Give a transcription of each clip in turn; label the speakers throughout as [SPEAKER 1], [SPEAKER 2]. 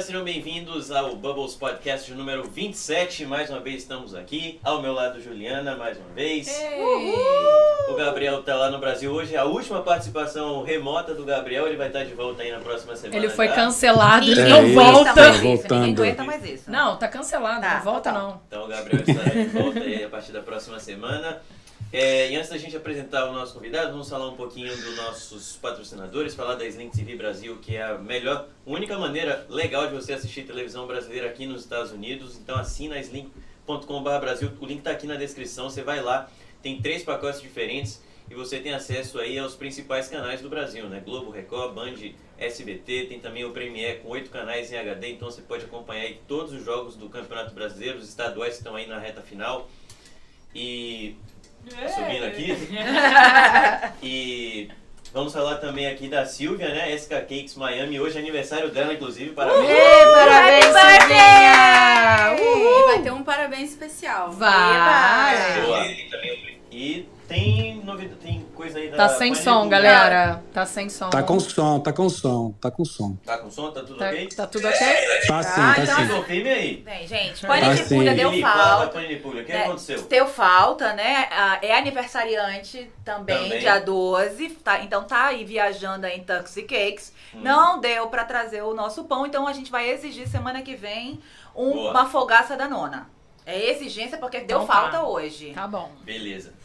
[SPEAKER 1] sejam bem-vindos ao Bubbles Podcast número 27. Mais uma vez estamos aqui. Ao meu lado, Juliana, mais uma vez. O Gabriel tá lá no Brasil hoje. A última participação remota do Gabriel. Ele vai estar de volta aí na próxima semana.
[SPEAKER 2] Ele foi
[SPEAKER 1] tá?
[SPEAKER 2] cancelado, ele
[SPEAKER 3] É
[SPEAKER 2] não
[SPEAKER 3] isso.
[SPEAKER 2] volta.
[SPEAKER 3] Tá voltando.
[SPEAKER 4] Ninguém aguenta mais isso.
[SPEAKER 2] Não, tá cancelado,
[SPEAKER 4] Tá,
[SPEAKER 2] não volta
[SPEAKER 4] total.
[SPEAKER 2] não.
[SPEAKER 1] Então o Gabriel estará de volta aí a partir da próxima semana. É, e antes da gente apresentar o nosso convidado, vamos falar um pouquinho dos nossos patrocinadores, falar da Sling TV Brasil, que é a melhor, única maneira legal de você assistir televisão brasileira aqui nos Estados Unidos. Então assina sling.com.br Brasil, o link está aqui na descrição, você vai lá, tem três pacotes diferentes e você tem acesso aí aos principais canais do Brasil, né? Globo, Record, Band, SBT, tem também o Premier com oito canais em HD, então você pode acompanhar aí todos os jogos do Campeonato Brasileiro, os estaduais que estão aí na reta final. E subindo aqui. e vamos falar também aqui da Silvia, né? SK Cakes Miami, hoje é aniversário dela inclusive, parabéns.
[SPEAKER 4] Ei, parabéns, Silvinha!
[SPEAKER 5] E vai ter um parabéns especial.
[SPEAKER 2] Vai.
[SPEAKER 1] Boa. E tem novidade, tem coisa aí da
[SPEAKER 2] Tá sem
[SPEAKER 1] Panini
[SPEAKER 2] som,
[SPEAKER 1] do-
[SPEAKER 2] galera. Tá sem som.
[SPEAKER 3] Tá com som, tá com som, tá com som.
[SPEAKER 1] Tá com som? Tá tudo
[SPEAKER 2] Tá,
[SPEAKER 1] ok?
[SPEAKER 2] tá tudo ok?
[SPEAKER 3] Tá sim,
[SPEAKER 4] Ah,
[SPEAKER 3] tá
[SPEAKER 4] então-
[SPEAKER 3] sim.
[SPEAKER 1] Confirme aí.
[SPEAKER 4] Bem, gente, Pane de
[SPEAKER 3] Assim.
[SPEAKER 4] Pulha deu
[SPEAKER 1] Lili, fala da
[SPEAKER 4] falta.
[SPEAKER 1] Panini Puglia, o que
[SPEAKER 4] né?
[SPEAKER 1] aconteceu?
[SPEAKER 4] Deu falta, né? Ah, É aniversariante também,
[SPEAKER 1] Também.
[SPEAKER 4] dia 12. tá- então tá aí viajando aí em Tuxi Cakes.
[SPEAKER 1] Uhum. Hum,
[SPEAKER 4] Não deu pra trazer o nosso pão, então a gente vai exigir semana que vem um-
[SPEAKER 1] Boa.
[SPEAKER 4] uma folgaça da nona. É exigência porque deu
[SPEAKER 2] Então tá.
[SPEAKER 4] falta hoje.
[SPEAKER 2] Tá bom.
[SPEAKER 1] Beleza.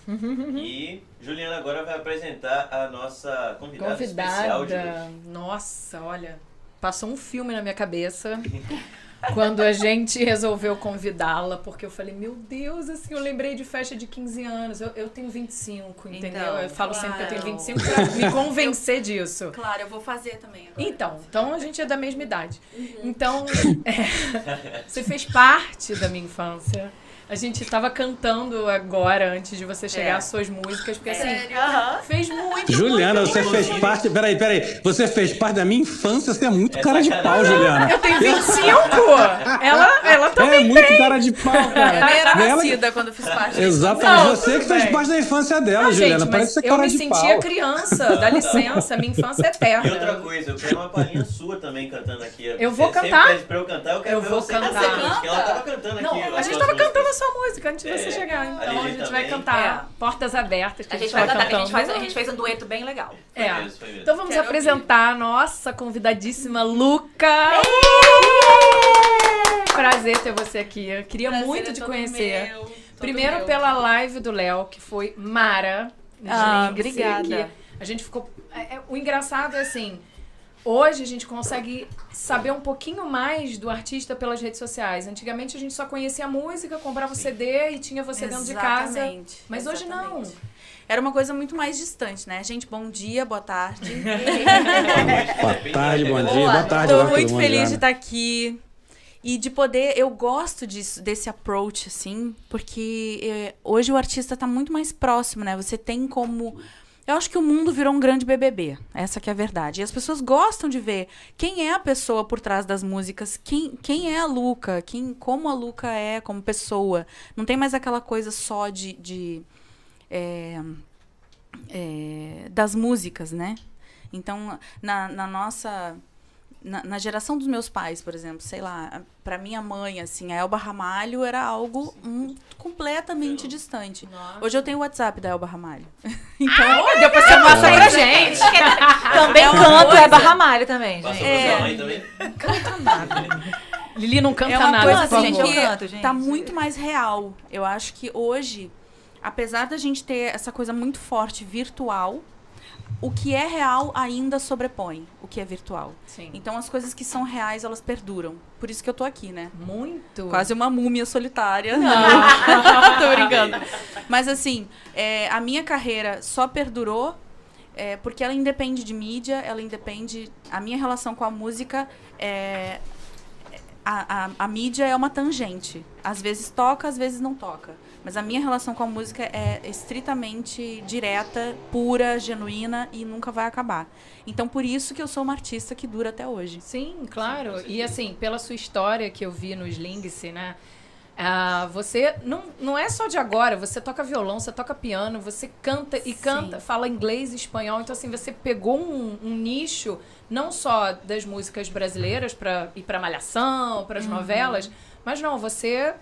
[SPEAKER 1] e Juliana agora vai apresentar a nossa convidada, especial de
[SPEAKER 2] Convidada.
[SPEAKER 1] hoje.
[SPEAKER 2] Nossa, olha. Passou um filme na minha cabeça quando a gente resolveu convidá-la, porque eu falei, meu Deus, assim, eu lembrei de festa de 15 anos. Eu, eu tenho 25, entendeu?
[SPEAKER 4] Então,
[SPEAKER 2] eu falo sempre que eu tenho
[SPEAKER 5] claro.
[SPEAKER 2] 25 pra me convencer disso.
[SPEAKER 5] Claro, eu vou fazer também agora.
[SPEAKER 2] Então, então a gente é da mesma idade.
[SPEAKER 4] Uhum.
[SPEAKER 2] Então, é, você fez parte da minha infância. A gente tava cantando agora, antes de você chegar,
[SPEAKER 4] É.
[SPEAKER 2] as suas músicas, porque assim,
[SPEAKER 5] Sério?
[SPEAKER 4] Aham.
[SPEAKER 2] fez muito.
[SPEAKER 3] Juliana,
[SPEAKER 2] muito.
[SPEAKER 3] você fez parte. Peraí, peraí. Você fez parte da minha infância, você é muito cara de pau, Juliana.
[SPEAKER 2] Eu tenho 25! ela, ela
[SPEAKER 3] É
[SPEAKER 2] também.
[SPEAKER 3] muito cara de pau,
[SPEAKER 5] Eu
[SPEAKER 3] cara.
[SPEAKER 5] nem era
[SPEAKER 3] Ela-
[SPEAKER 5] nascida quando fiz parte.
[SPEAKER 3] Exatamente.
[SPEAKER 2] Não,
[SPEAKER 3] você que
[SPEAKER 2] tudo
[SPEAKER 3] fez
[SPEAKER 2] bem.
[SPEAKER 3] parte da infância dela,
[SPEAKER 2] Não,
[SPEAKER 3] Juliana.
[SPEAKER 2] gente,
[SPEAKER 3] Parece
[SPEAKER 2] mas
[SPEAKER 3] ser
[SPEAKER 2] eu
[SPEAKER 3] cara
[SPEAKER 2] me
[SPEAKER 3] de
[SPEAKER 2] sentia
[SPEAKER 3] pau.
[SPEAKER 2] criança, dá licença, minha infância é eterna.
[SPEAKER 1] E outra coisa, eu quero uma palhinha sua também cantando aqui.
[SPEAKER 2] Eu vou
[SPEAKER 1] Você sempre
[SPEAKER 2] cantar?
[SPEAKER 1] pede pra eu cantar, eu quero
[SPEAKER 2] Eu
[SPEAKER 1] ver
[SPEAKER 2] vou
[SPEAKER 1] você
[SPEAKER 2] cantar.
[SPEAKER 1] cantando, porque Ela
[SPEAKER 5] Você
[SPEAKER 1] tava
[SPEAKER 5] canta?
[SPEAKER 1] cantando
[SPEAKER 2] Não,
[SPEAKER 1] aqui.
[SPEAKER 2] a
[SPEAKER 1] as
[SPEAKER 2] gente
[SPEAKER 1] suas
[SPEAKER 2] tava
[SPEAKER 1] músicas.
[SPEAKER 2] cantando a sua música antes de
[SPEAKER 1] É,
[SPEAKER 2] você chegar. Então
[SPEAKER 1] a
[SPEAKER 2] a,
[SPEAKER 1] Lili
[SPEAKER 2] gente vai
[SPEAKER 1] também.
[SPEAKER 2] cantar Portas Abertas. Que
[SPEAKER 4] É. A gente vai cantar, porque a gente, faz,
[SPEAKER 2] cantando.
[SPEAKER 4] a gente fez um dueto bem legal.
[SPEAKER 2] É.
[SPEAKER 1] Foi mesmo, foi mesmo.
[SPEAKER 2] Então vamos
[SPEAKER 5] Quero
[SPEAKER 2] apresentar a nossa convidadíssima Luca. Uh! Prazer ter você aqui. Eu queria
[SPEAKER 5] Prazer
[SPEAKER 2] muito
[SPEAKER 5] é
[SPEAKER 2] te
[SPEAKER 5] todo
[SPEAKER 2] conhecer.
[SPEAKER 5] meu, todo
[SPEAKER 2] Primeiro
[SPEAKER 5] meu.
[SPEAKER 2] pela live do Léo, que foi Mara.
[SPEAKER 5] Ah,
[SPEAKER 2] Gente,
[SPEAKER 5] obrigada.
[SPEAKER 2] que A gente ficou. é, é, O engraçado é assim. Hoje a gente consegue saber um pouquinho mais do artista pelas redes sociais. Antigamente a gente só conhecia a música, comprava o CD e tinha você dentro de casa.
[SPEAKER 5] Exatamente,
[SPEAKER 2] Mas hoje não.
[SPEAKER 5] exatamente. Era uma coisa muito mais distante, né? Gente, bom dia, boa tarde.
[SPEAKER 3] Boa tarde, bom dia.
[SPEAKER 4] Boa.
[SPEAKER 3] é. Boa tarde,
[SPEAKER 5] Tô
[SPEAKER 3] lá, todo
[SPEAKER 5] muito
[SPEAKER 3] mundo
[SPEAKER 5] feliz
[SPEAKER 3] já,
[SPEAKER 5] de
[SPEAKER 3] né?
[SPEAKER 5] estar aqui. E de poder, eu gosto disso, desse approach, assim, porque eh, hoje o artista tá muito mais próximo, né? Você tem como. Eu acho que o mundo virou um grande BBB, essa que é a verdade. E as pessoas gostam de ver quem é a pessoa por trás das músicas, quem, quem é a Luca, quem, como a Luca é como pessoa. Não tem mais aquela coisa só de. de, eh, eh, das músicas, né? Então, na, na nossa na, na geração dos meus pais, por exemplo, sei lá, pra minha mãe, assim, a Elba Ramalho era algo hum, completamente distante. Hoje eu tenho o WhatsApp da Elba Ramalho. Então,
[SPEAKER 2] Olha, depois você mostra pra gente.
[SPEAKER 4] é Também canto Elba Ramalho também, gente.
[SPEAKER 1] Passou
[SPEAKER 5] É.
[SPEAKER 1] pra sua mãe também?
[SPEAKER 2] Lili não canta
[SPEAKER 5] é uma
[SPEAKER 2] nada,
[SPEAKER 5] coisa
[SPEAKER 2] um por favor.
[SPEAKER 5] assim,
[SPEAKER 4] favor.
[SPEAKER 5] que
[SPEAKER 4] Eu canto, gente.
[SPEAKER 5] tá muito mais real. Eu acho que hoje, apesar da gente ter essa coisa muito forte virtual, o que é real ainda sobrepõe o que é virtual.
[SPEAKER 2] Sim.
[SPEAKER 5] Então as coisas que são reais, elas perduram. Por isso que eu tô aqui, né?
[SPEAKER 2] Muito.
[SPEAKER 5] Quase uma múmia solitária. Tô brincando. Mas assim, é, a minha carreira só perdurou é, porque ela independe de mídia, ela independe. A minha relação com a música é. A, a, a mídia é uma tangente. Às vezes toca, às vezes não toca. Mas a minha relação com a música é estritamente direta, pura, genuína e nunca vai acabar. Então, por isso que eu sou uma artista que dura até hoje.
[SPEAKER 2] Sim, claro.
[SPEAKER 1] Sim, com
[SPEAKER 2] e
[SPEAKER 1] certeza.
[SPEAKER 2] assim, pela sua história que eu vi no Slingice, né? Ah, você não, não é só de agora, você toca violão, você toca piano, você canta e
[SPEAKER 5] Sim.
[SPEAKER 2] canta, fala inglês e espanhol. Então, assim, você pegou um, um nicho não só das músicas brasileiras pra, e para Malhação, para as novelas, mas não, você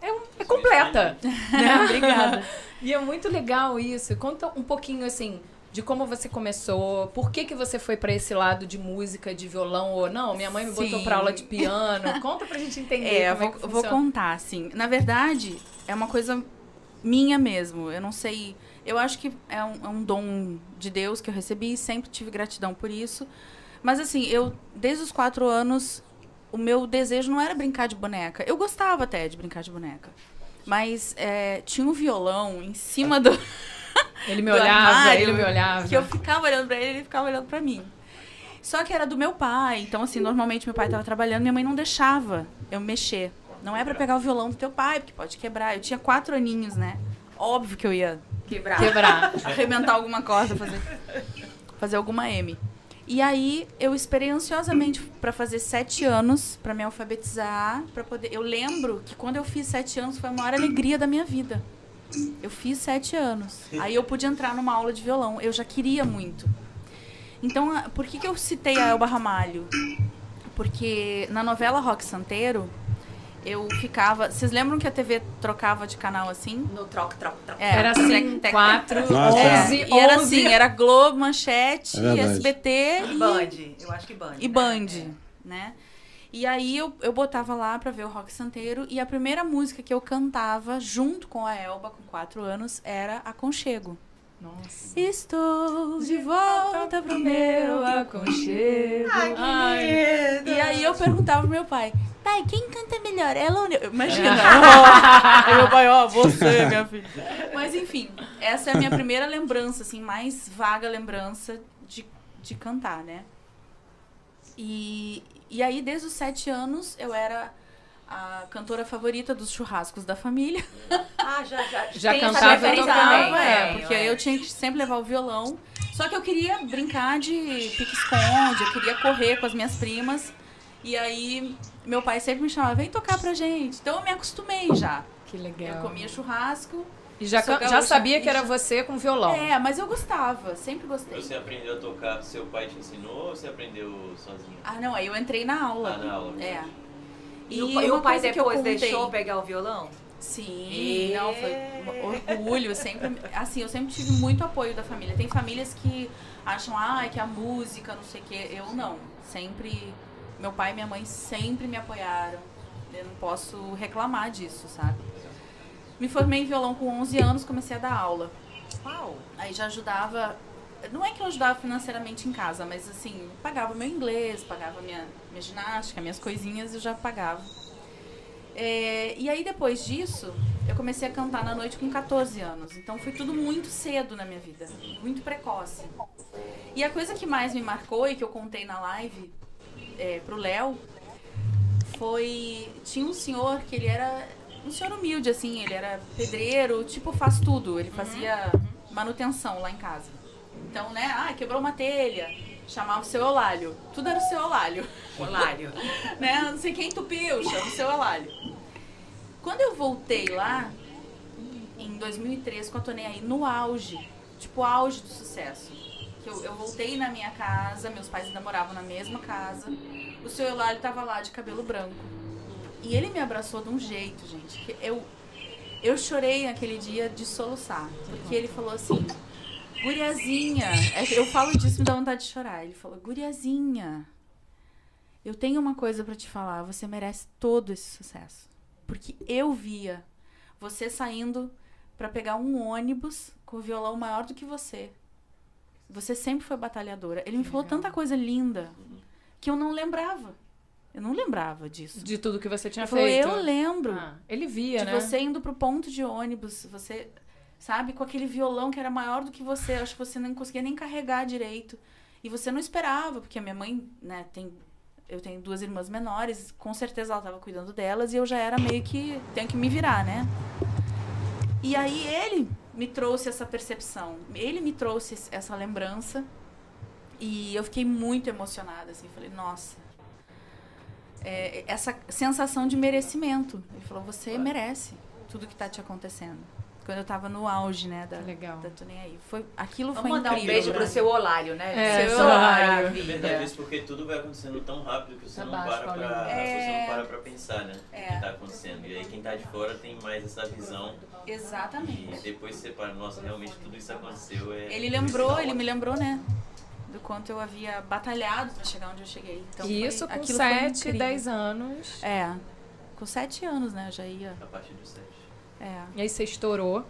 [SPEAKER 2] é, um- é completa. né?
[SPEAKER 5] Obrigada.
[SPEAKER 2] E é muito legal isso. Conta um pouquinho, assim, de como você começou, por que, que você foi pra esse lado de música, de violão, ou não, minha mãe me botou
[SPEAKER 5] Sim.
[SPEAKER 2] pra aula de piano. Conta pra gente entender
[SPEAKER 5] É, eu
[SPEAKER 2] como
[SPEAKER 5] vou,
[SPEAKER 2] é que
[SPEAKER 5] vou
[SPEAKER 2] funciona.
[SPEAKER 5] contar, assim. Na verdade, é uma coisa minha mesmo. Eu não sei. Eu acho que é um, é um dom de Deus que eu recebi e sempre tive gratidão por isso. Mas, assim, eu, desde os quatro anos, o meu desejo não era brincar de boneca. Eu gostava até de brincar de boneca. Mas é, tinha um violão em cima do.
[SPEAKER 2] Ele me
[SPEAKER 5] do
[SPEAKER 2] olhava,
[SPEAKER 5] armário,
[SPEAKER 2] ele me olhava.
[SPEAKER 5] Que eu ficava olhando pra ele, ele ficava olhando pra mim. Só que era do meu pai, então assim, normalmente meu pai tava trabalhando, minha mãe não deixava eu mexer. Não é pra pegar o violão do teu pai, porque pode quebrar. Eu tinha quatro aninhos, né? Óbvio que eu ia
[SPEAKER 4] Quebrar.
[SPEAKER 2] Quebrar.
[SPEAKER 5] arrebentar alguma corda, fazer, fazer alguma M. E aí eu esperei ansiosamente pra fazer sete anos pra me alfabetizar, para poder. Eu lembro que quando eu fiz sete anos foi a maior alegria da minha vida. Eu fiz sete anos. Aí eu pude entrar numa aula de violão. Eu já queria muito. Então, a- por que, que eu citei a Elba Ramalho? Porque na novela Rock Santeiro, eu ficava. Vocês lembram que a TV trocava de canal assim?
[SPEAKER 4] No troca, troca, troca.
[SPEAKER 5] É,
[SPEAKER 2] Era assim,
[SPEAKER 5] tec, tec,
[SPEAKER 2] quatro,
[SPEAKER 3] Nossa.
[SPEAKER 2] onze,
[SPEAKER 5] é, e era
[SPEAKER 2] onze.
[SPEAKER 5] assim, era Globo, Manchete,
[SPEAKER 3] É verdade.
[SPEAKER 5] SBT e
[SPEAKER 4] Band, eu acho que Band.
[SPEAKER 5] e
[SPEAKER 4] né?
[SPEAKER 5] Band,
[SPEAKER 4] É.
[SPEAKER 5] né? E aí eu, eu botava lá pra ver o rock santeiro e a primeira música que eu cantava junto com a Elba, com quatro anos, era Aconchego.
[SPEAKER 2] Nossa.
[SPEAKER 5] Estou de volta pro meu aconchego.
[SPEAKER 2] Ai.
[SPEAKER 4] É.
[SPEAKER 5] E aí eu perguntava pro meu pai, pai, quem canta melhor? Ela ou eu? Imagina. Aí meu pai, ó, você, minha filha. Mas enfim, essa é a minha primeira lembrança, assim, mais vaga lembrança de, de cantar, né? E, e aí, desde os sete anos, eu era a cantora favorita dos churrascos da família
[SPEAKER 4] Ah, já, já.
[SPEAKER 2] Já
[SPEAKER 4] tem essa
[SPEAKER 2] cantava,
[SPEAKER 4] referência
[SPEAKER 2] tocava,
[SPEAKER 4] também,
[SPEAKER 5] é,
[SPEAKER 4] tem,
[SPEAKER 5] porque eu tinha que sempre levar o violão. Só que eu queria brincar de pique-esconde, eu queria correr com as minhas primas. E aí, meu pai sempre me chamava, vem tocar pra gente. Então eu me acostumei já.
[SPEAKER 2] Que
[SPEAKER 5] Eu
[SPEAKER 2] legal.
[SPEAKER 5] comia churrasco.
[SPEAKER 2] E já,
[SPEAKER 5] Sou
[SPEAKER 2] can- já
[SPEAKER 5] gaúcha,
[SPEAKER 2] sabia que
[SPEAKER 5] bicha.
[SPEAKER 2] era você com violão.
[SPEAKER 5] É, mas eu gostava, sempre gostei.
[SPEAKER 1] Você aprendeu a tocar, seu pai te ensinou ou você aprendeu sozinho?
[SPEAKER 5] Ah, não, aí eu entrei na aula.
[SPEAKER 1] Ah, na aula.
[SPEAKER 5] É.
[SPEAKER 4] E, o,
[SPEAKER 5] uma
[SPEAKER 4] e o pai
[SPEAKER 5] coisa que eu
[SPEAKER 4] depois
[SPEAKER 5] contei-
[SPEAKER 4] deixou pegar o violão?
[SPEAKER 5] Sim,
[SPEAKER 4] E-
[SPEAKER 5] não, foi um orgulho. eu Sempre, assim, eu sempre tive muito apoio da família. Tem famílias que acham, ah, é que a música, não sei o quê. Eu não. Sempre, meu pai e minha mãe sempre me apoiaram. Eu não posso reclamar disso, sabe? Me formei em violão com 11 anos, comecei a dar aula.
[SPEAKER 4] Uau!
[SPEAKER 5] Aí já ajudava. Não é que eu ajudava financeiramente em casa, mas assim, pagava meu inglês, pagava minha, minha ginástica, minhas coisinhas, eu já pagava. É, e aí depois disso, eu comecei a cantar na noite com 14 anos. Então foi tudo muito cedo na minha vida, muito precoce. E a coisa que mais me marcou e que eu contei na live é, pro Léo foi. Tinha um senhor que ele era. Um senhor humilde, assim, ele era pedreiro, tipo, faz tudo. Ele fazia manutenção lá em casa. Então, né, ah, quebrou uma telha, chamava o seu Eulalho. Tudo era o seu Eulalho
[SPEAKER 4] Olário.
[SPEAKER 5] né? Não sei quem entupiu, chama o seu Elário. Quando eu voltei lá, em 2003, com a Tonei aí, no auge, tipo, auge do sucesso. Que eu, eu voltei na minha casa, meus pais ainda moravam na mesma casa. O seu Eulário tava lá de cabelo branco. E ele me abraçou de um jeito, gente, que eu, eu chorei naquele dia de soluçar. Porque ele falou assim, guriazinha, é que eu falo disso, me dá vontade de chorar. Ele falou, guriazinha, eu tenho uma coisa pra te falar, você merece todo esse sucesso. Porque eu via você saindo pra pegar um ônibus com o violão maior do que você. Você sempre foi batalhadora. Ele me falou tanta coisa linda que eu não lembrava. Eu não lembrava disso.
[SPEAKER 2] De tudo que você tinha
[SPEAKER 5] Ele falou,
[SPEAKER 2] feito.
[SPEAKER 5] eu lembro
[SPEAKER 2] Ah, ele via,
[SPEAKER 5] de
[SPEAKER 2] né?
[SPEAKER 5] você indo pro ponto de ônibus, você, sabe, com aquele violão que era maior do que você, eu acho que você não conseguia nem carregar direito. E você não esperava, porque a minha mãe, né, tem eu tenho duas irmãs menores, com certeza ela tava cuidando delas e eu já era meio que tenho que me virar, né? E aí ele me trouxe essa percepção, ele me trouxe esse- essa lembrança e eu fiquei muito emocionada, assim, falei, nossa, é, essa sensação de merecimento. Ele falou, você merece tudo que tá te acontecendo. Quando eu tava no auge, né, da,
[SPEAKER 2] Que legal.
[SPEAKER 5] da Tô Nem Aí. Foi, aquilo
[SPEAKER 4] Vamos
[SPEAKER 5] foi
[SPEAKER 4] mandar um
[SPEAKER 5] incrível. né?
[SPEAKER 4] beijo pro seu Olário, né?
[SPEAKER 2] É,
[SPEAKER 5] seu
[SPEAKER 2] Olário.
[SPEAKER 1] É
[SPEAKER 4] Maravilha.
[SPEAKER 1] verdade isso, porque tudo vai acontecendo tão rápido que você,
[SPEAKER 2] Tá
[SPEAKER 1] não,
[SPEAKER 2] baixo,
[SPEAKER 1] para
[SPEAKER 2] Paulinho.
[SPEAKER 1] pra, você
[SPEAKER 5] É.
[SPEAKER 1] não para pra pensar, né? O
[SPEAKER 5] É.
[SPEAKER 1] que tá acontecendo. E aí quem tá de fora tem mais essa visão. E
[SPEAKER 5] Exatamente.
[SPEAKER 1] depois você para, nossa, realmente tudo isso aconteceu. É,
[SPEAKER 5] Ele lembrou, ele me lembrou, né? Do quanto eu havia batalhado pra chegar onde eu cheguei. Então,
[SPEAKER 2] e
[SPEAKER 5] foi-
[SPEAKER 2] isso com
[SPEAKER 5] aquilo foi
[SPEAKER 2] 7,
[SPEAKER 5] incrível.
[SPEAKER 2] 10 anos.
[SPEAKER 5] É. Com sete anos, né? Eu já ia.
[SPEAKER 1] A partir dos sete.
[SPEAKER 5] É.
[SPEAKER 2] E aí você estourou.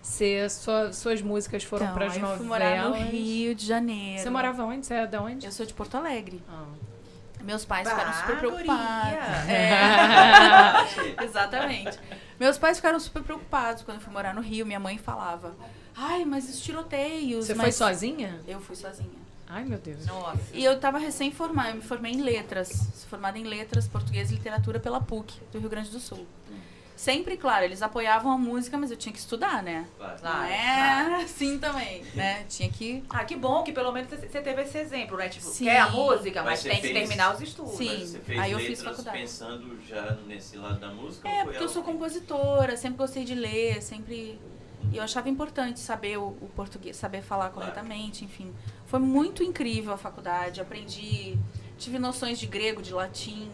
[SPEAKER 2] Você, sua- suas músicas foram
[SPEAKER 5] então,
[SPEAKER 2] para as
[SPEAKER 5] aí eu
[SPEAKER 2] novelas.
[SPEAKER 5] fui morar no Rio de Janeiro.
[SPEAKER 2] Você morava onde? Você é de onde?
[SPEAKER 5] Eu sou de Porto Alegre.
[SPEAKER 2] Ah.
[SPEAKER 5] Meus pais ficaram super
[SPEAKER 4] Barbaria.
[SPEAKER 5] preocupados. É. Exatamente. Meus pais ficaram super preocupados quando eu fui morar no Rio. Minha mãe falava: Ai, mas os tiroteios.
[SPEAKER 2] Você
[SPEAKER 5] mas...
[SPEAKER 2] foi sozinha?
[SPEAKER 5] Eu fui sozinha.
[SPEAKER 2] Ai, meu Deus.
[SPEAKER 4] Nossa.
[SPEAKER 5] E eu tava recém-formada, eu me formei em letras. Sou formada em letras, português e literatura pela PUC, do Rio Grande do Sul. Sempre, claro, eles apoiavam a música, mas eu tinha que estudar, né?
[SPEAKER 1] Ah, Claro.
[SPEAKER 4] Claro.
[SPEAKER 5] Não é assim também, né? Tinha que.
[SPEAKER 4] Ah, que bom que pelo menos você teve esse exemplo, né? Tipo,
[SPEAKER 5] Sim.
[SPEAKER 4] quer a música,
[SPEAKER 1] Mas
[SPEAKER 4] mas,
[SPEAKER 1] você
[SPEAKER 4] tem que
[SPEAKER 1] fez-
[SPEAKER 4] terminar os estudos.
[SPEAKER 5] Sim.
[SPEAKER 1] Mas você fez
[SPEAKER 5] aí eu fiz
[SPEAKER 1] letras
[SPEAKER 5] faculdade.
[SPEAKER 1] pensando já nesse lado da música?
[SPEAKER 5] É,
[SPEAKER 1] ou foi
[SPEAKER 5] porque eu
[SPEAKER 1] algo
[SPEAKER 5] sou
[SPEAKER 1] que-
[SPEAKER 5] compositora, sempre gostei de ler, sempre. E eu achava importante saber o, o português, saber falar
[SPEAKER 1] Claro.
[SPEAKER 5] corretamente, enfim. Foi muito incrível a faculdade, aprendi, tive noções de grego, de latim.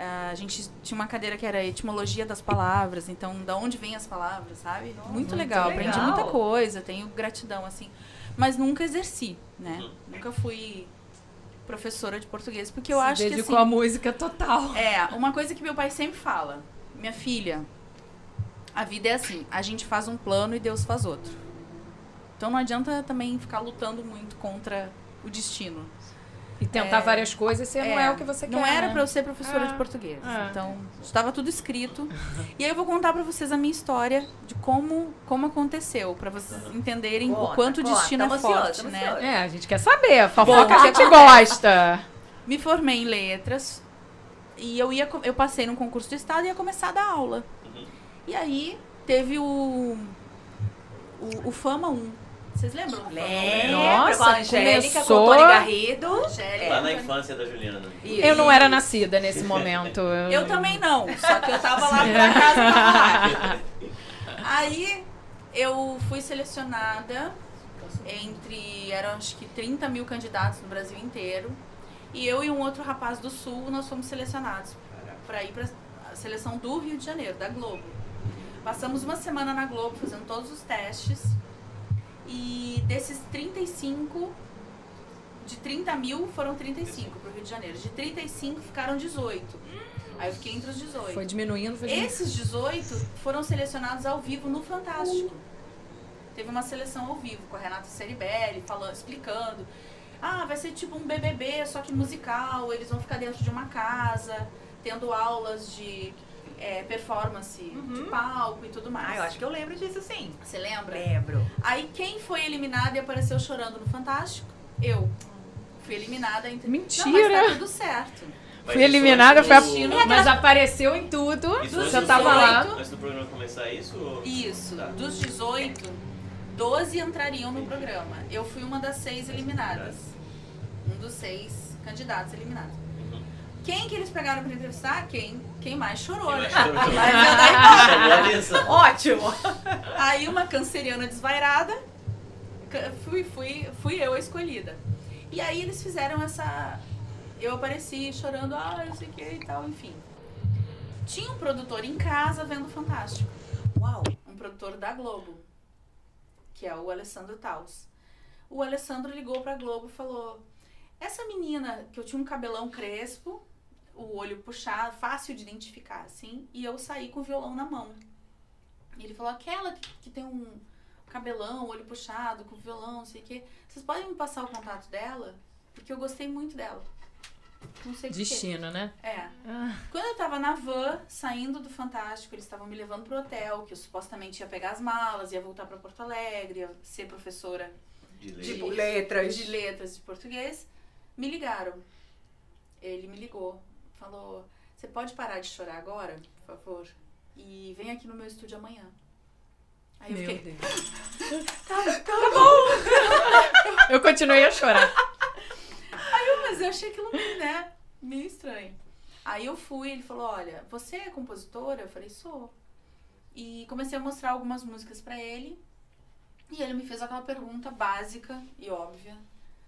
[SPEAKER 5] Ah, a gente tinha uma cadeira que era etimologia das palavras, então da onde vem as palavras, sabe? muito, legal, aprendi
[SPEAKER 4] legal.
[SPEAKER 5] muita coisa, tenho gratidão, assim. Mas nunca exerci, né?
[SPEAKER 1] Uhum.
[SPEAKER 5] Nunca fui professora de português, porque eu
[SPEAKER 2] Se
[SPEAKER 5] acho que
[SPEAKER 2] dedicou
[SPEAKER 5] assim,
[SPEAKER 2] à música total.
[SPEAKER 5] é, uma coisa que meu pai sempre fala. Minha filha, a vida é assim, a gente faz um plano e Deus faz outro. Então não adianta também ficar lutando muito contra o destino.
[SPEAKER 2] E tentar várias coisas, você não é o que você
[SPEAKER 5] Não
[SPEAKER 2] quer.
[SPEAKER 5] era
[SPEAKER 2] né?
[SPEAKER 5] pra eu ser professora
[SPEAKER 2] Ah,
[SPEAKER 5] de português.
[SPEAKER 2] ah.
[SPEAKER 5] Então, estava tudo escrito. E aí eu vou contar pra vocês a minha história de como como aconteceu, pra vocês entenderem o
[SPEAKER 4] Conta,
[SPEAKER 5] quanto o
[SPEAKER 4] conta.
[SPEAKER 5] destino
[SPEAKER 4] Tamo
[SPEAKER 5] é forte,
[SPEAKER 4] ansioso, tamo
[SPEAKER 5] né?
[SPEAKER 4] ansioso.
[SPEAKER 2] É, a gente quer saber. A fofoca a gente gosta.
[SPEAKER 5] Me formei em letras e eu ia co- eu passei num concurso de estado e ia começar a dar aula.
[SPEAKER 1] Uhum.
[SPEAKER 5] E aí teve o o, o Fama 1. Vocês lembram? do Fama 1?
[SPEAKER 4] Lembra
[SPEAKER 2] Nossa,
[SPEAKER 4] com a Angélica, com o
[SPEAKER 2] começou-
[SPEAKER 4] Tony Garrido.
[SPEAKER 5] é.
[SPEAKER 1] Lá Tá na infância da Juliana. né?
[SPEAKER 4] Isso.
[SPEAKER 2] Eu não era nascida nesse momento.
[SPEAKER 5] Eu também não, só que eu tava lá pra casa da Mara. Aí eu fui selecionada entre, eram acho que 30 mil candidatos no Brasil inteiro. E eu e um outro rapaz do Sul, nós fomos selecionados para ir para a seleção do Rio de Janeiro, da Globo. Passamos uma semana na Globo fazendo todos os testes. E desses 35, de 30 mil foram 35 para o Rio de Janeiro. De 35 ficaram 18. Aí eu fiquei entre os 18.
[SPEAKER 2] Foi diminuindo,
[SPEAKER 4] é.
[SPEAKER 2] foi diminuindo.
[SPEAKER 5] Esses 18 foram selecionados ao vivo no Fantástico. Teve uma seleção ao vivo com a Renata Ceribelli falando, explicando. Ah, vai ser tipo um BBB, só que musical. Eles vão ficar dentro de uma casa, tendo aulas de eh, performance de palco e tudo mais.
[SPEAKER 4] Uhum. Ah, eu acho que é. eu lembro disso sim.
[SPEAKER 5] Você lembra?
[SPEAKER 4] Lembro.
[SPEAKER 5] Aí quem foi eliminada e apareceu chorando no Fantástico? Eu. Fui eliminada entre... Não, mas
[SPEAKER 2] Mentira.
[SPEAKER 5] tá tudo certo.
[SPEAKER 1] Mas
[SPEAKER 2] Fui
[SPEAKER 1] isso
[SPEAKER 2] eliminada,
[SPEAKER 1] antes
[SPEAKER 2] foi a...
[SPEAKER 1] do-
[SPEAKER 2] mas apareceu em tudo.
[SPEAKER 1] isso
[SPEAKER 5] dos
[SPEAKER 1] antes
[SPEAKER 2] Você
[SPEAKER 1] do
[SPEAKER 2] tava
[SPEAKER 1] programa-
[SPEAKER 2] lá.
[SPEAKER 1] Antes do programa começar isso? ou-
[SPEAKER 5] Isso,
[SPEAKER 1] Tá.
[SPEAKER 5] dos 18, 12 entrariam no programa. Eu fui uma das seis eliminadas. Um dos seis candidatos eliminados.
[SPEAKER 1] Uhum.
[SPEAKER 5] Quem que eles pegaram pra entrevistar? Quem, quem mais chorou,
[SPEAKER 1] Eu
[SPEAKER 5] né?
[SPEAKER 1] acho que eu tô-
[SPEAKER 5] Mas eu daí-
[SPEAKER 1] Chamou a atenção.
[SPEAKER 4] Ótimo.
[SPEAKER 5] Aí uma canceriana desvairada, ca- fui, fui, fui eu a escolhida. E aí eles fizeram essa. Eu apareci chorando, ah, não sei o que e tal, enfim. Tinha um produtor em casa vendo o Fantástico. Uau! Um produtor da Globo, que é o Alessandro Taus. O Alessandro ligou pra Globo e falou: Essa menina que eu tinha um cabelão crespo, o olho puxado, fácil de identificar, assim, e eu saí com o violão na mão. E ele falou, aquela que, que tem um cabelão, olho puxado, com violão, não sei o quê. Vocês podem me passar o contato dela? Porque eu gostei muito dela. Não sei por quê.
[SPEAKER 2] Destino, né?
[SPEAKER 5] É.
[SPEAKER 2] Ah,
[SPEAKER 5] Quando eu tava na van, saindo do Fantástico, eles estavam me levando pro hotel, que eu supostamente ia pegar as malas, ia voltar pra Porto Alegre, ia ser professora
[SPEAKER 1] De lei.
[SPEAKER 4] Tipo, letras.
[SPEAKER 5] de letras de português. Me ligaram. Ele me ligou. Falou: Você pode parar de chorar agora, por favor? E vem aqui no meu estúdio amanhã. Aí eu
[SPEAKER 2] meu
[SPEAKER 5] fiquei.
[SPEAKER 2] Deus.
[SPEAKER 5] Tá, tá bom!
[SPEAKER 2] Eu continuei a chorar.
[SPEAKER 5] Mas eu achei aquilo meio, né? Meio estranho. Aí eu fui, ele falou: Olha, você é compositora? Eu falei: Sou. E comecei a mostrar algumas músicas pra ele. E ele me fez aquela pergunta básica e óbvia: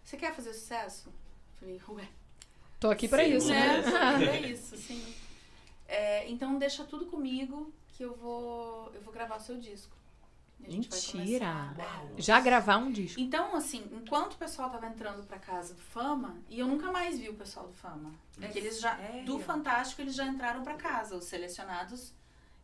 [SPEAKER 5] Você quer fazer sucesso? Eu falei: Ué,
[SPEAKER 2] Tô aqui pra
[SPEAKER 1] Sim,
[SPEAKER 2] isso,
[SPEAKER 1] né?
[SPEAKER 2] né?
[SPEAKER 5] é isso, sim. É, então deixa tudo comigo que eu vou, eu vou gravar o seu disco. E a gente vai
[SPEAKER 2] Mentira!
[SPEAKER 5] começar. É.
[SPEAKER 2] Já gravar um disco.
[SPEAKER 5] Então, assim, enquanto o pessoal tava entrando pra casa do Fama, e eu nunca mais vi o pessoal do Fama.
[SPEAKER 4] É
[SPEAKER 5] Porque eles já,
[SPEAKER 4] sério?
[SPEAKER 5] do Fantástico, eles já entraram pra casa, os selecionados,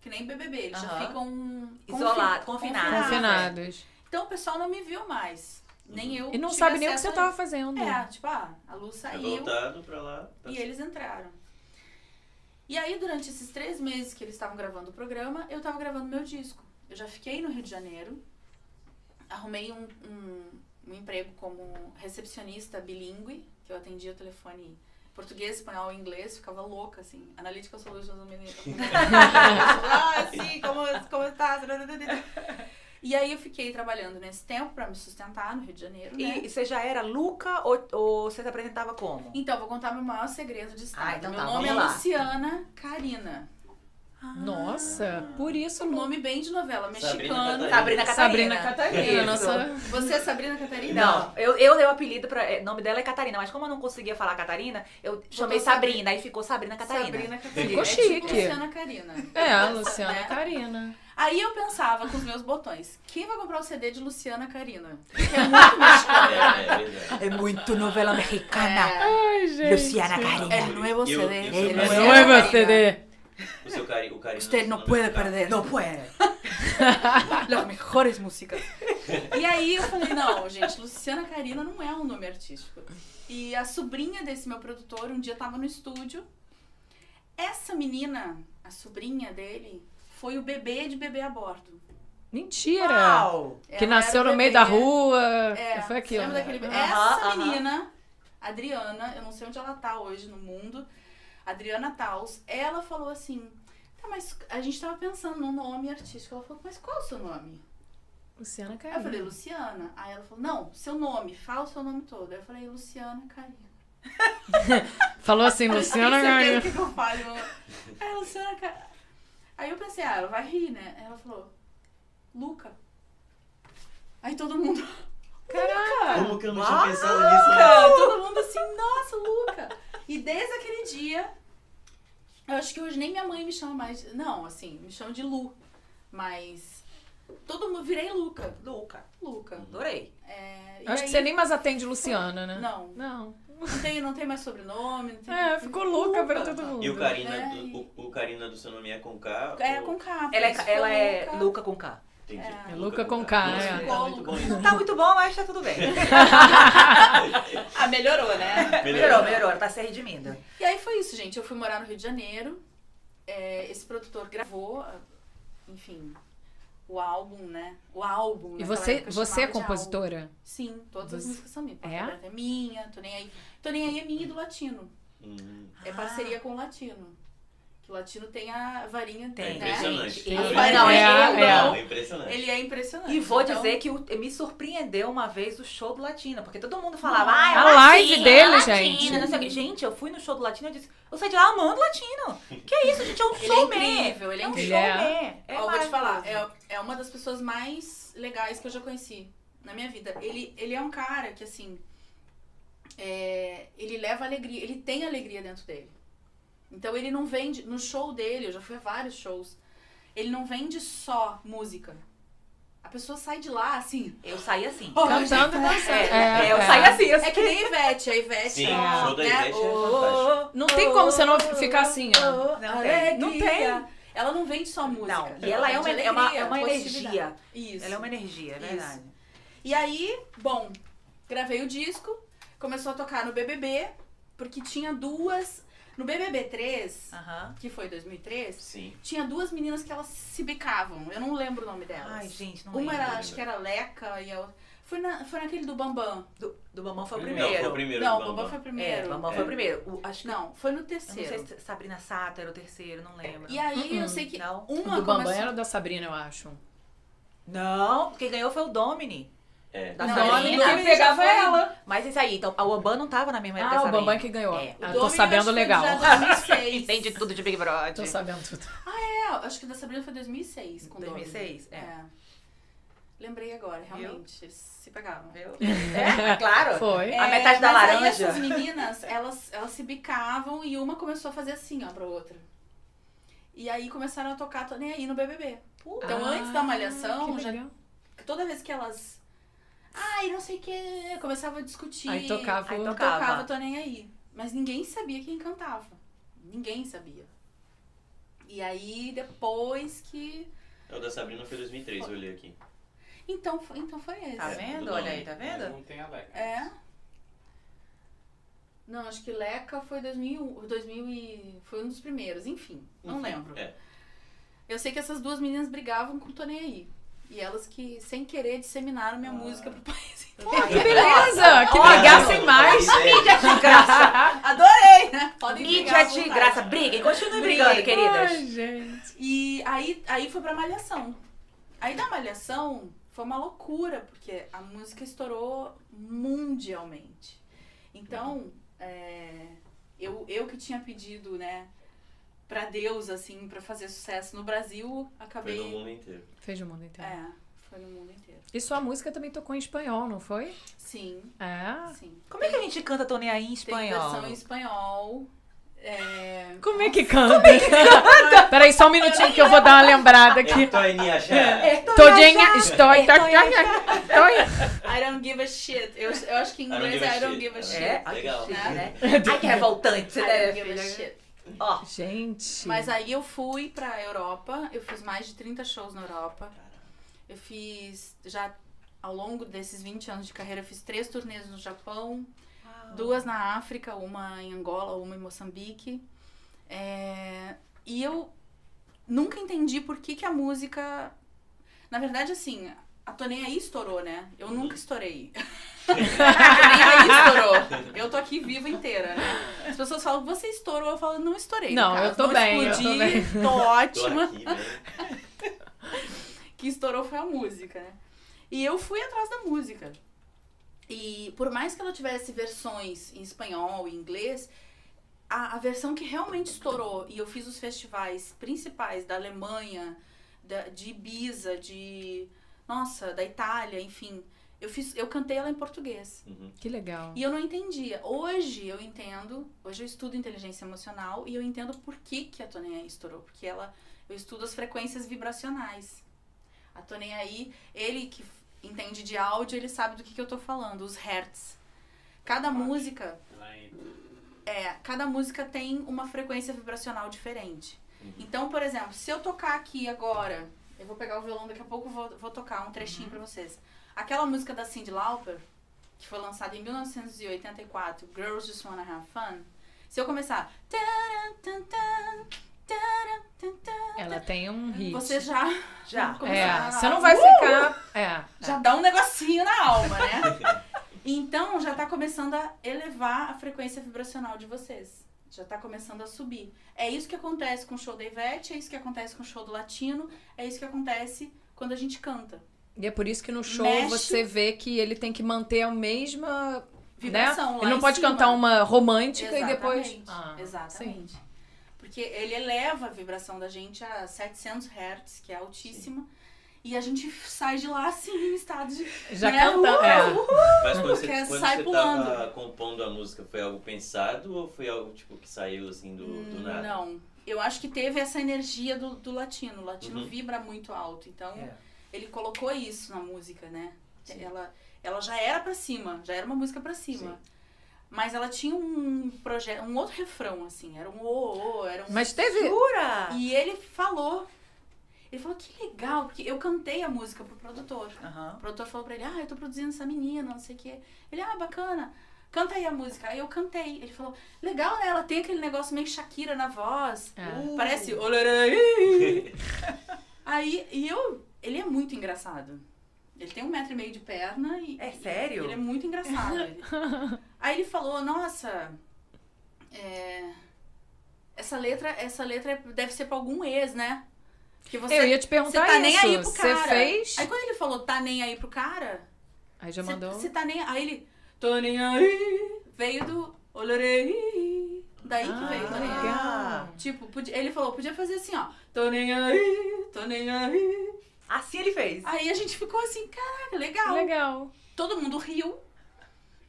[SPEAKER 5] que nem BBB, eles já
[SPEAKER 4] Aham.
[SPEAKER 5] ficam confi-
[SPEAKER 4] Isolado, confinados.
[SPEAKER 5] confinados.
[SPEAKER 2] Confinados.
[SPEAKER 5] Então o pessoal não me viu mais. Nem
[SPEAKER 4] Uhum.
[SPEAKER 5] eu.
[SPEAKER 2] E não
[SPEAKER 5] tive
[SPEAKER 2] sabe nem o que
[SPEAKER 5] acesso
[SPEAKER 2] você
[SPEAKER 5] a-
[SPEAKER 2] tava fazendo.
[SPEAKER 5] É, tipo, ah, a Lu
[SPEAKER 1] É
[SPEAKER 5] saiu.
[SPEAKER 1] voltado pra lá. Tá
[SPEAKER 5] E eles entraram. E aí, durante esses três meses que eles estavam gravando o programa, eu tava gravando meu disco. Eu já fiquei no Rio de Janeiro, arrumei um, um- um emprego como recepcionista bilíngue, que eu atendia o telefone português, espanhol e inglês, ficava louca, assim. Analítica Solutions no menino. ah, sim, como, como tá? E aí eu fiquei trabalhando nesse tempo pra me sustentar no Rio de Janeiro, né?
[SPEAKER 4] E, e você já era Luca ou, ou você se apresentava como?
[SPEAKER 5] Então, vou contar meu maior segredo de estado.
[SPEAKER 4] Ah, então
[SPEAKER 5] meu
[SPEAKER 4] tá,
[SPEAKER 5] nome é
[SPEAKER 4] vamos lá.
[SPEAKER 5] Luciana Carina.
[SPEAKER 2] Ah. Nossa, por isso
[SPEAKER 5] Um
[SPEAKER 2] o
[SPEAKER 5] nome bem de novela
[SPEAKER 1] Sabrina
[SPEAKER 5] mexicana.
[SPEAKER 1] Catarina.
[SPEAKER 2] Sabrina
[SPEAKER 4] Sabrina Catarina.
[SPEAKER 2] Catarina,
[SPEAKER 4] Isso.
[SPEAKER 2] nossa.
[SPEAKER 5] Você é Sabrina Catarina?
[SPEAKER 4] Não, eu, eu dei o apelido pra. é, nome dela é Catarina, mas como eu não conseguia falar Catarina, eu chamei
[SPEAKER 5] Sabri-
[SPEAKER 4] Sabrina, aí ficou Sabrina Catarina.
[SPEAKER 5] Sabrina Catarina.
[SPEAKER 2] Ficou
[SPEAKER 5] é tipo
[SPEAKER 2] chique.
[SPEAKER 5] Luciana Carina.
[SPEAKER 2] É, a Luciana
[SPEAKER 5] Né?
[SPEAKER 2] Carina.
[SPEAKER 5] Aí eu pensava com os meus botões, quem vai comprar o CD de Luciana Carina? Que é muito mexicana.
[SPEAKER 1] É, é verdade.
[SPEAKER 4] É muito novela mexicana.
[SPEAKER 5] É.
[SPEAKER 2] Ai, gente.
[SPEAKER 4] Carina.
[SPEAKER 5] É, não é você,
[SPEAKER 1] Eu-
[SPEAKER 5] né?
[SPEAKER 1] eu
[SPEAKER 5] Ele
[SPEAKER 1] sou
[SPEAKER 5] não é
[SPEAKER 1] mais-
[SPEAKER 5] Não é
[SPEAKER 2] Nueva
[SPEAKER 5] Carina.
[SPEAKER 2] CD.
[SPEAKER 1] O seu é cari, o carinho.
[SPEAKER 4] Não pode.
[SPEAKER 5] As melhores músicas. E aí eu falei, não, gente, Luciana Carina não é um nome artístico. E a sobrinha desse meu produtor um dia tava no estúdio. Essa menina, a sobrinha dele, foi o bebê de bebê a bordo.
[SPEAKER 2] Mentira.
[SPEAKER 4] Uau!
[SPEAKER 5] Ela
[SPEAKER 2] Que
[SPEAKER 5] era
[SPEAKER 2] nasceu
[SPEAKER 5] o
[SPEAKER 2] no
[SPEAKER 5] bebê.
[SPEAKER 2] meio da rua.
[SPEAKER 5] É,
[SPEAKER 2] Foi aquilo.
[SPEAKER 5] lembra daquele bebê?
[SPEAKER 4] Aham,
[SPEAKER 5] Essa
[SPEAKER 4] aham.
[SPEAKER 5] menina, Adriana, eu não sei onde ela tá hoje no mundo, Adriana Taus, ela falou assim, tá, mas a gente tava pensando num nome artístico. Ela falou, mas qual é o seu nome?
[SPEAKER 2] Luciana
[SPEAKER 5] Aí eu falei,
[SPEAKER 2] Carina.
[SPEAKER 5] Luciana. Aí ela falou, não, seu nome, fala o seu nome todo. Aí eu falei, Luciana Carina.
[SPEAKER 2] Falou assim, Luciana
[SPEAKER 5] Carina.
[SPEAKER 2] Carina.
[SPEAKER 5] que eu falo? Aí, Luciana Carina. Aí eu pensei, ah, ela vai rir, né? Aí ela falou, Luca. Aí todo mundo,
[SPEAKER 2] Caraca.
[SPEAKER 1] Como que eu não tinha pensado nisso? né?
[SPEAKER 5] todo mundo assim, nossa, Luca. E desde aquele dia, eu acho que hoje nem minha mãe me chama mais, não, assim, me chama de Lu. Mas todo mundo, virei Luca,
[SPEAKER 4] Luca,
[SPEAKER 5] Luca.
[SPEAKER 4] adorei.
[SPEAKER 5] É, e
[SPEAKER 2] Acho
[SPEAKER 5] aí-
[SPEAKER 2] que você nem mais atende Luciana, né?
[SPEAKER 5] Não,
[SPEAKER 2] Não.
[SPEAKER 5] Não tem, não tem mais sobrenome, não tem.
[SPEAKER 2] É, ficou louca pra todo mundo.
[SPEAKER 1] E o Karina,
[SPEAKER 5] É,
[SPEAKER 1] do, o, o Karina do seu nome é com K?
[SPEAKER 5] É
[SPEAKER 1] ou-
[SPEAKER 5] com K.
[SPEAKER 4] Ela
[SPEAKER 5] mas
[SPEAKER 4] é, ela é
[SPEAKER 5] ficou
[SPEAKER 4] Luca com K.
[SPEAKER 1] Entendi.
[SPEAKER 5] É.
[SPEAKER 2] É Luca com K,
[SPEAKER 1] Nossa,
[SPEAKER 2] né?
[SPEAKER 1] tá muito bom isso.
[SPEAKER 4] Tá muito bom, mas tá tudo bem.
[SPEAKER 5] Ah, melhorou, né?
[SPEAKER 4] melhorou, melhorou, ela tá se redimindo.
[SPEAKER 5] E aí foi isso, gente. Eu fui morar no Rio de Janeiro. É, esse produtor gravou, enfim, o álbum, né? O álbum.
[SPEAKER 2] E
[SPEAKER 5] naquela
[SPEAKER 2] você,
[SPEAKER 5] época eu
[SPEAKER 2] você é
[SPEAKER 5] chamava de álbum.
[SPEAKER 2] compositora?
[SPEAKER 5] Sim, todas as
[SPEAKER 2] Você-
[SPEAKER 5] músicas são minhas.
[SPEAKER 2] É?
[SPEAKER 5] É? é minha, Tô Nem Aí. Tô Nem Aí é minha e do Latino.
[SPEAKER 1] Hum,
[SPEAKER 5] É
[SPEAKER 4] Ah.
[SPEAKER 5] parceria com o Latino. Que o Latino tem a varinha
[SPEAKER 1] É
[SPEAKER 5] né?
[SPEAKER 1] impressionante.
[SPEAKER 4] Ele-
[SPEAKER 1] Não,
[SPEAKER 5] Não,
[SPEAKER 1] é,
[SPEAKER 5] ele-
[SPEAKER 2] é.
[SPEAKER 5] não.
[SPEAKER 1] impressionante.
[SPEAKER 5] Ele é impressionante.
[SPEAKER 4] um E vou
[SPEAKER 5] Então,
[SPEAKER 4] dizer que o- me surpreendeu uma vez o show do Latina, porque todo mundo falava, ah, é
[SPEAKER 2] A
[SPEAKER 4] Latina,
[SPEAKER 2] live dele,
[SPEAKER 4] é Latina,
[SPEAKER 2] gente.
[SPEAKER 4] não sei o quê. Gente, eu fui no show do Latino e disse, eu saí de lá amando Latino. Que isso, gente, é um
[SPEAKER 5] Ele é
[SPEAKER 4] showman.
[SPEAKER 5] incrível, ele é
[SPEAKER 4] um
[SPEAKER 5] incrível.
[SPEAKER 4] showman. É
[SPEAKER 5] Ó, eu vou te falar,
[SPEAKER 4] maravilhoso.
[SPEAKER 5] é, é uma das pessoas mais legais que eu já conheci na minha vida. Ele, ele é um cara que, assim, é, ele leva alegria, ele tem alegria dentro dele. Então ele não vende, no show dele, eu já fui a vários shows, ele não vende só música. A pessoa sai de lá, assim...
[SPEAKER 4] Eu saí assim.
[SPEAKER 5] ó,
[SPEAKER 2] Cantando e dançando.
[SPEAKER 4] É, eu
[SPEAKER 2] é.
[SPEAKER 4] saí assim. Eu
[SPEAKER 5] É que nem a Ivete, a Ivete...
[SPEAKER 1] Sim,
[SPEAKER 5] ó,
[SPEAKER 1] o show da
[SPEAKER 5] né,
[SPEAKER 1] Ivete é
[SPEAKER 5] o-
[SPEAKER 1] fantástico.
[SPEAKER 2] Não tem como você não ficar assim, ó.
[SPEAKER 4] Não tem.
[SPEAKER 5] Não tem. Ela não vende só música.
[SPEAKER 4] Não, e ela é uma,
[SPEAKER 5] vende
[SPEAKER 4] é uma, é
[SPEAKER 5] alegria,
[SPEAKER 4] uma
[SPEAKER 5] positividade.
[SPEAKER 4] energia.
[SPEAKER 5] Isso.
[SPEAKER 4] Ela é uma energia, é
[SPEAKER 5] Isso.
[SPEAKER 4] verdade.
[SPEAKER 5] E aí, bom, gravei o disco, começou a tocar no BBB, porque tinha duas. No BBB 3,
[SPEAKER 4] Aham.
[SPEAKER 5] que foi 2003,
[SPEAKER 1] Sim.
[SPEAKER 5] tinha duas meninas que elas se bicavam. Eu não lembro o nome delas.
[SPEAKER 4] Ai, gente, não
[SPEAKER 5] uma
[SPEAKER 4] lembro.
[SPEAKER 5] era, acho que era Leca e a outra. Foi, na, foi naquele do Bambam.
[SPEAKER 4] Do, do Mamão foi o
[SPEAKER 1] Não, foi o
[SPEAKER 4] primeiro.
[SPEAKER 1] primeiro.
[SPEAKER 5] não, o
[SPEAKER 1] do
[SPEAKER 5] Bambam foi o
[SPEAKER 4] É,
[SPEAKER 5] primeiro.
[SPEAKER 4] o Mamão foi o
[SPEAKER 1] É.
[SPEAKER 4] primeiro. O- acho que
[SPEAKER 5] Não, foi no
[SPEAKER 4] Eu não
[SPEAKER 5] terceiro.
[SPEAKER 4] sei se Sabrina Sato era o terceiro, não lembro.
[SPEAKER 5] E aí
[SPEAKER 2] Uhum.
[SPEAKER 5] eu sei que
[SPEAKER 4] Não.
[SPEAKER 5] uma
[SPEAKER 2] O do Bambam
[SPEAKER 5] começou...
[SPEAKER 2] era da Sabrina, eu acho.
[SPEAKER 4] Não, quem ganhou foi o Domini.
[SPEAKER 1] É.
[SPEAKER 4] Da
[SPEAKER 2] Não,
[SPEAKER 4] Farina.
[SPEAKER 2] ele não pegava
[SPEAKER 4] Já foi.
[SPEAKER 2] ela.
[SPEAKER 4] Mas isso aí, então, a Oban não tava na mesma época
[SPEAKER 2] Ah,
[SPEAKER 4] dessa
[SPEAKER 2] o Bambam
[SPEAKER 4] menina.
[SPEAKER 2] que ganhou.
[SPEAKER 4] É.
[SPEAKER 2] Ah,
[SPEAKER 5] O
[SPEAKER 2] tô
[SPEAKER 5] Domi,
[SPEAKER 2] sabendo
[SPEAKER 5] acho que
[SPEAKER 2] legal.
[SPEAKER 5] foi já tá 2006.
[SPEAKER 4] Entende tudo de Big
[SPEAKER 2] Tô
[SPEAKER 4] Brother.
[SPEAKER 2] sabendo tudo.
[SPEAKER 5] É, acho que da Sabrina foi 2006. Com o Domi.
[SPEAKER 4] 2006, é.
[SPEAKER 5] Lembrei agora, realmente. Eles se pegavam.
[SPEAKER 4] Viu? É, claro.
[SPEAKER 2] Foi.
[SPEAKER 5] É,
[SPEAKER 4] A metade da
[SPEAKER 5] mas aí
[SPEAKER 4] laranja.
[SPEAKER 5] essas meninas, elas, elas se bicavam e uma começou a fazer assim, ó, pra outra. E aí começaram a tocar Tô Nem Aí no BBB. Então,
[SPEAKER 2] Ah,
[SPEAKER 5] antes da
[SPEAKER 2] que
[SPEAKER 5] Malhação, já,
[SPEAKER 2] legal.
[SPEAKER 5] toda vez que elas... Ai, não sei o que... Começava a discutir.
[SPEAKER 2] Aí tocava.
[SPEAKER 4] Aí
[SPEAKER 2] o-
[SPEAKER 4] tocava.
[SPEAKER 5] Tocava Tô Nem Aí. Mas ninguém sabia quem cantava. Ninguém sabia. E aí, depois que...
[SPEAKER 1] É, O da Sabrina foi 2003, eu olhei aqui.
[SPEAKER 5] Então, foi- então foi esse.
[SPEAKER 4] Tá vendo? Olha aí, tá vendo?
[SPEAKER 6] Não tem a Leca.
[SPEAKER 5] É. Não, acho que Leca foi 2000, 2000 e... Foi um dos primeiros, enfim. Não
[SPEAKER 1] Enfim,
[SPEAKER 5] lembro.
[SPEAKER 1] É.
[SPEAKER 5] Eu sei que essas duas meninas brigavam com o Tô Nem Aí. E elas que, sem querer, disseminaram minha
[SPEAKER 1] Ah.
[SPEAKER 5] música pro país.
[SPEAKER 2] Pô, que beleza! Que brigassem mais.
[SPEAKER 1] É,
[SPEAKER 4] De graça.
[SPEAKER 5] Adorei, né? Podem brigar
[SPEAKER 4] Mídia
[SPEAKER 5] à
[SPEAKER 4] de
[SPEAKER 5] vontade.
[SPEAKER 4] graça. Briguem, continuem brigando,
[SPEAKER 5] Briguem.
[SPEAKER 4] queridas.
[SPEAKER 2] Ai, gente.
[SPEAKER 5] E aí, aí foi pra Malhação. Aí na Malhação foi uma loucura, porque a música estourou mundialmente. Então, é, eu, eu que tinha pedido, né, pra Deus, assim, pra fazer sucesso no Brasil,
[SPEAKER 1] foi
[SPEAKER 5] acabei.
[SPEAKER 1] no mundo inteiro.
[SPEAKER 2] Fez o mundo inteiro.
[SPEAKER 5] É, foi no mundo inteiro.
[SPEAKER 2] E sua música também tocou em espanhol, não foi?
[SPEAKER 5] Sim,
[SPEAKER 2] Ah.
[SPEAKER 5] sim.
[SPEAKER 4] Como é que a gente canta Tô Nem Aí em
[SPEAKER 5] Tem
[SPEAKER 4] espanhol?
[SPEAKER 5] versão em espanhol. É...
[SPEAKER 2] Como é que canta? Como é que canta? Peraí, só um minutinho que eu vou dar uma lembrada aqui.
[SPEAKER 1] Então é Niajá.
[SPEAKER 2] Todinha, estou,
[SPEAKER 5] I don't give a shit. Eu, eu acho que em
[SPEAKER 1] I don't
[SPEAKER 5] inglês
[SPEAKER 1] give a
[SPEAKER 5] é I
[SPEAKER 1] shit.
[SPEAKER 5] don't give a shit.
[SPEAKER 4] É, ai,
[SPEAKER 1] Legal.
[SPEAKER 4] que chique, né? Ai, que revoltante,
[SPEAKER 5] I
[SPEAKER 4] né,
[SPEAKER 5] don't give a shit.
[SPEAKER 4] filha? Ó,
[SPEAKER 2] Gente.
[SPEAKER 5] Mas aí eu fui pra Europa, eu fiz mais de 30 shows na Europa. Eu fiz já ao longo desses 20 anos de carreira, eu fiz três turnês no Japão, duas na África, uma em Angola, uma em Moçambique. É, E eu nunca entendi por que, que a música. Na verdade, assim, a Tô Nem Aí estourou, né? Eu nunca estourei. a Tô Nem Aí estourou. Eu tô aqui viva inteira, né? As pessoas falam, você estourou, eu falo, não estourei.
[SPEAKER 2] Não,
[SPEAKER 5] cara,
[SPEAKER 2] eu tô bem, eu tô
[SPEAKER 5] explodi,
[SPEAKER 2] bem."
[SPEAKER 5] tô
[SPEAKER 1] Tô
[SPEAKER 5] ótima
[SPEAKER 1] aqui, né?
[SPEAKER 5] que estourou foi a música, né? E eu fui atrás da música. E por mais que ela tivesse versões em espanhol e inglês, a, a versão que realmente estourou, e eu fiz os festivais principais da Alemanha, da- de Ibiza, de. Nossa, da Itália, enfim. Eu, fiz, eu cantei ela em português.
[SPEAKER 1] Uhum.
[SPEAKER 2] Que legal.
[SPEAKER 5] E eu não entendia. Hoje eu entendo, hoje eu estudo inteligência emocional e eu entendo por que, que a Toneia estourou. Porque ela, eu estudo as frequências vibracionais. A Toneia aí, ele que f- entende de áudio, ele sabe do que, que eu tô falando, os hertz. Cada música,
[SPEAKER 6] Lá em
[SPEAKER 5] é, cada música tem uma frequência vibracional diferente.
[SPEAKER 1] Uhum.
[SPEAKER 5] Então, por exemplo, se eu tocar aqui agora, eu vou pegar o violão daqui a pouco, vou, vou tocar um trechinho pra vocês. Aquela música da Cyndi Lauper, que foi lançada em 1984, Girls Just Wanna Have Fun, se eu começar. taran, tan, tan, taran, tan, tan,
[SPEAKER 2] Ela tem um hit.
[SPEAKER 5] Você já.
[SPEAKER 4] já.
[SPEAKER 2] É,
[SPEAKER 5] começa a- Uh!
[SPEAKER 2] você não vai ficar. É.
[SPEAKER 5] já dá um negocinho na alma, né? Então já tá começando a elevar a frequência vibracional de vocês. Já tá começando a subir. É isso que acontece com o show da Ivete, é isso que acontece com o show do Latino, é isso que acontece quando a gente canta.
[SPEAKER 2] E é por isso que no show
[SPEAKER 5] Mexe.
[SPEAKER 2] você vê que ele tem que manter a mesma.
[SPEAKER 5] Vibração
[SPEAKER 2] né?
[SPEAKER 5] lá
[SPEAKER 2] Ele não
[SPEAKER 5] em
[SPEAKER 2] pode
[SPEAKER 5] cima.
[SPEAKER 2] cantar uma romântica e depois.
[SPEAKER 5] Exatamente,
[SPEAKER 2] Ah,
[SPEAKER 5] Exatamente. Porque ele eleva a vibração da gente a 700 Hz, que é altíssima. E a gente sai de lá assim, em estado de.
[SPEAKER 2] sim. Já
[SPEAKER 5] né?
[SPEAKER 2] canta. é.
[SPEAKER 5] Uhul!
[SPEAKER 1] Mas quando você,
[SPEAKER 5] Porque
[SPEAKER 1] quando
[SPEAKER 5] sai
[SPEAKER 1] você tava
[SPEAKER 5] pulando.
[SPEAKER 1] compondo a música, foi algo pensado ou foi algo tipo que saiu assim do, do nada?
[SPEAKER 5] Hum, Não. Eu acho que teve essa energia do, do latino. O latino
[SPEAKER 1] Uhum.
[SPEAKER 5] vibra muito alto. Então,
[SPEAKER 6] É.
[SPEAKER 5] ele colocou isso na música, né? Ela, ela já era pra cima, já era uma música pra cima. Mas ela tinha um projeto, um outro refrão, assim. Era um ô, ô, era um.
[SPEAKER 2] Mas teve.
[SPEAKER 4] Jura?
[SPEAKER 5] E ele falou. Ele falou, que legal, porque eu cantei a música pro produtor. O
[SPEAKER 4] Aham.
[SPEAKER 5] produtor falou pra ele, ah, eu tô produzindo essa menina, não sei o quê. Ele, ah, bacana, canta aí a música. Aí eu cantei. Ele falou, legal, né? Ela tem aquele negócio meio Shakira na voz.
[SPEAKER 2] É.
[SPEAKER 5] Uh. Parece... "Oleraí". aí, e eu... Ele é muito engraçado. Ele tem um metro e meio de perna e...
[SPEAKER 4] É
[SPEAKER 5] e-
[SPEAKER 4] sério?
[SPEAKER 5] Ele é muito engraçado. Ele- aí ele falou, nossa... é, Essa letra, essa letra é- deve ser pra algum ex, né? Que você
[SPEAKER 2] Eu ia te
[SPEAKER 5] você
[SPEAKER 2] perguntar
[SPEAKER 5] tá
[SPEAKER 2] Então isso.
[SPEAKER 5] nem aí pro cara.
[SPEAKER 2] Você fez.
[SPEAKER 5] Aí quando ele falou tá nem aí pro cara,
[SPEAKER 2] Aí já mandou.
[SPEAKER 5] Você tá nem. Aí ele. Tô nem aí. Veio do. Olorei. Daí que veio, tô nem aí.
[SPEAKER 2] Ah, legal.
[SPEAKER 5] Tipo, podia- ele falou, podia fazer assim, ó. Tô nem aí, tô nem aí.
[SPEAKER 4] Assim ele fez.
[SPEAKER 5] Aí a gente ficou assim, caraca, legal.
[SPEAKER 2] Legal.
[SPEAKER 5] Todo mundo riu.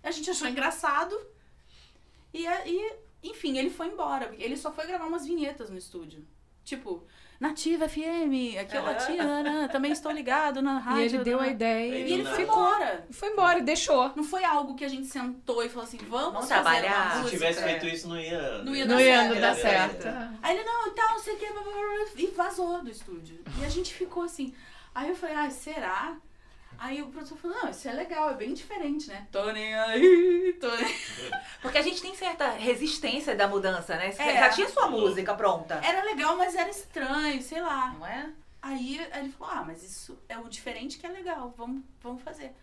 [SPEAKER 5] A gente achou engraçado. E, e, enfim, ele foi embora. Ele só foi gravar umas vinhetas no estúdio. Tipo, Nativa FM, aqui é o Latina, também estou ligado na rádio.
[SPEAKER 2] e ele deu
[SPEAKER 5] na-
[SPEAKER 2] a ideia.
[SPEAKER 1] Aí
[SPEAKER 5] E ele
[SPEAKER 1] do
[SPEAKER 5] foi
[SPEAKER 1] nada.
[SPEAKER 5] embora.
[SPEAKER 2] Foi embora, e deixou.
[SPEAKER 5] Não foi algo que a gente sentou e falou assim, vamos,
[SPEAKER 4] Vamos
[SPEAKER 5] fazer
[SPEAKER 4] trabalhar.
[SPEAKER 5] uma
[SPEAKER 4] Se
[SPEAKER 1] Se
[SPEAKER 5] música.
[SPEAKER 1] tivesse
[SPEAKER 4] é.
[SPEAKER 1] feito isso, não ia.
[SPEAKER 5] Não ia
[SPEAKER 2] Não
[SPEAKER 5] dar
[SPEAKER 2] ia
[SPEAKER 5] certo.
[SPEAKER 2] não dar
[SPEAKER 1] É.
[SPEAKER 2] certo.
[SPEAKER 5] Aí ele, não, tá, não sei o que, blá, blá, blá, e vazou do estúdio. E a gente ficou assim. Aí eu falei, ai, será? Aí o produtor falou, não, isso é legal, é bem diferente, né? Tô nem aí, tô nem...
[SPEAKER 4] Porque a gente tem certa resistência da mudança, né? Você
[SPEAKER 5] É.
[SPEAKER 4] Já tinha sua música pronta.
[SPEAKER 5] Era legal, mas era estranho, sei lá.
[SPEAKER 4] Não é?
[SPEAKER 5] Aí ele falou, ah, mas isso é o diferente que é legal, vamos, vamos fazer.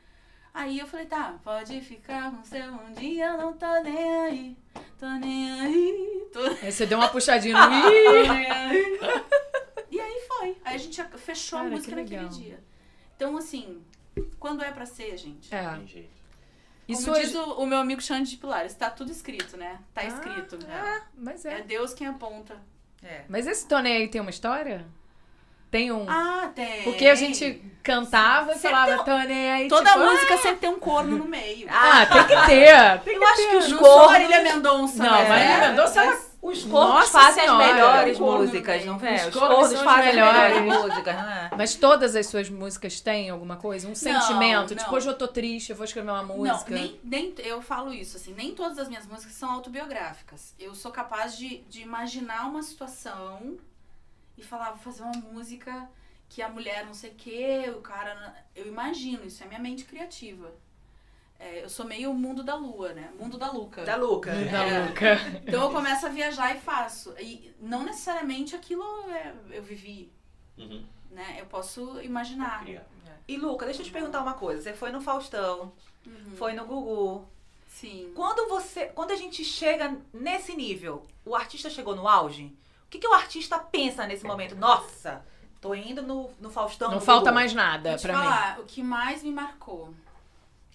[SPEAKER 5] Aí eu falei, tá, pode ficar com seu um dia, eu não tô nem aí, tô nem aí, tô
[SPEAKER 2] Aí É, você deu uma puxadinha no. Ih!
[SPEAKER 5] E aí foi. Aí a gente ac- fechou
[SPEAKER 2] Cara,
[SPEAKER 5] a música
[SPEAKER 2] que legal.
[SPEAKER 5] naquele dia. Então, assim, quando é pra ser, gente?
[SPEAKER 2] É.
[SPEAKER 1] Tem jeito.
[SPEAKER 2] Isso
[SPEAKER 5] Como diz
[SPEAKER 2] hoje.
[SPEAKER 5] o, o meu amigo Xande de Pilares, tá tudo escrito, né? Tá
[SPEAKER 2] Ah,
[SPEAKER 5] escrito.
[SPEAKER 2] Mas
[SPEAKER 5] É
[SPEAKER 2] é.
[SPEAKER 5] Deus quem aponta.
[SPEAKER 4] É.
[SPEAKER 2] Mas esse Tonei aí tem uma história? Tem um.
[SPEAKER 5] Ah, tem.
[SPEAKER 2] Porque a gente cantava e
[SPEAKER 5] Sempre
[SPEAKER 2] falava Tonei aí.
[SPEAKER 5] Toda
[SPEAKER 2] tipo,
[SPEAKER 5] música sempre tem um corno no meio.
[SPEAKER 2] Ah, ah, tem que ter. Tem
[SPEAKER 4] Eu acho que os
[SPEAKER 5] É, não
[SPEAKER 4] cornos...
[SPEAKER 5] sou Marília Mendonça,
[SPEAKER 2] Não,
[SPEAKER 5] né?
[SPEAKER 2] Marília
[SPEAKER 5] É.
[SPEAKER 2] Mendonça, ela-
[SPEAKER 4] Os
[SPEAKER 2] Nossa
[SPEAKER 4] cornos fazem as
[SPEAKER 2] Senhora.
[SPEAKER 4] melhores
[SPEAKER 5] O corno
[SPEAKER 4] músicas,
[SPEAKER 5] vem.
[SPEAKER 4] não é?
[SPEAKER 2] Os
[SPEAKER 4] Os
[SPEAKER 2] cornos
[SPEAKER 4] cornos
[SPEAKER 2] são os
[SPEAKER 4] fazem as
[SPEAKER 2] melhores.
[SPEAKER 4] melhores músicas, não é?
[SPEAKER 2] Mas todas as suas músicas têm alguma coisa? Um sentimento?
[SPEAKER 5] não.
[SPEAKER 2] Tipo, hoje eu tô triste, eu vou escrever é uma música.
[SPEAKER 5] Não, nem, nem eu falo isso, assim, nem todas as minhas músicas são autobiográficas. Eu sou capaz de, de imaginar uma situação e falar, vou fazer uma música que a mulher não sei o quê, o cara. não- Eu imagino, isso é minha mente criativa. É, eu sou meio mundo da lua, né? Mundo da Luca.
[SPEAKER 4] Da Luca.
[SPEAKER 2] Da
[SPEAKER 5] É.
[SPEAKER 2] Luca.
[SPEAKER 5] Então eu começo a viajar e faço. E não necessariamente aquilo é- eu vivi,
[SPEAKER 1] Uhum.
[SPEAKER 5] né? Eu posso imaginar.
[SPEAKER 1] Criar.
[SPEAKER 4] É. E Luca, deixa eu te perguntar uma coisa. Você foi no Faustão,
[SPEAKER 5] Uhum.
[SPEAKER 4] foi no Gugu.
[SPEAKER 5] Sim.
[SPEAKER 4] Quando você, quando a gente chega nesse nível, o artista chegou no auge. O que, que o artista pensa nesse momento? Nossa, tô indo no, no Faustão.
[SPEAKER 2] Não
[SPEAKER 4] no
[SPEAKER 2] falta
[SPEAKER 4] Gugu.
[SPEAKER 2] mais nada
[SPEAKER 5] Vou te
[SPEAKER 2] pra mim.
[SPEAKER 5] falar, o que mais me marcou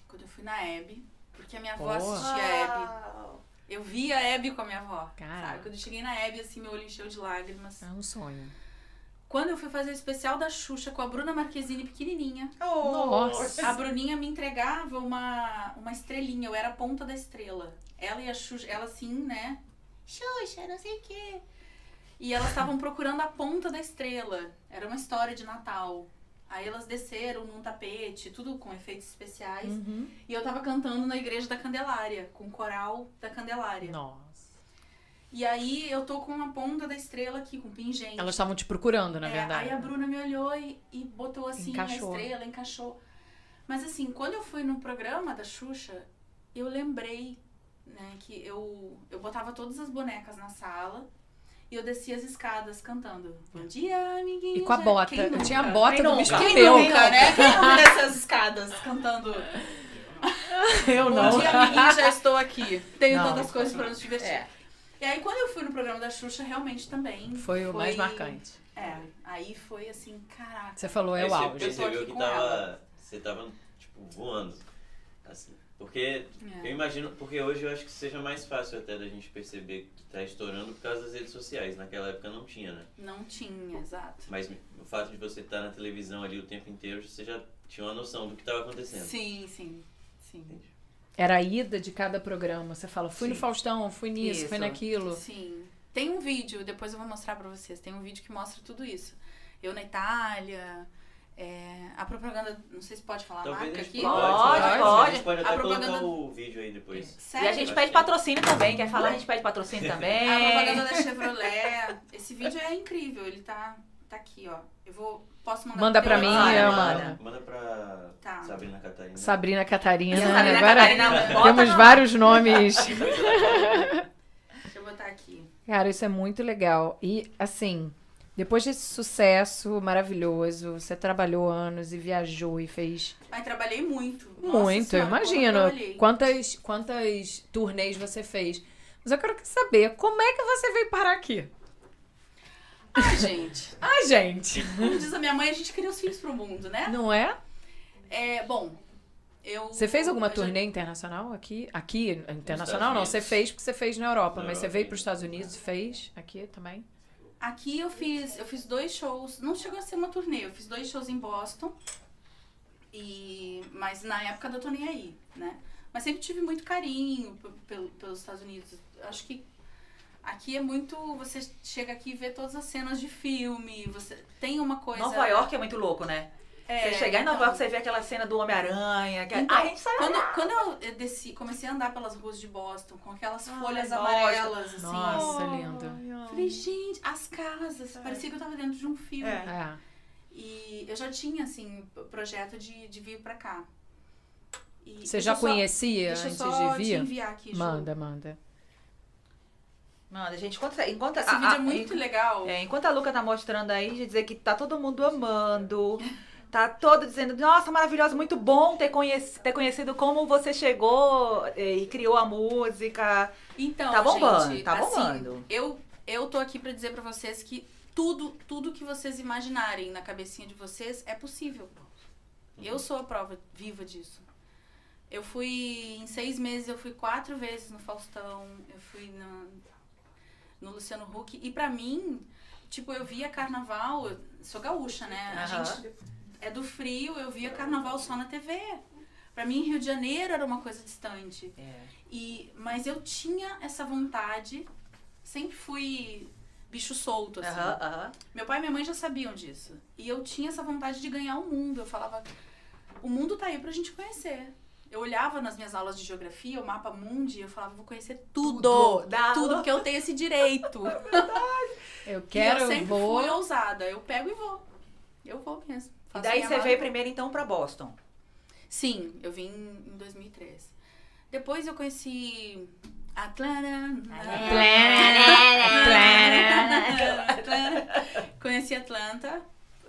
[SPEAKER 5] quando eu fui na Hebe, porque a minha avó
[SPEAKER 2] Boa.
[SPEAKER 5] assistia a Hebe.
[SPEAKER 4] Uau.
[SPEAKER 5] Eu via a Hebe com a minha avó.
[SPEAKER 2] Cara.
[SPEAKER 5] Sabe? Quando eu cheguei na Hebe, assim, meu olho encheu de lágrimas.
[SPEAKER 2] É um sonho.
[SPEAKER 5] Quando eu fui fazer o especial da Xuxa com a Bruna Marquezine pequenininha,
[SPEAKER 4] Oh.
[SPEAKER 2] Nossa.
[SPEAKER 5] a Bruninha me entregava uma, uma estrelinha, eu era a ponta da estrela. Ela e a Xuxa, ela assim, né? Xuxa, não sei o quê. E elas estavam procurando a ponta da estrela. Era uma história de Natal. Aí elas desceram num tapete, tudo com efeitos especiais.
[SPEAKER 2] Uhum.
[SPEAKER 5] E eu tava cantando na igreja da Candelária, com o coral da Candelária.
[SPEAKER 2] Nossa.
[SPEAKER 5] E aí eu tô com a ponta da estrela aqui, com o pingente.
[SPEAKER 2] Elas estavam te procurando, na
[SPEAKER 5] É,
[SPEAKER 2] verdade.
[SPEAKER 5] Aí a Bruna me olhou e, e botou assim
[SPEAKER 2] Encaixou.
[SPEAKER 5] a estrela, encaixou. Mas assim, quando eu fui no programa da Xuxa, eu lembrei, né, que eu, eu botava todas as bonecas na sala e eu descia as escadas cantando. Bom dia, amiguinho.
[SPEAKER 2] E com a
[SPEAKER 5] já-
[SPEAKER 2] bota.
[SPEAKER 5] Quem
[SPEAKER 2] Eu
[SPEAKER 5] nunca?
[SPEAKER 2] tinha a bota
[SPEAKER 1] Quem
[SPEAKER 2] do
[SPEAKER 1] nunca?
[SPEAKER 2] bicho
[SPEAKER 5] Quem
[SPEAKER 2] meu.
[SPEAKER 5] nunca, né? Quem nunca dessas escadas cantando?
[SPEAKER 2] Eu não.
[SPEAKER 5] Bom dia, amiguinho, já estou aqui. Tenho
[SPEAKER 2] Não.
[SPEAKER 5] tantas coisas para nos divertir.
[SPEAKER 4] É.
[SPEAKER 5] E aí, quando eu fui no programa da Xuxa, realmente também.
[SPEAKER 2] Foi o mais marcante.
[SPEAKER 5] É, aí foi assim, caraca.
[SPEAKER 2] Você falou, é
[SPEAKER 1] Aí
[SPEAKER 2] o
[SPEAKER 1] você
[SPEAKER 2] auge.
[SPEAKER 5] Eu tô
[SPEAKER 1] percebeu
[SPEAKER 5] aqui
[SPEAKER 1] que
[SPEAKER 5] com
[SPEAKER 1] tava.
[SPEAKER 5] ela.
[SPEAKER 1] Você tava, tipo, voando. Assim. Porque
[SPEAKER 5] É.
[SPEAKER 1] eu imagino, porque hoje eu acho que seja mais fácil até da gente perceber que tá estourando por causa das redes sociais. Naquela época não tinha, né?
[SPEAKER 5] Não tinha, exato.
[SPEAKER 1] Mas o fato de você estar na televisão ali o tempo inteiro, você já tinha uma noção do que tava acontecendo.
[SPEAKER 5] Sim, sim, sim.
[SPEAKER 2] Era a ida de cada programa. Você fala, fui no
[SPEAKER 1] Sim.
[SPEAKER 2] Faustão, fui nisso, fui
[SPEAKER 4] Isso.
[SPEAKER 2] naquilo.
[SPEAKER 5] Sim. Tem um vídeo, depois eu vou mostrar pra vocês. Tem um vídeo que mostra tudo isso. Eu na Itália, é, a propaganda, não sei se pode falar a
[SPEAKER 1] Talvez
[SPEAKER 5] marca
[SPEAKER 1] a gente
[SPEAKER 5] aqui.
[SPEAKER 1] pode,
[SPEAKER 4] Pode,
[SPEAKER 1] pode. A gente
[SPEAKER 4] pode.
[SPEAKER 1] pode
[SPEAKER 5] A
[SPEAKER 1] até
[SPEAKER 5] propaganda-
[SPEAKER 1] colocar o vídeo aí depois.
[SPEAKER 5] Sério? Ah,
[SPEAKER 4] E a gente pede patrocínio também. Quer falar? A gente pede patrocínio também.
[SPEAKER 2] É.
[SPEAKER 5] A propaganda da Chevrolet. Esse vídeo é incrível, ele tá, tá aqui, ó. Eu vou. Posso mandar
[SPEAKER 2] Manda
[SPEAKER 5] pro
[SPEAKER 2] pra
[SPEAKER 5] teu
[SPEAKER 2] mim,
[SPEAKER 5] Eduardo?
[SPEAKER 2] eu
[SPEAKER 4] manda.
[SPEAKER 2] manda.
[SPEAKER 1] né, Manda pra
[SPEAKER 5] Tá.
[SPEAKER 1] Sabrina Catarina.
[SPEAKER 2] Sabrina Catarina. né?
[SPEAKER 4] Essa Sabrina
[SPEAKER 2] Agora
[SPEAKER 4] Catarina, né? bota
[SPEAKER 2] temos
[SPEAKER 4] no-
[SPEAKER 2] vários nomes.
[SPEAKER 5] Deixa eu botar aqui.
[SPEAKER 2] Cara, isso é muito legal. E, assim, depois desse sucesso maravilhoso, você trabalhou anos e viajou e fez
[SPEAKER 5] Mas trabalhei muito. Nossa
[SPEAKER 2] muito, eu
[SPEAKER 5] Senhora, como
[SPEAKER 2] imagino.
[SPEAKER 5] trabalhei.
[SPEAKER 2] Quantas, quantas turnês você fez. Mas eu quero saber, como é que você veio parar aqui?
[SPEAKER 5] Ah, gente.
[SPEAKER 2] Ah, gente! é?
[SPEAKER 5] Como diz a minha mãe, a gente cria os filhos pro mundo, né?
[SPEAKER 2] Não é?
[SPEAKER 5] É, bom, Eu,
[SPEAKER 2] Você fez alguma
[SPEAKER 5] eu já-
[SPEAKER 2] turnê internacional aqui? Aqui, internacional não,
[SPEAKER 1] Unidos.
[SPEAKER 2] você fez porque você fez na Europa,
[SPEAKER 1] Na
[SPEAKER 2] mas você
[SPEAKER 1] Europa,
[SPEAKER 2] veio
[SPEAKER 1] sim.
[SPEAKER 2] para os Estados Unidos, fez aqui também.
[SPEAKER 5] Aqui eu fiz, eu fiz dois shows, não chegou a ser uma turnê, eu fiz dois shows em Boston. E mas na época da tô nem aí, né? Mas sempre tive muito carinho p- pelo- pelos Estados Unidos. Acho que aqui é muito, você chega aqui e vê todas as cenas de filme, você tem uma coisa
[SPEAKER 4] Nova York é muito louco, né?
[SPEAKER 5] É,
[SPEAKER 4] você chegar em Nova
[SPEAKER 5] então-
[SPEAKER 4] York, você vê aquela cena do Homem-Aranha. aquela-
[SPEAKER 5] Então,
[SPEAKER 4] Ai, a gente sabe.
[SPEAKER 5] Quando, quando eu- eu desci, comecei a andar pelas ruas de Boston, com aquelas
[SPEAKER 4] Ai,
[SPEAKER 5] folhas
[SPEAKER 4] Boston.
[SPEAKER 5] amarelas, assim.
[SPEAKER 2] Nossa, linda.
[SPEAKER 5] Falei, gente, as casas, parecia que eu tava dentro de um filme.
[SPEAKER 4] É.
[SPEAKER 2] É.
[SPEAKER 5] E eu já tinha, assim, p- projeto de, de vir pra cá. E
[SPEAKER 2] Você
[SPEAKER 5] deixa
[SPEAKER 2] já
[SPEAKER 5] eu só-
[SPEAKER 2] conhecia
[SPEAKER 5] deixa eu
[SPEAKER 2] antes
[SPEAKER 5] só
[SPEAKER 2] de
[SPEAKER 5] Te
[SPEAKER 2] vir?
[SPEAKER 5] enviar aqui, Ju.
[SPEAKER 2] Manda, manda.
[SPEAKER 4] Manda, gente, enquanto, enquanto
[SPEAKER 5] Esse
[SPEAKER 4] a-
[SPEAKER 5] vídeo
[SPEAKER 4] a-
[SPEAKER 5] é muito legal.
[SPEAKER 4] É, enquanto a Luca tá mostrando aí, de dizer que tá todo mundo amando. Tá todo dizendo, nossa, maravilhosa, muito bom ter, conheci- ter conhecido como você chegou eh, e criou a música.
[SPEAKER 5] Então,
[SPEAKER 4] Tá bombando,
[SPEAKER 5] gente,
[SPEAKER 4] tá
[SPEAKER 5] assim,
[SPEAKER 4] bombando.
[SPEAKER 5] eu, eu tô aqui pra dizer pra vocês que tudo, tudo que vocês imaginarem na cabecinha de vocês é possível. Eu sou a prova viva disso. Eu fui, em seis meses, eu fui quatro vezes no Faustão, eu fui na- no Luciano Huck. E pra mim, tipo, eu via carnaval, eu sou gaúcha, né? A
[SPEAKER 4] Aham.
[SPEAKER 5] gente é do frio, eu via carnaval só na TV. Pra mim, Rio de Janeiro era uma coisa distante.
[SPEAKER 4] Tipo
[SPEAKER 5] E, mas eu tinha essa vontade, sempre fui bicho solto, assim.
[SPEAKER 4] Aham, aham.
[SPEAKER 5] Meu pai e minha mãe já sabiam disso. E eu tinha essa vontade de ganhar o mundo. Eu falava, o mundo tá aí pra gente conhecer. Eu olhava nas minhas aulas de geografia, o mapa mundi, e eu falava, vou conhecer tudo.
[SPEAKER 4] Tudo,
[SPEAKER 5] Tudo,
[SPEAKER 4] dá.
[SPEAKER 5] que eu tenho esse direito.
[SPEAKER 2] Eu
[SPEAKER 5] e eu
[SPEAKER 2] quero, eu
[SPEAKER 5] sempre
[SPEAKER 2] vou.
[SPEAKER 5] fui um ousada. Eu pego e vou. Eu vou mesmo.
[SPEAKER 4] E
[SPEAKER 5] Faço é
[SPEAKER 4] daí
[SPEAKER 5] minha
[SPEAKER 4] você
[SPEAKER 5] mala.
[SPEAKER 4] veio primeiro então pra Boston.
[SPEAKER 5] Sim, eu vim em 2003. Depois eu conheci Atlanta.
[SPEAKER 4] É.
[SPEAKER 5] Atlanta. Atlanta. Conheci Atlanta.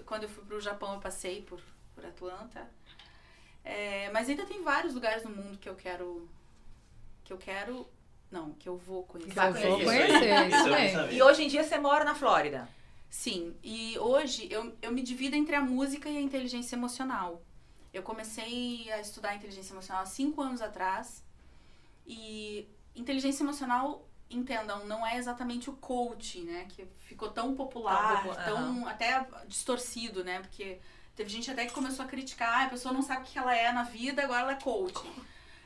[SPEAKER 5] Quando eu fui pro Japão, eu passei por, por Atlanta. É, mas ainda tem vários lugares no mundo que eu quero. Que eu quero. Não, que eu vou conhecer.
[SPEAKER 2] Que eu vou
[SPEAKER 1] Isso aí,
[SPEAKER 2] conhecer,
[SPEAKER 1] isso
[SPEAKER 2] isso
[SPEAKER 1] eu
[SPEAKER 2] mesmo.
[SPEAKER 1] quis saber.
[SPEAKER 4] E hoje em dia você mora na Flórida.
[SPEAKER 5] Sim, e hoje eu, eu me divido entre a música e a inteligência emocional. Eu comecei a estudar inteligência emocional há cinco anos atrás. E inteligência emocional, entendam, não é exatamente o coaching, né? Que ficou tão popular,
[SPEAKER 4] Popular,
[SPEAKER 5] tão até distorcido, né? Porque teve gente até que começou a criticar, "Ah, a pessoa não sabe o que ela é na vida, agora ela é coaching.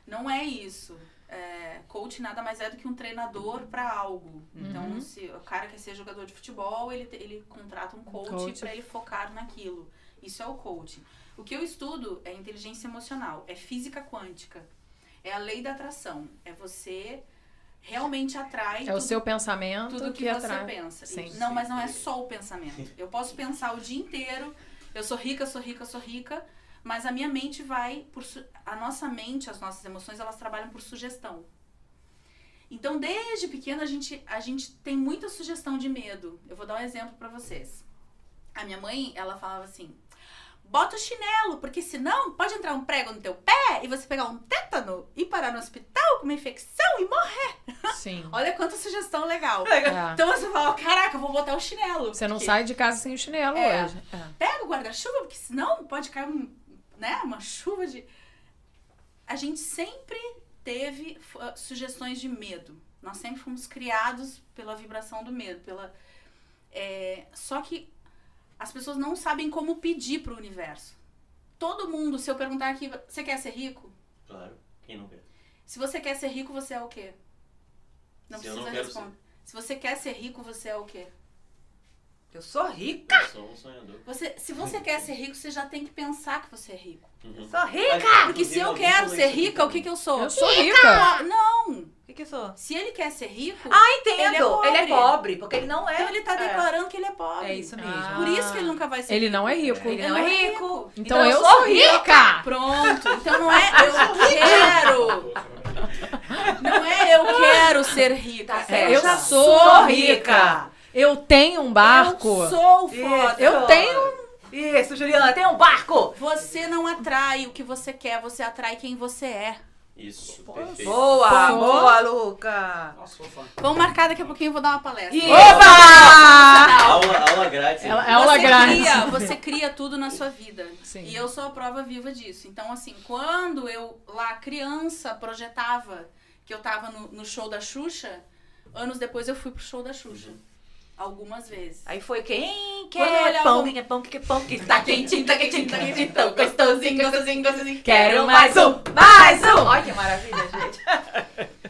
[SPEAKER 5] Não é isso. É, coach nada mais é do que um treinador para algo.
[SPEAKER 2] Uhum.
[SPEAKER 5] Então, se o cara quer ser jogador de futebol, ele, te- ele contrata um coach,
[SPEAKER 2] coach.
[SPEAKER 5] para ele focar naquilo. Isso é o coaching. O que eu estudo é inteligência emocional, é física quântica, é a lei da atração, é você realmente atrai
[SPEAKER 2] É o
[SPEAKER 5] tudo-
[SPEAKER 2] seu pensamento
[SPEAKER 5] tudo que,
[SPEAKER 2] que
[SPEAKER 5] você
[SPEAKER 2] atrai.
[SPEAKER 5] pensa.
[SPEAKER 2] Sim.
[SPEAKER 5] Isso. Não, mas não é só o pensamento. Eu posso pensar o dia inteiro, eu sou rica, sou rica, sou rica, mas a minha mente vai por su- a nossa mente, as nossas emoções, elas trabalham por sugestão. Então, desde pequena a gente a gente tem muita sugestão de medo. Eu vou dar um exemplo pra vocês. A minha mãe, ela falava assim: "Bota o chinelo, porque senão pode entrar um prego no teu pé e você pegar um tétano e parar no hospital com uma infecção e morrer".
[SPEAKER 2] Sim.
[SPEAKER 5] Olha quanta sugestão legal.
[SPEAKER 2] É.
[SPEAKER 5] Então você fala, caraca, eu vou botar o chinelo.
[SPEAKER 2] Você não
[SPEAKER 5] Porque
[SPEAKER 2] sai de casa sem o chinelo
[SPEAKER 5] É.
[SPEAKER 2] hoje. É.
[SPEAKER 5] Pega o guarda-chuva, porque senão pode cair um, né, uma chuva de... A gente sempre teve fu- ah, sugestões de medo. Nós sempre fomos criados pela vibração do medo. pela é, Só que as pessoas não sabem como pedir pro universo. Todo mundo, se eu perguntar aqui, você quer ser rico?
[SPEAKER 1] Claro, quem não quer?
[SPEAKER 5] Se você quer ser rico, você é o quê? Não
[SPEAKER 1] Se eu não
[SPEAKER 5] precisa
[SPEAKER 1] quero
[SPEAKER 5] responder. Se você quer ser rico, você é o quê?
[SPEAKER 4] Eu sou rica.
[SPEAKER 1] Eu sou um sonhador.
[SPEAKER 5] Você, se você quer ser rico, você já tem que pensar que você é rico.
[SPEAKER 1] Uhum.
[SPEAKER 4] Sou rica.
[SPEAKER 5] Porque se eu quero ser rica, o que, que eu sou?
[SPEAKER 2] Eu sou rica.
[SPEAKER 5] Ah, Não!
[SPEAKER 4] O que, que eu sou?
[SPEAKER 5] Se ele quer ser rico,
[SPEAKER 2] Ah,
[SPEAKER 4] Eu entendo. Ele é pobre,
[SPEAKER 5] pobre.
[SPEAKER 4] porque ele não é.
[SPEAKER 5] então ele tá declarando que ele é pobre.
[SPEAKER 4] É isso mesmo.
[SPEAKER 2] Ah.
[SPEAKER 5] Por isso que ele nunca vai ser
[SPEAKER 2] Ele
[SPEAKER 5] rico.
[SPEAKER 2] não é rico.
[SPEAKER 4] Ele não é rico.
[SPEAKER 2] Então, eu sou rica.
[SPEAKER 5] Pronto. Então não é eu quero. Não é eu quero ser rica.
[SPEAKER 4] Tá certo.
[SPEAKER 2] eu
[SPEAKER 5] já
[SPEAKER 2] sou rica. Eu tenho um barco.
[SPEAKER 5] Eu sou foda.
[SPEAKER 2] Eu tenho-
[SPEAKER 4] Isso, Juliana, tem um barco!
[SPEAKER 5] Você não atrai o que você quer, você atrai quem você é.
[SPEAKER 1] Isso, perfeito.
[SPEAKER 4] Boa,
[SPEAKER 2] Pô.
[SPEAKER 4] boa, Luca.
[SPEAKER 6] Nossa, sou fã.
[SPEAKER 5] Vamos marcar daqui a pouquinho, eu vou dar uma palestra.
[SPEAKER 4] Ih,
[SPEAKER 5] Opa!
[SPEAKER 1] Aula, aula grátis.
[SPEAKER 2] Ela- é
[SPEAKER 1] hein?
[SPEAKER 2] ela- aula
[SPEAKER 5] você
[SPEAKER 2] grátis.
[SPEAKER 5] Cria, você cria tudo na sua vida.
[SPEAKER 2] Sim.
[SPEAKER 5] E eu sou a prova viva disso. Então, assim, quando eu lá criança projetava que eu tava no, no show da Xuxa, anos depois eu fui pro show da Xuxa. Algumas vezes.
[SPEAKER 4] Aí foi quem
[SPEAKER 5] Quando eu
[SPEAKER 4] quer
[SPEAKER 5] olhava
[SPEAKER 4] pão,
[SPEAKER 5] um-
[SPEAKER 4] quem quer pão, quem quer pão, que tá quentinho, tá quentinho, tá quentinho, tão
[SPEAKER 5] gostosinho, gostosinho, gostosinho.
[SPEAKER 4] Quero mais um, mais um! Olha que maravilha, gente.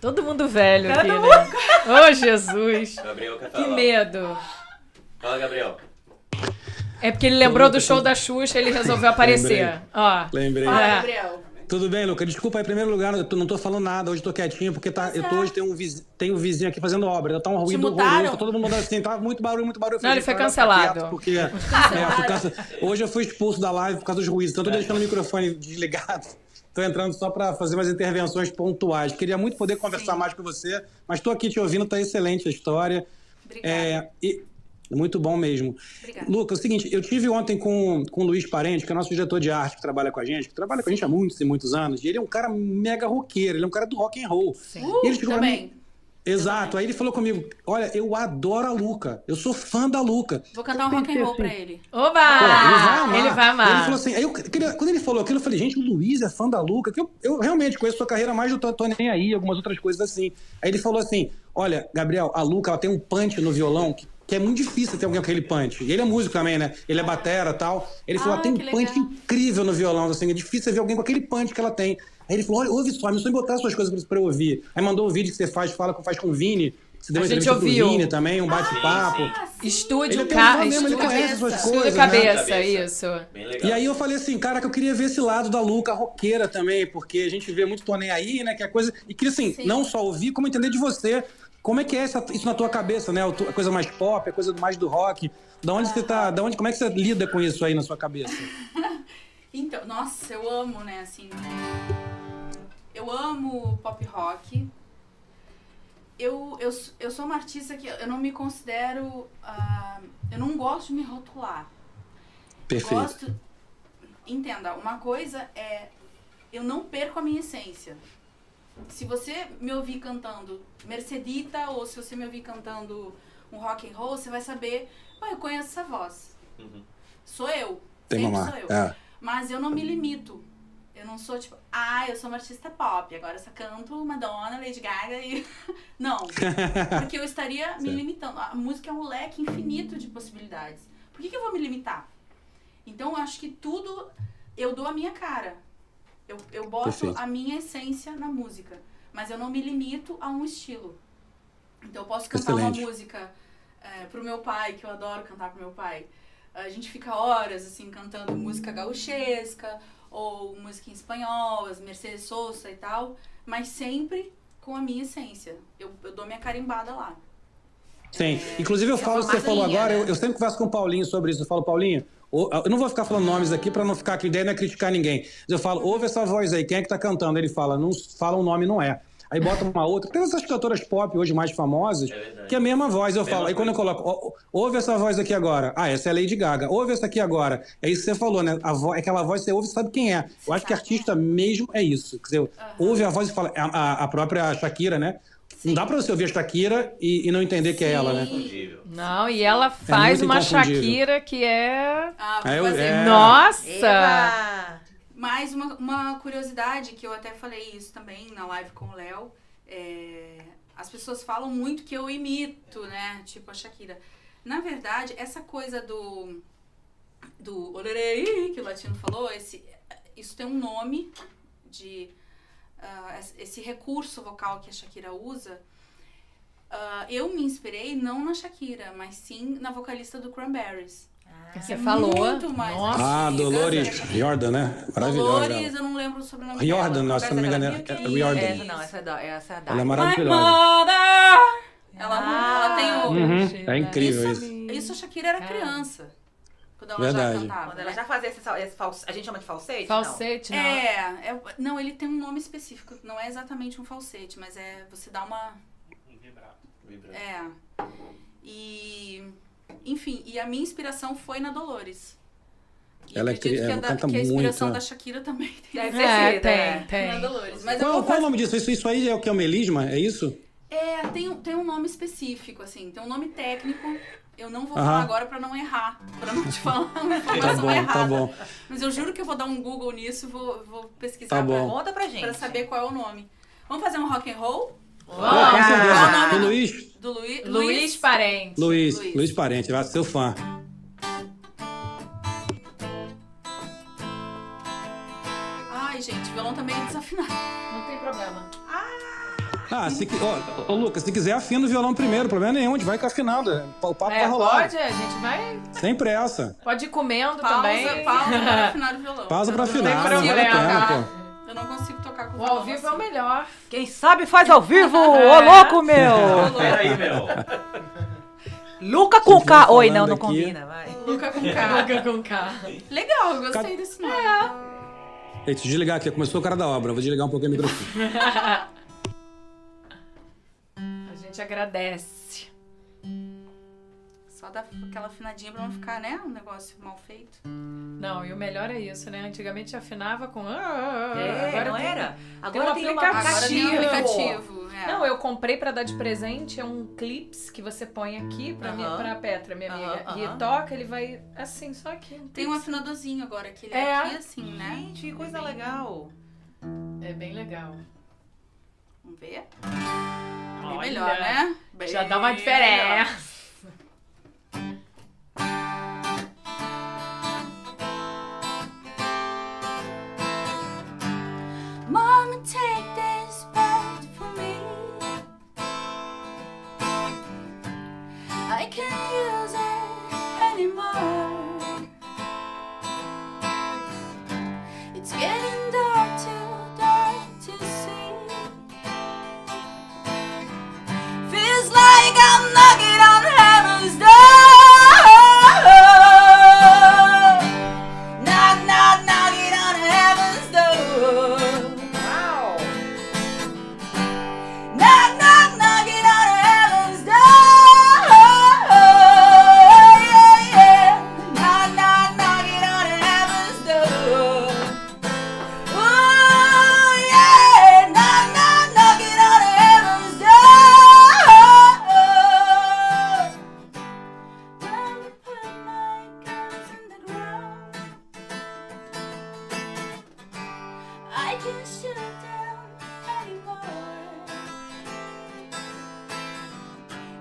[SPEAKER 2] Todo mundo velho aqui,
[SPEAKER 4] Todo
[SPEAKER 2] né? Ô, Jesus.
[SPEAKER 1] Gabriel quer
[SPEAKER 3] Tá
[SPEAKER 2] Que
[SPEAKER 1] falar.
[SPEAKER 2] medo.
[SPEAKER 1] Fala, Gabriel.
[SPEAKER 2] É porque ele lembrou do show da Xuxa, ele resolveu aparecer. Ó.
[SPEAKER 3] Lembrei.
[SPEAKER 5] Fala,
[SPEAKER 2] É.
[SPEAKER 5] Gabriel.
[SPEAKER 3] Tudo bem, Luca? Desculpa aí, em primeiro lugar, eu tô- não tô falando nada, hoje tô quietinho, porque tá, eu tô, hoje tem um, viz- tem um vizinho aqui fazendo obra, então tá um ruído
[SPEAKER 5] mutaram?
[SPEAKER 3] horroroso, tá todo mundo mandando assim, tá muito barulho, muito barulho. Eu
[SPEAKER 2] Não, ele foi
[SPEAKER 3] "Cara, tá
[SPEAKER 2] cancelado."
[SPEAKER 3] quieto, Porque, é, eu fui cansa- Hoje eu fui expulso da live por causa dos ruídos, então eu tô deixando o microfone desligado, tô entrando só pra fazer umas intervenções pontuais. Queria muito poder conversar mais com você, mas tô aqui te ouvindo, tá excelente a história.
[SPEAKER 5] Obrigada.
[SPEAKER 3] É, e- muito bom mesmo.
[SPEAKER 5] Obrigada.
[SPEAKER 3] Luca, é o seguinte, eu tive ontem com, com o Luiz Parente, que é nosso diretor de arte que trabalha com a gente, que trabalha com a gente há muitos e muitos anos, e ele é um cara mega roqueiro, ele é um cara do rock and roll.
[SPEAKER 5] Uh,
[SPEAKER 3] E ele ficou pra mim-
[SPEAKER 5] também.
[SPEAKER 3] Exato. Aí ele falou comigo: Olha, eu adoro a Luca, eu sou fã da Luca.
[SPEAKER 5] Vou cantar um rock and roll pra ele.
[SPEAKER 2] Oba!
[SPEAKER 3] Pô,
[SPEAKER 2] Ah, ele vai amar.
[SPEAKER 3] Ele falou assim, aí eu queria- quando ele falou aquilo, eu falei, gente, o Luiz é fã da Luca, que eu, eu realmente conheço sua carreira mais do Tô, Tô Nem Aí, algumas outras coisas assim. Aí ele falou assim, olha, Gabriel, a Luca, ela tem um punch no violão que, que é muito difícil ter alguém com aquele punch. E ele é músico também, né? Ele é batera e tal. Ele falou,
[SPEAKER 5] Ah,
[SPEAKER 3] ela tem um
[SPEAKER 5] que
[SPEAKER 3] punch
[SPEAKER 5] legal.
[SPEAKER 3] incrível no violão, assim, é difícil você ver alguém com aquele punch que ela tem. Aí ele falou, olha, ouve só, me só botar suas coisas pra- pra eu ouvir. Aí mandou o vídeo que você faz, fala, faz com o Vini. Você deu
[SPEAKER 2] A
[SPEAKER 3] uma
[SPEAKER 2] gente
[SPEAKER 3] entrevista com o
[SPEAKER 2] ouviu. Ah,
[SPEAKER 3] Vini também, um bate-papo.
[SPEAKER 2] Estúdio,
[SPEAKER 3] Ele tem um
[SPEAKER 2] ca...
[SPEAKER 3] nome mesmo, ele
[SPEAKER 2] estúdio,
[SPEAKER 3] conhece
[SPEAKER 2] cabeça.
[SPEAKER 3] essas coisas,
[SPEAKER 2] Estúdio
[SPEAKER 3] né?
[SPEAKER 2] cabeça,
[SPEAKER 1] Cabeça.
[SPEAKER 2] isso.
[SPEAKER 1] Bem legal.
[SPEAKER 3] E aí eu falei assim, cara, que eu queria ver esse lado da Luca roqueira também, porque a gente vê muito Tô Nem aí, né, que é coisa... E queria, assim,
[SPEAKER 5] Sim.
[SPEAKER 3] não só ouvir, como entender de você. Como é que é essa- isso na tua cabeça, né? A tu- a coisa mais pop, a coisa mais do rock. Da onde você tá... Da onde, como é que você lida com isso aí na sua cabeça?
[SPEAKER 5] Então, nossa, eu amo, né, assim. Eu amo pop rock. Eu, eu, s- eu sou uma artista que eu não me considero. ah, eu não gosto de me rotular.
[SPEAKER 3] Perfeito.
[SPEAKER 5] Gosto. Entenda, uma coisa é. Eu não perco a minha essência. Se você me ouvir cantando Mercedita ou se você me ouvir cantando um rock and roll, você vai saber. "Ah, eu conheço essa voz.
[SPEAKER 1] Uhum.
[SPEAKER 5] Sou eu.
[SPEAKER 3] Tem
[SPEAKER 5] sempre
[SPEAKER 3] uma...
[SPEAKER 5] sou eu.
[SPEAKER 3] É.
[SPEAKER 5] Mas eu não me limito. Eu não sou tipo, ah, eu sou uma artista pop, agora só canto Madonna, Lady Gaga e. Não. Porque eu estaria me
[SPEAKER 3] Sim.
[SPEAKER 5] limitando. A música é um leque infinito de possibilidades. Por que, que eu vou me limitar? Então eu acho que tudo eu dou a minha cara. Eu, eu boto
[SPEAKER 3] Perfeito.
[SPEAKER 5] a minha essência na música. Mas eu não me limito a um estilo. Então eu posso cantar
[SPEAKER 3] Excelente.
[SPEAKER 5] uma música eh, pro meu pai, que eu adoro cantar pro meu pai. A gente fica horas, assim, cantando música gauchesca ou música em espanhol, as Mercedes Sosa e tal, mas sempre com a minha essência. Eu, eu dou minha carimbada lá.
[SPEAKER 3] Sim. Inclusive, eu falo, você
[SPEAKER 5] formato
[SPEAKER 3] falou
[SPEAKER 5] linha,
[SPEAKER 3] agora,
[SPEAKER 5] né?
[SPEAKER 3] eu, eu sempre converso com o Paulinho sobre isso. Eu falo, Paulinho, ô, eu não vou ficar falando nomes aqui pra não ficar, que a ideia não é criticar ninguém. Mas Eu falo, ouve essa voz aí, quem é que tá cantando? Ele fala, não fala um nome, não é. Aí bota uma outra. Tem essas cantoras pop hoje mais famosas,
[SPEAKER 1] É verdade.
[SPEAKER 3] que é a mesma voz, eu
[SPEAKER 1] Mesma
[SPEAKER 3] falo. Aí quando eu coloco, ó, ó, ouve essa voz aqui agora. Ah, essa é a Lady Gaga. Ouve essa aqui agora. É isso que você falou, né? A vo... Aquela voz você ouve e sabe quem é. Eu acho que artista mesmo é isso. Quer dizer, ouve a voz e fala. é A, a- a própria Shakira, né? Não dá pra você ouvir a Shakira e, e não entender que é ela, né?
[SPEAKER 1] Confundível.
[SPEAKER 2] Não, e ela faz
[SPEAKER 3] É muito
[SPEAKER 2] uma
[SPEAKER 3] inconfundível.
[SPEAKER 2] Shakira que é.
[SPEAKER 5] Ah, vou
[SPEAKER 3] Ah, eu-
[SPEAKER 5] fazer.
[SPEAKER 3] é.
[SPEAKER 2] Nossa!
[SPEAKER 4] Eva!
[SPEAKER 5] Mais uma, uma curiosidade, que eu até falei isso também na live com o Léo. é, as pessoas falam muito que eu imito, né? Tipo a Shakira. Na verdade, essa coisa do. do orerei, que o latino falou, esse, isso tem um nome de. ah, es- esse recurso vocal que a Shakira usa. Ah, eu me inspirei não na Shakira, mas sim na vocalista do Cranberries.
[SPEAKER 2] Que Você falou.
[SPEAKER 5] Muito mais
[SPEAKER 2] Nossa.
[SPEAKER 3] Ah,
[SPEAKER 5] antiga,
[SPEAKER 3] Dolores
[SPEAKER 5] essa Shakira.
[SPEAKER 3] Riordan, né? Maravilhosa.
[SPEAKER 5] Dolores, eu não lembro o sobrenome
[SPEAKER 3] Riordan,
[SPEAKER 5] dela.
[SPEAKER 3] nossa, se não me engano, é- é Riordan.
[SPEAKER 4] Essa não, essa é da. Essa é da.
[SPEAKER 3] Ela é
[SPEAKER 5] My
[SPEAKER 3] maravilhosa.
[SPEAKER 5] mother! Ela, ela
[SPEAKER 4] Ah. É.
[SPEAKER 5] tem o...
[SPEAKER 2] né?
[SPEAKER 3] Uhum, é incrível isso.
[SPEAKER 5] Isso a Shakira era
[SPEAKER 2] Cara.
[SPEAKER 5] criança. Quando ela
[SPEAKER 3] Verdade.
[SPEAKER 5] já cantava.
[SPEAKER 4] Ah,
[SPEAKER 5] né?
[SPEAKER 4] Quando ela já fazia esse, sal- esse false, a gente chama de falsete?
[SPEAKER 2] Falsete, não.
[SPEAKER 5] É, é- não, ele tem um nome específico. Não é exatamente um falsete, mas é você dá uma...
[SPEAKER 1] Vibra.
[SPEAKER 5] É. E... Enfim, e a minha inspiração foi na Dolores. E
[SPEAKER 3] Ela é
[SPEAKER 5] acredito
[SPEAKER 3] cri-
[SPEAKER 5] que, a
[SPEAKER 3] ela
[SPEAKER 5] da-
[SPEAKER 3] canta
[SPEAKER 5] que a inspiração
[SPEAKER 3] muito, né?
[SPEAKER 5] da Shakira também tem.
[SPEAKER 4] Deve ter
[SPEAKER 2] É,
[SPEAKER 4] sido,
[SPEAKER 2] tem,
[SPEAKER 4] é.
[SPEAKER 5] Na
[SPEAKER 2] tem.
[SPEAKER 5] Dolores. Mas eu
[SPEAKER 3] Qual,
[SPEAKER 5] vou
[SPEAKER 3] qual o nome disso? Isso, isso aí é o que é o melisma? É isso?
[SPEAKER 5] É, tem, um- tem um nome específico, assim, tem um nome técnico. Eu não vou
[SPEAKER 3] Aham.
[SPEAKER 5] falar agora pra não errar, pra não te falar uma
[SPEAKER 3] Tá
[SPEAKER 5] informação
[SPEAKER 3] bom,
[SPEAKER 5] errada.
[SPEAKER 3] tá bom.
[SPEAKER 5] Mas eu juro que eu vou dar um Google nisso e vou, vou pesquisar
[SPEAKER 3] Tá
[SPEAKER 5] pra-
[SPEAKER 3] bom.
[SPEAKER 4] Conta pra gente.
[SPEAKER 5] pra saber qual é o nome. Vamos fazer um rock and roll
[SPEAKER 3] Ah, com certeza.
[SPEAKER 5] Ah.
[SPEAKER 3] O Luiz,
[SPEAKER 5] do Luiz.
[SPEAKER 2] Luiz Parente.
[SPEAKER 3] Luiz,
[SPEAKER 5] Luiz.
[SPEAKER 3] Luiz, Parente, vai, seu fã.
[SPEAKER 5] Ai, gente, o violão também é desafinado.
[SPEAKER 2] Não tem problema.
[SPEAKER 3] Ah, se, qui- ó, ô, Lucas, se quiser afina o violão primeiro, problema nenhum, a gente vai com a afinada. O papo
[SPEAKER 2] É,
[SPEAKER 3] tá rolando.
[SPEAKER 2] pode, a gente vai.
[SPEAKER 3] Sem pressa.
[SPEAKER 2] Pode ir comendo
[SPEAKER 5] Pausa,
[SPEAKER 2] também.
[SPEAKER 5] pausa para afinar o violão.
[SPEAKER 3] Pausa
[SPEAKER 5] Eu
[SPEAKER 3] pra
[SPEAKER 5] não
[SPEAKER 3] afinar,
[SPEAKER 5] consigo
[SPEAKER 3] não vale a
[SPEAKER 2] consigo
[SPEAKER 3] pena,
[SPEAKER 5] tocar.
[SPEAKER 3] pô.
[SPEAKER 5] Eu não consigo tocar com o
[SPEAKER 2] O
[SPEAKER 5] violão.
[SPEAKER 2] ao vivo é o
[SPEAKER 5] assim.
[SPEAKER 2] melhor.
[SPEAKER 4] Quem sabe faz ao vivo,
[SPEAKER 2] É.
[SPEAKER 4] ô louco meu!
[SPEAKER 1] Peraí, meu.
[SPEAKER 4] Luca com
[SPEAKER 3] Vocês vão
[SPEAKER 4] K. Oi, não,
[SPEAKER 3] falando
[SPEAKER 4] não
[SPEAKER 3] aqui.
[SPEAKER 4] combina, vai.
[SPEAKER 5] Luca com K.
[SPEAKER 2] com carro.
[SPEAKER 5] Legal, eu gostei desse nome. É.
[SPEAKER 3] Ei, deixa eu desligar aqui, começou o cara da obra, vou desligar um pouquinho o microfone.
[SPEAKER 2] A gente agradece.
[SPEAKER 5] Só dá aquela afinadinha pra não ficar, né? Um negócio mal feito.
[SPEAKER 2] Não, e o melhor é isso, né? Antigamente afinava com. ah, ah, ah,
[SPEAKER 4] É,
[SPEAKER 2] agora
[SPEAKER 4] não
[SPEAKER 2] tem-
[SPEAKER 4] era?
[SPEAKER 2] um
[SPEAKER 4] Agora tem, uma
[SPEAKER 2] aplicativo.
[SPEAKER 5] Agora tem um
[SPEAKER 2] Aplicativo.
[SPEAKER 5] aplicativo. é.
[SPEAKER 2] Não, eu comprei pra dar de presente é um clips que você põe aqui pra, minha,
[SPEAKER 4] Aham.
[SPEAKER 2] pra Petra, minha
[SPEAKER 4] Aham,
[SPEAKER 2] amiga. E
[SPEAKER 4] aham.
[SPEAKER 2] toca, ele vai assim, só aqui.
[SPEAKER 5] Tem um
[SPEAKER 2] clips.
[SPEAKER 5] afinadorzinho agora, que ele
[SPEAKER 2] É.
[SPEAKER 5] é aqui assim, né?
[SPEAKER 4] Gente, que coisa legal.
[SPEAKER 2] É bem legal.
[SPEAKER 5] Vamos ver? Bem
[SPEAKER 2] Olha,
[SPEAKER 5] melhor, né? Bem
[SPEAKER 2] Já dá
[SPEAKER 4] É.
[SPEAKER 2] uma
[SPEAKER 5] melhor.
[SPEAKER 2] diferença.
[SPEAKER 5] Mama, take this bird for me. I can't use it anymore. It's getting dark, too dark to see. Feels like I'm knocking on heaven's door. Knock, knock, knocking on heaven's door.
[SPEAKER 4] Uau!
[SPEAKER 5] Knock, knock, knocking on heaven's door. Yeah, yeah. Knock, knock, knocking on heaven's door. Ooh, yeah. Knock, knock, knocking on heaven's door. When we put my guns in the ground, I can't shoot them anymore.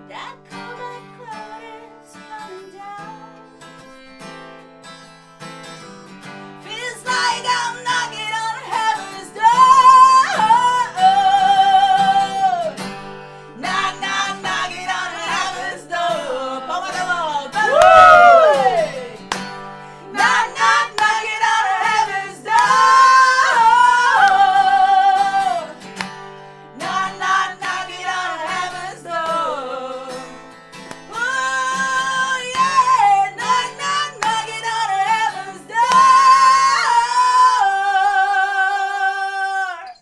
[SPEAKER 5] That cold cloud is coming down. Feels like I'm knocking on heaven's door. Knock, knock, knocking on heaven's door. Palma da mão, todo mundo. Knock, knock, knocking on heaven's door. Knock, knock, knocking on heaven's door. Oh, yeah. Knock, knock, knocking on heaven's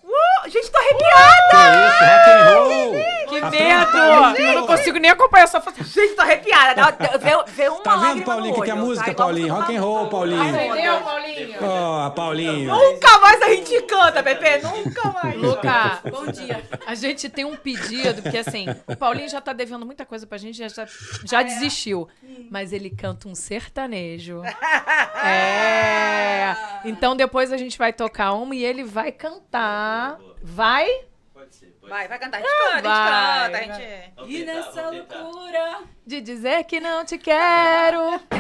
[SPEAKER 5] door.
[SPEAKER 4] Uh, gente, tô arrepiada!
[SPEAKER 3] Que isso, rock and roll!
[SPEAKER 2] Que
[SPEAKER 3] Afinada,
[SPEAKER 2] medo! Eu não consigo nem acompanhar essa foto.
[SPEAKER 4] Gente, tô arrepiada. Dá- Vê, vê uma
[SPEAKER 3] Tá vendo,
[SPEAKER 4] lágrima no
[SPEAKER 3] Paulinho, que que é
[SPEAKER 4] olho,
[SPEAKER 3] música,
[SPEAKER 4] tá? Igual a
[SPEAKER 3] Paulinho?
[SPEAKER 4] música do
[SPEAKER 3] Rock and roll,
[SPEAKER 4] Ramones.
[SPEAKER 3] Paulinho.
[SPEAKER 4] Ai, meu
[SPEAKER 2] Entendeu,
[SPEAKER 4] Deus.
[SPEAKER 2] Paulinho?
[SPEAKER 3] Ó, Paulinho.
[SPEAKER 4] Nunca mais a gente canta, Pepe. Nunca mais.
[SPEAKER 2] Luca,
[SPEAKER 5] Bom dia.
[SPEAKER 2] a gente tem um pedido, porque assim, o Paulinho já tá devendo muita coisa pra gente, já, já, já desistiu. Mas ele canta um sertanejo. É. Então depois a gente vai tocar uma e ele vai cantar. Vai?
[SPEAKER 1] Pode ser, pode
[SPEAKER 4] Vai,
[SPEAKER 1] ser.
[SPEAKER 4] vai cantar. A gente canta,
[SPEAKER 2] vai,
[SPEAKER 4] a gente canta. A gente...
[SPEAKER 1] Vamos
[SPEAKER 5] E
[SPEAKER 1] tentar,
[SPEAKER 5] nessa
[SPEAKER 1] vamos tentar.
[SPEAKER 5] loucura.
[SPEAKER 2] De dizer que não te quero.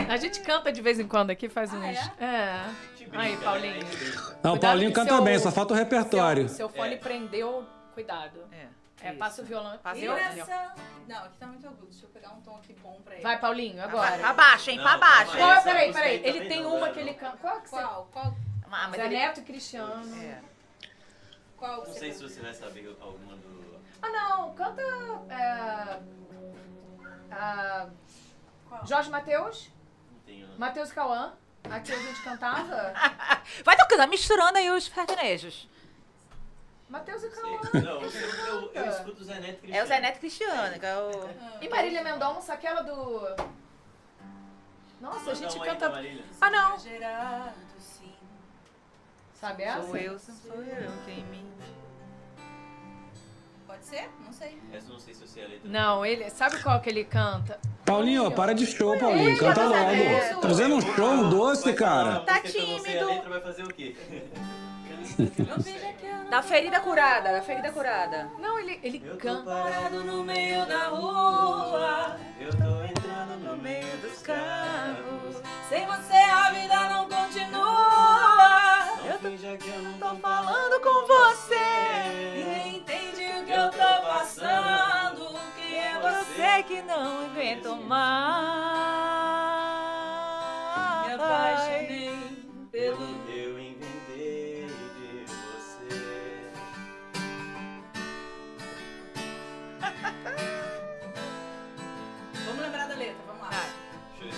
[SPEAKER 2] A gente canta de vez em quando aqui, faz
[SPEAKER 5] Ah,
[SPEAKER 2] uns. É.
[SPEAKER 1] Te
[SPEAKER 2] Aí,
[SPEAKER 1] brinca, né?
[SPEAKER 2] Paulinho.
[SPEAKER 1] Te brinca.
[SPEAKER 3] Não,
[SPEAKER 2] Cuidado
[SPEAKER 3] o Paulinho
[SPEAKER 2] que
[SPEAKER 3] canta
[SPEAKER 2] seu-
[SPEAKER 3] bem, só falta o repertório.
[SPEAKER 2] Seu, seu
[SPEAKER 1] É.
[SPEAKER 2] fone prendeu, cuidado. É,
[SPEAKER 4] isso.
[SPEAKER 2] passa o violão.
[SPEAKER 4] Passa o
[SPEAKER 5] E
[SPEAKER 2] Eu-
[SPEAKER 4] violão.
[SPEAKER 5] nessa... Não, aqui tá muito agudo. Deixa eu pegar um tom aqui bom pra ele.
[SPEAKER 2] Vai, Paulinho,
[SPEAKER 4] Pra
[SPEAKER 2] agora.
[SPEAKER 4] baixo, hein? Pra
[SPEAKER 1] Não,
[SPEAKER 4] baixo.
[SPEAKER 1] calma
[SPEAKER 2] Qual é?
[SPEAKER 1] Essa
[SPEAKER 2] Peraí,
[SPEAKER 1] música
[SPEAKER 2] peraí.
[SPEAKER 1] aí
[SPEAKER 2] Ele
[SPEAKER 1] também
[SPEAKER 2] tem
[SPEAKER 1] não dá,
[SPEAKER 2] uma
[SPEAKER 1] não.
[SPEAKER 2] que ele canta. Qual é que você...
[SPEAKER 5] Qual? Qual?
[SPEAKER 4] Ah, mas
[SPEAKER 2] Zé
[SPEAKER 4] ele-
[SPEAKER 2] Neto e Cristiano.
[SPEAKER 4] É.
[SPEAKER 5] Qual?
[SPEAKER 1] Não sei se você vai saber alguma do.
[SPEAKER 2] Ah, não. Canta... é, ah,
[SPEAKER 5] Qual?
[SPEAKER 2] Jorge Matheus.
[SPEAKER 1] Não tenho.
[SPEAKER 2] Matheus e Cauã. Aqui a gente cantava.
[SPEAKER 4] Vai tocando, vai misturando aí os sertanejos.
[SPEAKER 2] Matheus e Cauã.
[SPEAKER 1] Sei. Não, eu, eu, eu escuto o Zé Neto Cristiano.
[SPEAKER 4] É o
[SPEAKER 5] tá
[SPEAKER 4] Zé Neto Cristiano, que é o...
[SPEAKER 2] E Marília Mendonça, aquela do... Nossa, a
[SPEAKER 1] Manda
[SPEAKER 2] gente
[SPEAKER 1] uma assim, aí pra
[SPEAKER 2] canta.
[SPEAKER 1] Marília.
[SPEAKER 2] Ah, não!
[SPEAKER 5] Gerado, sim.
[SPEAKER 2] Sabe essa?
[SPEAKER 4] Sou eu, sou eu quem me...
[SPEAKER 5] Pode ser? Não sei.
[SPEAKER 1] Essa eu não sei se eu sei a letra.
[SPEAKER 2] Não, ele. Sabe qual que ele canta?
[SPEAKER 3] Paulinho, para de show, Paulinho.
[SPEAKER 5] ele
[SPEAKER 3] Canta
[SPEAKER 5] tá
[SPEAKER 3] logo.
[SPEAKER 5] fazendo.
[SPEAKER 3] Tá fazendo um
[SPEAKER 1] Vai
[SPEAKER 3] show um
[SPEAKER 1] falar
[SPEAKER 3] doce,
[SPEAKER 1] uma
[SPEAKER 3] cara.
[SPEAKER 1] música
[SPEAKER 4] Tá
[SPEAKER 1] que eu não sei a
[SPEAKER 4] tímido.
[SPEAKER 1] letra, vai fazer o quê?
[SPEAKER 5] Eu vejo que eu não
[SPEAKER 4] Da ferida curada, da ferida curada.
[SPEAKER 2] Não, ele, ele
[SPEAKER 1] Eu tô
[SPEAKER 2] canta.
[SPEAKER 1] parado no meio da rua.
[SPEAKER 4] rua.
[SPEAKER 1] Eu tô entrando no meio dos carros.
[SPEAKER 4] Sem você a vida não continua.
[SPEAKER 1] Não finja que eu não
[SPEAKER 4] Tô falando com você.
[SPEAKER 1] Ninguém
[SPEAKER 4] entende o
[SPEAKER 1] que eu tô passando,
[SPEAKER 4] Que é você que não aguento mais.
[SPEAKER 5] me apaixonei pelo
[SPEAKER 1] Eu inventei de você.
[SPEAKER 5] Vamos lembrar da letra, vamos lá.
[SPEAKER 1] Deixa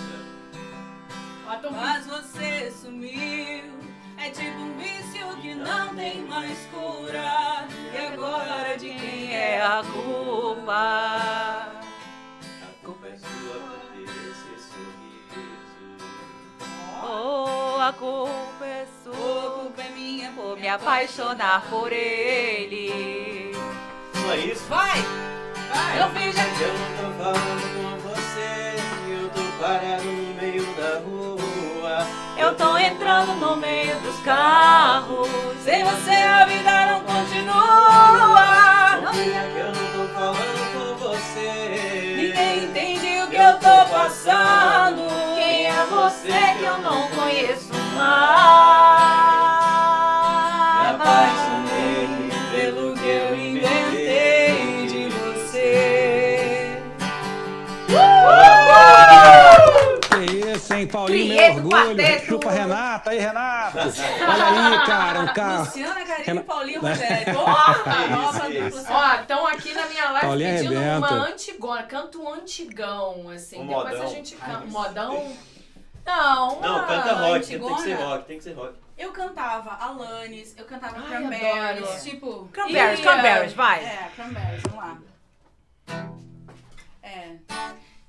[SPEAKER 1] eu ver.
[SPEAKER 5] Mas você sumiu, é tipo um vício que não tem mais cura. E agora de quem é a culpa?
[SPEAKER 1] se A culpa é sua por ter esse sorriso.
[SPEAKER 4] Oh, a culpa é
[SPEAKER 5] Ô,
[SPEAKER 4] sua
[SPEAKER 5] culpa é minha
[SPEAKER 4] por me apaixonar por ele.
[SPEAKER 1] Só isso?
[SPEAKER 5] Vai! Vai! Eu fiz já.
[SPEAKER 1] Eu não tô falando com você. Eu tô parado no meio da rua.
[SPEAKER 4] Eu tô entrando no meio dos carros. Sem você a vida não continua.
[SPEAKER 1] Não finja que eu não tô falando com você.
[SPEAKER 4] Ninguém entende o que eu tô passando. Quem é você que eu não conheço
[SPEAKER 1] Me
[SPEAKER 4] mais?
[SPEAKER 1] apaixonei pelo que eu inventei de você.
[SPEAKER 3] Que isso, hein, Paulinho,
[SPEAKER 4] Prieto,
[SPEAKER 3] meu orgulho.
[SPEAKER 4] quarteto.
[SPEAKER 3] Chupa Renata, aí, Renato. Olha aí, cara, o
[SPEAKER 1] Ah,
[SPEAKER 3] carro.
[SPEAKER 5] Luciana, Karine
[SPEAKER 3] Ela-
[SPEAKER 5] e Paulinho Rogério. Porra! Nova
[SPEAKER 1] Né? É Isso, isso.
[SPEAKER 5] dupla.
[SPEAKER 2] Ó, estão aqui na minha live
[SPEAKER 3] Paulinha
[SPEAKER 2] pedindo
[SPEAKER 3] arrebenta.
[SPEAKER 2] uma antigona. Canta um antigão, assim.
[SPEAKER 1] Um
[SPEAKER 2] Depois
[SPEAKER 1] modão.
[SPEAKER 2] a gente canta.
[SPEAKER 1] Ai,
[SPEAKER 2] Um modão? Não, uma
[SPEAKER 1] Não, canta rock, tem que
[SPEAKER 5] antigona.
[SPEAKER 1] ser rock, tem que ser rock.
[SPEAKER 5] Eu cantava Alanis, eu cantava
[SPEAKER 2] Ai, adoro.
[SPEAKER 5] Cranberries, tipo...
[SPEAKER 4] Cranberries,
[SPEAKER 2] Ih,
[SPEAKER 4] cranberries, vai.
[SPEAKER 5] É, Cranberries, vamos lá. É.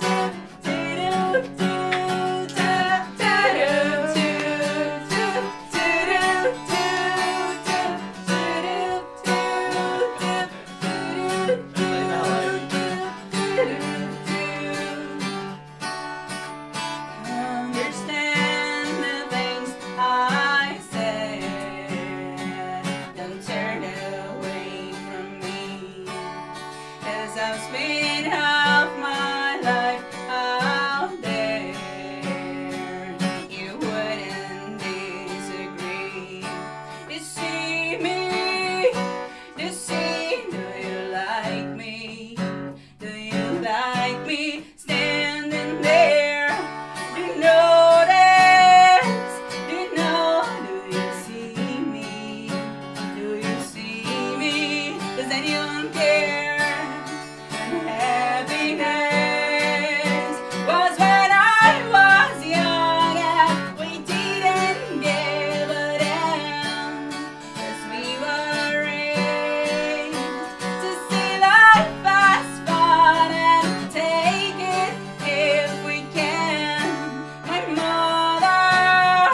[SPEAKER 5] tu, tu, tu, tu,
[SPEAKER 1] Canta aí na live.
[SPEAKER 5] Understand the things I said. Don't turn away from me. Cause I've spent half my life out there. You wouldn't disagree. You see me, you see, do you like me? Do you like me standing there? Do you notice? Do you know? Do you see me? Do you see me? Does anyone care? And happiness was when I was young and we didn't give a damn. 'Cause we were raised to see life as fun and take it if we can. My mother,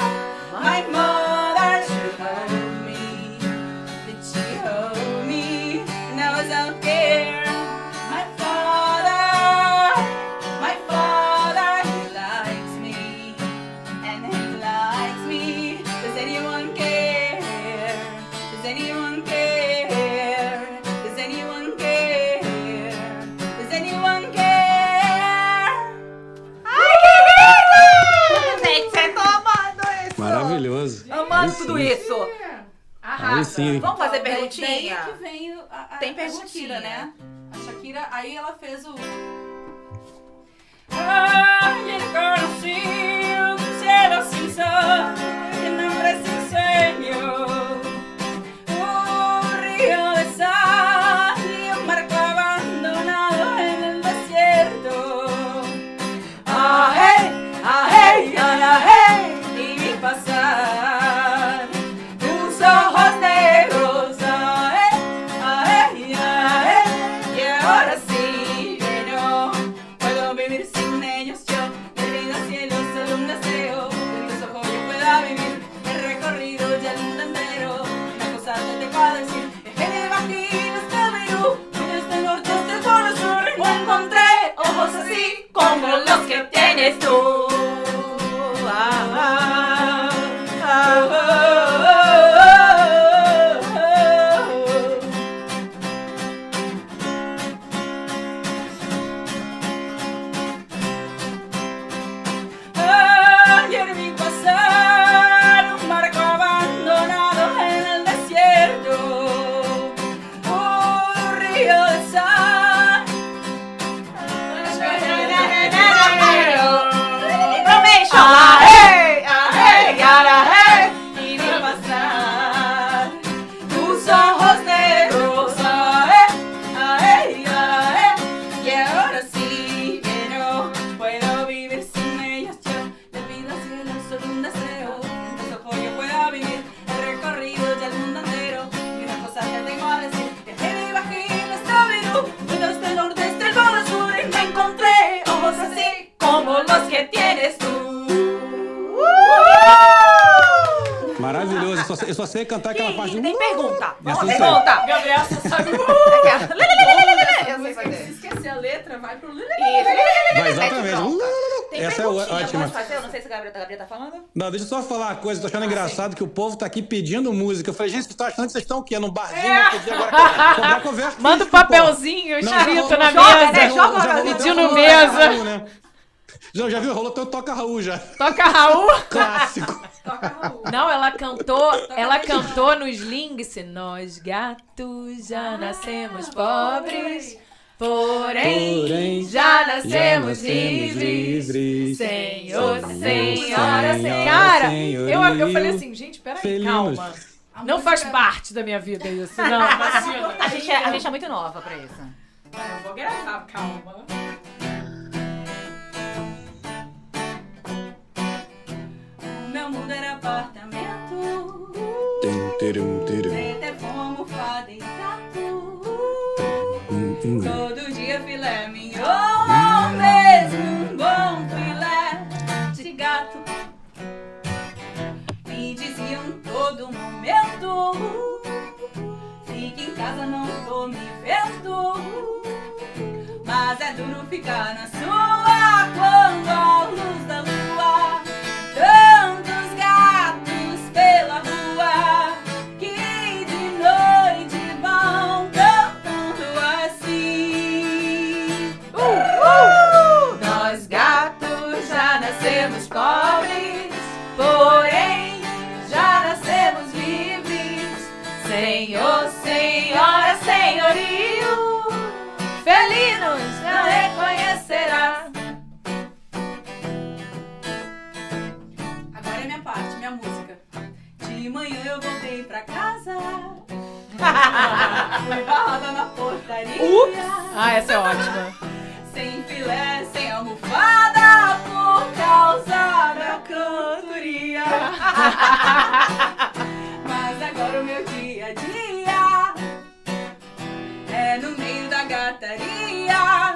[SPEAKER 5] my mother, she told me that she owed me, and I was out there. My father, my father, he likes me, and he likes me. Does anyone care? Does anyone care? Does anyone care? Does anyone care?
[SPEAKER 4] Gente, você tá amando isso.
[SPEAKER 3] Maravilhoso.
[SPEAKER 4] Amando
[SPEAKER 3] Aí
[SPEAKER 4] tudo
[SPEAKER 3] sim.
[SPEAKER 4] isso.
[SPEAKER 2] Arrasa.
[SPEAKER 3] Aí sim.
[SPEAKER 4] Vamos fazer
[SPEAKER 5] Então, Daí-
[SPEAKER 4] perguntinha?
[SPEAKER 5] Daí que vem o- a, a,
[SPEAKER 4] Tem
[SPEAKER 5] a
[SPEAKER 4] perguntinha.
[SPEAKER 5] Shakira, né? A Shakira, aí ela fez o... é
[SPEAKER 4] Ah, hey, ah, hey, ah, hey.
[SPEAKER 5] y vi pasar tus ojos negros, ae, ae, ae, y ahora sí. Ah, ah, eh, este que tienes tú.
[SPEAKER 3] Maravilhoso. Eu só, sei- eu só sei cantar aquela parte
[SPEAKER 4] Ih,
[SPEAKER 3] do.
[SPEAKER 4] Tem pergunta. Vamos,
[SPEAKER 3] assim
[SPEAKER 4] pergunta.
[SPEAKER 2] Gabriel só sabe.
[SPEAKER 4] Aquela- Lê, lê, lê, lê, lê, lê, lê. Eu sei
[SPEAKER 5] Se
[SPEAKER 4] fazer.
[SPEAKER 5] esquecer a letra, vai pro...
[SPEAKER 4] Isso.
[SPEAKER 3] Vai,
[SPEAKER 4] Mete
[SPEAKER 3] exatamente.
[SPEAKER 4] bronca. Tem
[SPEAKER 3] Essa é ó-
[SPEAKER 4] perguntinha,
[SPEAKER 3] ótima.
[SPEAKER 4] Posso fazer? Eu não sei se a Gabriela, a Gabriela tá falando.
[SPEAKER 3] Não, deixa eu só falar uma coisa, tô achando engraçado que o povo tá aqui pedindo música. Eu falei, gente, vocês estão achando que vocês estão o quê? Num barzinho, é. pedir agora cobrar conversa.
[SPEAKER 2] Manda um papelzinho
[SPEAKER 3] Não,
[SPEAKER 2] escrito
[SPEAKER 3] não,
[SPEAKER 2] na
[SPEAKER 4] joga,
[SPEAKER 2] mesa.
[SPEAKER 4] né? Joga,
[SPEAKER 3] Já rolou
[SPEAKER 4] Gabriel.
[SPEAKER 3] até
[SPEAKER 2] Pediu
[SPEAKER 3] um
[SPEAKER 2] no
[SPEAKER 3] Toca
[SPEAKER 2] mesa.
[SPEAKER 3] Raul, né? Já, já viu? Rolou teu Toca Raul já.
[SPEAKER 2] Toca Raul.
[SPEAKER 3] Clássico.
[SPEAKER 2] Não, ela cantou, ela cantou no Sling-se. Nós gatos já nascemos pobres, Ah, porém,
[SPEAKER 3] Porém,
[SPEAKER 2] já nascemos
[SPEAKER 3] nascemos
[SPEAKER 2] livres. Senhor,
[SPEAKER 3] Senhor,
[SPEAKER 2] senhora,
[SPEAKER 3] senhora,
[SPEAKER 2] senhora. Cara,
[SPEAKER 3] senhorio.
[SPEAKER 2] eu, eu falei assim, gente, peraí,
[SPEAKER 3] Felinos.
[SPEAKER 2] calma. Não faz parte da minha vida isso, não. Imagina.
[SPEAKER 4] A gente, é, a gente é muito nova pra isso.
[SPEAKER 2] Eu vou gravar, calma.
[SPEAKER 5] Não mudar apartamento, tem telefone, almofada e tatu.
[SPEAKER 3] hum,
[SPEAKER 5] Todo dia filé mignon, ou mesmo um bom filé de gato. Me diziam todo momento, fique em casa, não tô me vendo. Mas é duro ficar na sua quando a luz da lua Tantos gatos pela rua Que de noite vão cantando assim uh! Nós gatos já nascemos pobres Porém já nascemos livres Senhor, senhora, senhorio Felinos não
[SPEAKER 2] é?
[SPEAKER 5] reconhecerá. Agora é minha parte, minha música. De manhã eu voltei pra casa. Fui barrada na portaria.
[SPEAKER 2] Ah, essa é ótima.
[SPEAKER 5] Sem filé, sem almofada, por causa da cantoria. Mas agora o meu dia a dia é no meio da gataria.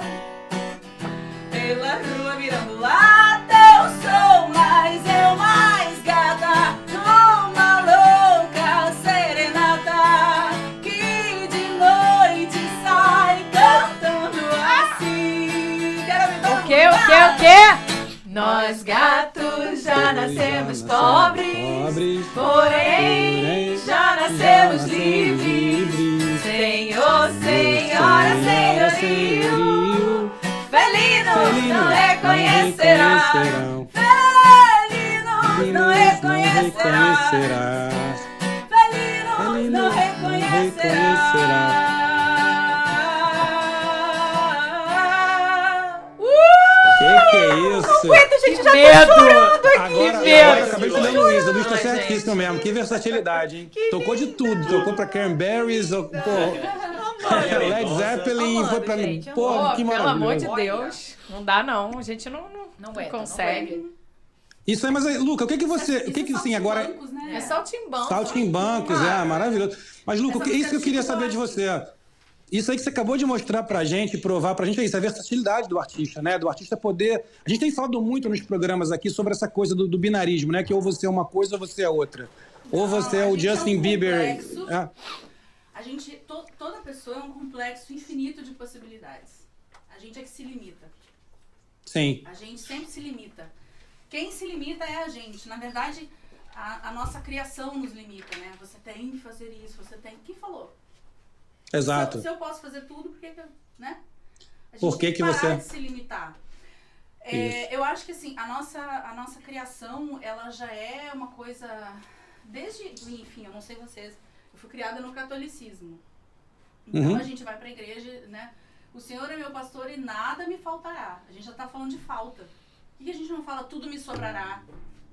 [SPEAKER 5] Pela rua virando lata eu sou, mas eu mais gata. Numa louca serenata que de noite sai cantando assim. Quero me dar
[SPEAKER 2] O quê, o quê, o quê?
[SPEAKER 5] Nós gatos já nascemos pobres,
[SPEAKER 3] porém,
[SPEAKER 5] porém já nascemos livres. Senhor, senhora, senhorio, felinos não reconhecerá. Felinos não reconhecerá. Felinos não
[SPEAKER 3] Felinos não
[SPEAKER 5] reconhecerá. Uh!
[SPEAKER 3] Que que é isso?
[SPEAKER 2] Que medo! que
[SPEAKER 3] Agora,
[SPEAKER 2] medo.
[SPEAKER 3] agora eu acabei de ler o Luiz. O Luiz tá
[SPEAKER 2] Ai,
[SPEAKER 3] certíssimo mesmo. Que versatilidade, hein? Tocou de tudo. Tocou pra Cranberries, pô, Led Zeppelin,
[SPEAKER 4] Amando,
[SPEAKER 3] foi pra...
[SPEAKER 4] gente,
[SPEAKER 3] pô,
[SPEAKER 2] Pô,
[SPEAKER 3] que
[SPEAKER 2] pelo
[SPEAKER 3] maravilha.
[SPEAKER 2] amor de Deus. Não dá, não. A gente não, não, não
[SPEAKER 4] aguenta,
[SPEAKER 2] consegue.
[SPEAKER 3] Isso aí, mas aí, Luca, o que que você... O que que, assim, agora...
[SPEAKER 5] né?
[SPEAKER 2] É saltimbão.
[SPEAKER 3] Salto em bancos, é, maravilhoso. Mas, Luca, o que- é isso que eu queria saber de você. Isso aí que você acabou de mostrar pra gente, provar pra gente, é isso, a versatilidade do artista, né? Do artista poder. A gente tem falado muito nos programas aqui sobre essa coisa do, do binarismo, né? Que ou você é uma coisa ou você é outra. Ou você é
[SPEAKER 5] a
[SPEAKER 3] o
[SPEAKER 5] gente é um
[SPEAKER 3] Justin Bieber.
[SPEAKER 5] complexo.
[SPEAKER 3] É.
[SPEAKER 5] A gente, to- toda pessoa é um complexo infinito de possibilidades. A gente é que se limita.
[SPEAKER 3] Sim.
[SPEAKER 5] A gente sempre se limita. Quem se limita é a gente. Na verdade, a, a nossa criação nos limita, né? Você tem que fazer isso, você tem. Quem falou? Se eu-
[SPEAKER 3] Exato.
[SPEAKER 5] Se eu, posso fazer tudo, por que que eu- né? A gente
[SPEAKER 3] Por que
[SPEAKER 5] tem
[SPEAKER 3] que
[SPEAKER 5] parar
[SPEAKER 3] você-
[SPEAKER 5] de se limitar. É, eu acho que assim, a nossa, a nossa criação, ela já é uma coisa. Desde. Enfim, eu não sei vocês. Eu fui criada no catolicismo. Então
[SPEAKER 3] Uhum.
[SPEAKER 5] a gente vai pra igreja, né? O Senhor é meu pastor e nada me faltará. A gente já tá falando de falta. Por que a gente não fala tudo me sobrará?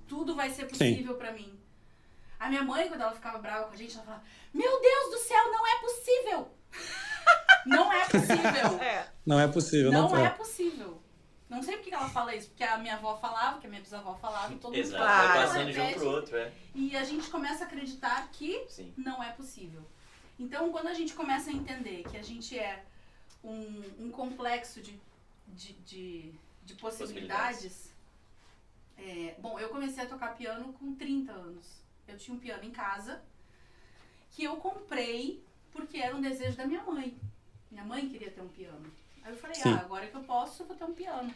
[SPEAKER 5] Tudo vai ser possível pra mim. A minha mãe, quando ela ficava brava com a gente, ela falava: Meu Deus do céu, não é possível! não é possível!
[SPEAKER 3] Não é possível, não,
[SPEAKER 5] não é
[SPEAKER 3] é.
[SPEAKER 5] possível. Não sei por que ela fala isso, porque a minha avó falava, que a minha bisavó falava, e todo mundo
[SPEAKER 1] Exato,
[SPEAKER 5] falava.
[SPEAKER 1] vai
[SPEAKER 4] Claro.
[SPEAKER 1] passando de um pro outro, é.
[SPEAKER 5] E a gente começa a acreditar que
[SPEAKER 1] Sim.
[SPEAKER 5] não é possível. Então, quando a gente começa a entender que a gente é um, um complexo de, de, de, de possibilidades, é, tocar piano com 30 anos. Eu tinha um piano em casa que eu comprei porque era um desejo da minha mãe. Minha mãe queria ter um piano. Aí eu falei,
[SPEAKER 3] Sim.
[SPEAKER 5] ah, agora que eu posso, eu vou ter um piano.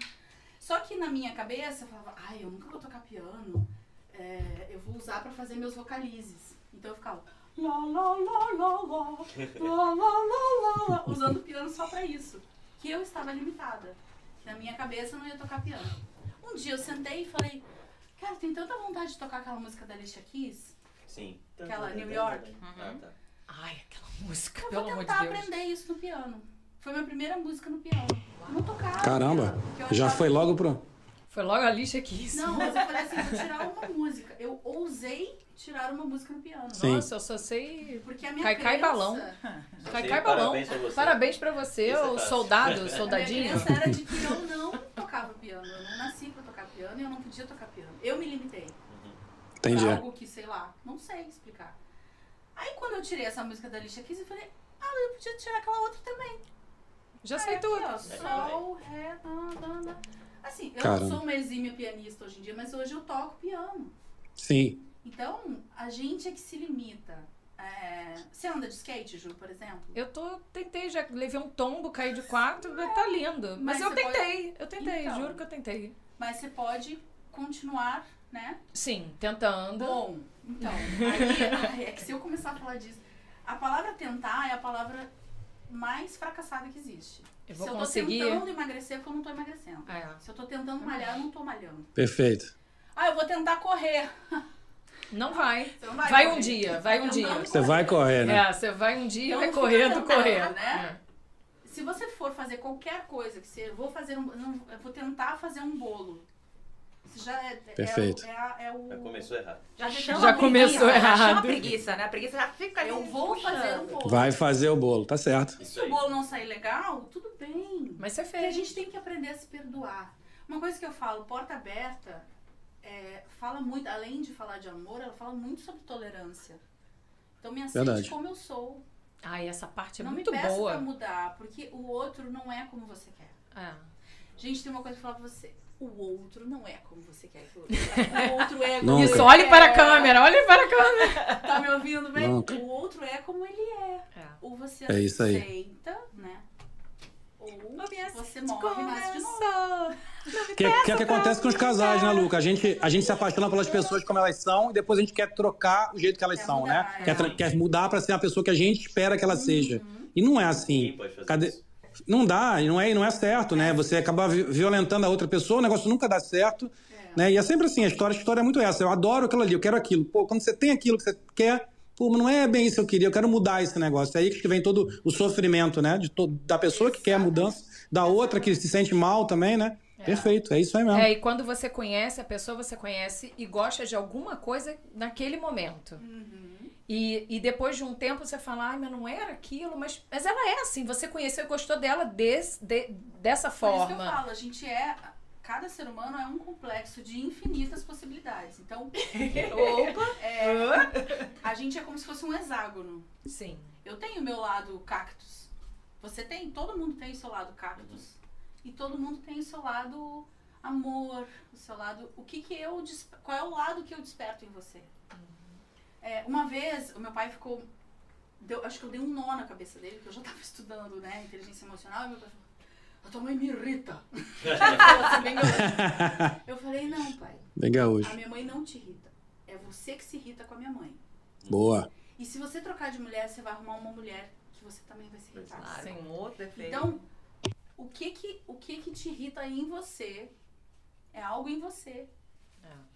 [SPEAKER 5] Só que na minha cabeça eu falava, ai, eu nunca vou tocar piano. É, eu vou usar pra fazer meus vocalizes. Então eu ficava lá, lá, lá, lá, lá, lá, lá, lá, lá, lá, usando o piano só pra isso. Que eu estava limitada. Que na minha cabeça eu não ia tocar piano. Um dia eu sentei e falei, cara, tem tanta vontade de tocar aquela música da Alicia Keys.
[SPEAKER 1] Sim.
[SPEAKER 5] Aquela New York.
[SPEAKER 1] Ah, tá.
[SPEAKER 2] Ai, aquela música,
[SPEAKER 5] Eu
[SPEAKER 2] pelo
[SPEAKER 5] vou
[SPEAKER 2] amor de
[SPEAKER 5] tentar
[SPEAKER 2] Deus.
[SPEAKER 5] aprender isso no piano. Foi minha primeira música no piano. Não tocava.
[SPEAKER 3] Caramba,
[SPEAKER 5] piano, porque eu
[SPEAKER 3] já
[SPEAKER 5] achava-
[SPEAKER 3] foi logo pro.
[SPEAKER 2] Foi logo a lixa aqui.
[SPEAKER 5] Não, mas eu falei assim, vou tirar uma música. Eu ousei tirar uma música no piano.
[SPEAKER 3] Sim.
[SPEAKER 2] Nossa, eu só sei.
[SPEAKER 5] Porque a minha
[SPEAKER 2] Cai,
[SPEAKER 5] crença...
[SPEAKER 2] cai, balão.
[SPEAKER 1] Só
[SPEAKER 2] Cai,
[SPEAKER 1] sei,
[SPEAKER 2] cai, balão.
[SPEAKER 1] Parabéns pra você.
[SPEAKER 2] Parabéns pra você,
[SPEAKER 1] Isso é
[SPEAKER 2] ô
[SPEAKER 1] fácil.
[SPEAKER 2] soldado,
[SPEAKER 5] A minha
[SPEAKER 2] soldadinho.
[SPEAKER 5] crença era de que eu não tocava piano. Eu não nasci pra tocar piano e eu não podia tocar piano. Eu me limitei.
[SPEAKER 3] Entendi.
[SPEAKER 5] Pra algo que, sei lá, não sei explicar. Aí quando eu tirei essa música da lista aqui, eu falei, ah, eu podia tirar aquela outra também.
[SPEAKER 2] Já
[SPEAKER 5] Aí
[SPEAKER 2] sei
[SPEAKER 5] É, aqui,
[SPEAKER 2] É tudo.
[SPEAKER 5] ó, Sol, ré, dan, dan, dan. Assim, eu
[SPEAKER 3] Caramba.
[SPEAKER 5] não sou uma exímia pianista hoje em dia, mas hoje eu toco piano.
[SPEAKER 3] Sim.
[SPEAKER 5] Então, a gente é que se limita. É, Você anda de skate, Ju, por exemplo?
[SPEAKER 2] Eu tô, tentei, já levei um tombo, caí de quatro, mas tá lindo. Mas,
[SPEAKER 5] Mas
[SPEAKER 2] eu
[SPEAKER 5] você
[SPEAKER 2] tentei, eu tentei,
[SPEAKER 5] Então.
[SPEAKER 2] juro que eu tentei.
[SPEAKER 5] Mas você pode continuar, né?
[SPEAKER 2] Sim, tentando.
[SPEAKER 5] Bom, então, aí, ai, é que se eu começar a falar disso, a palavra tentar é a palavra mais fracassada que existe.
[SPEAKER 2] eu vou
[SPEAKER 5] se eu
[SPEAKER 2] conseguir.
[SPEAKER 5] tô tentando emagrecer, é porque eu não tô emagrecendo.
[SPEAKER 2] Ah,
[SPEAKER 5] Se eu tô tentando malhar, eu não tô malhando.
[SPEAKER 3] Perfeito.
[SPEAKER 5] Ah, eu vou tentar correr.
[SPEAKER 2] não vai.
[SPEAKER 5] Você não
[SPEAKER 2] Vai um
[SPEAKER 5] correr.
[SPEAKER 2] dia, vai um dia.
[SPEAKER 3] Você vai correr, né?
[SPEAKER 2] É, você vai um dia,
[SPEAKER 5] Então,
[SPEAKER 2] vai
[SPEAKER 5] fica
[SPEAKER 2] correndo,
[SPEAKER 5] tentando,
[SPEAKER 2] correndo.
[SPEAKER 5] né? Se você for fazer qualquer coisa que seja, vou fazer um, não, eu vou tentar fazer um bolo. Isso já é, é,
[SPEAKER 3] Perfeito.
[SPEAKER 5] o- é a- é o-
[SPEAKER 1] Já começou errado.
[SPEAKER 4] Já, chama
[SPEAKER 2] Já
[SPEAKER 4] a preguiça,
[SPEAKER 2] começou
[SPEAKER 4] Já chama a
[SPEAKER 2] errado.
[SPEAKER 4] preguiça, né? A preguiça já fica ali.
[SPEAKER 5] eu vou fazer um
[SPEAKER 4] puxando.
[SPEAKER 5] bolo.
[SPEAKER 3] Vai fazer o bolo, tá certo.
[SPEAKER 5] Se
[SPEAKER 1] Isso
[SPEAKER 5] o
[SPEAKER 1] aí.
[SPEAKER 5] bolo não sair legal, tudo bem.
[SPEAKER 2] Mas você
[SPEAKER 5] Porque a
[SPEAKER 2] fez.
[SPEAKER 5] gente tem que aprender a se perdoar. Uma coisa que eu falo, porta aberta, é, fala muito, além de falar de amor, ela fala muito sobre tolerância. Então me aceite
[SPEAKER 3] Verdade.
[SPEAKER 5] como eu sou.
[SPEAKER 2] Ai, essa parte é
[SPEAKER 5] não
[SPEAKER 2] muito
[SPEAKER 5] me peça pra
[SPEAKER 2] boa.
[SPEAKER 5] mudar, porque o outro não é como você quer.
[SPEAKER 2] É.
[SPEAKER 5] Gente, tem uma coisa pra falar pra você. O outro não é como você quer que o outro é. O outro é como
[SPEAKER 3] Nunca.
[SPEAKER 2] Isso,
[SPEAKER 5] você
[SPEAKER 2] olhe
[SPEAKER 5] é.
[SPEAKER 2] para a câmera, olhe para a câmera.
[SPEAKER 5] Tá me ouvindo bem?
[SPEAKER 3] Nunca.
[SPEAKER 5] O outro é como ele é.
[SPEAKER 2] É.
[SPEAKER 5] Ou você
[SPEAKER 3] É isso aí.
[SPEAKER 5] aceita, né? Ou você
[SPEAKER 2] De
[SPEAKER 5] morre e nasce de novo.
[SPEAKER 3] O que, que é que acontece com os casais, né, Luca? A gente, a gente se apaixona pelas pessoas como elas são e depois a gente quer trocar o jeito que elas
[SPEAKER 5] Quer
[SPEAKER 3] são,
[SPEAKER 5] mudar,
[SPEAKER 3] né?
[SPEAKER 5] é. Uhum.
[SPEAKER 3] Quer, tra- quer mudar pra ser a pessoa que a gente espera que ela seja. E não é assim.
[SPEAKER 1] Ninguém pode fazer
[SPEAKER 3] Cadê-
[SPEAKER 1] isso.
[SPEAKER 3] Não dá, e não é, e não é certo, né? Você acaba vi- violentando a outra pessoa, o negócio nunca dá certo, né? E é sempre assim, a história, a história é muito essa. Eu adoro aquilo ali, eu quero aquilo. Pô, quando você tem aquilo que você quer, pô, mas não é bem isso que eu queria, eu quero mudar esse negócio. É aí que vem todo o sofrimento, né? De to- da pessoa que quer a mudança, da outra que se sente mal também, né? Perfeito, é isso aí mesmo.
[SPEAKER 2] É, e quando você conhece a pessoa, você conhece e gosta de alguma coisa naquele momento. E, e depois de um tempo você fala, ai, mas não era aquilo, mas, mas ela é assim, você conheceu e gostou dela des, de- dessa
[SPEAKER 5] Por isso que eu
[SPEAKER 2] forma.
[SPEAKER 5] falo, a gente é. Cada ser humano é um complexo de infinitas possibilidades. Então, opa, é, a gente é como se fosse um hexágono.
[SPEAKER 2] Sim.
[SPEAKER 5] Eu tenho o meu lado cactus. Você tem, todo mundo tem o seu lado cactus. E todo mundo tem o seu lado amor, o seu lado, o que que eu, des- qual é o lado que eu desperto em você? É, uma vez, o meu pai ficou, deu- acho que eu dei um nó na cabeça dele, porque eu já tava estudando, né, inteligência emocional, e meu pai falou, a tua mãe me irrita. Ele falou assim, bem grosso. eu falei, não, pai,
[SPEAKER 3] Legal hoje.
[SPEAKER 5] a minha mãe não te irrita. É você que se irrita com a minha mãe.
[SPEAKER 3] Boa.
[SPEAKER 5] E se você trocar de mulher, você vai arrumar uma mulher que você também vai se irritar.
[SPEAKER 4] Claro,
[SPEAKER 2] Sim.
[SPEAKER 4] com Tá outro defeito.
[SPEAKER 5] Então, o que que, o que que te irrita em você é algo em você.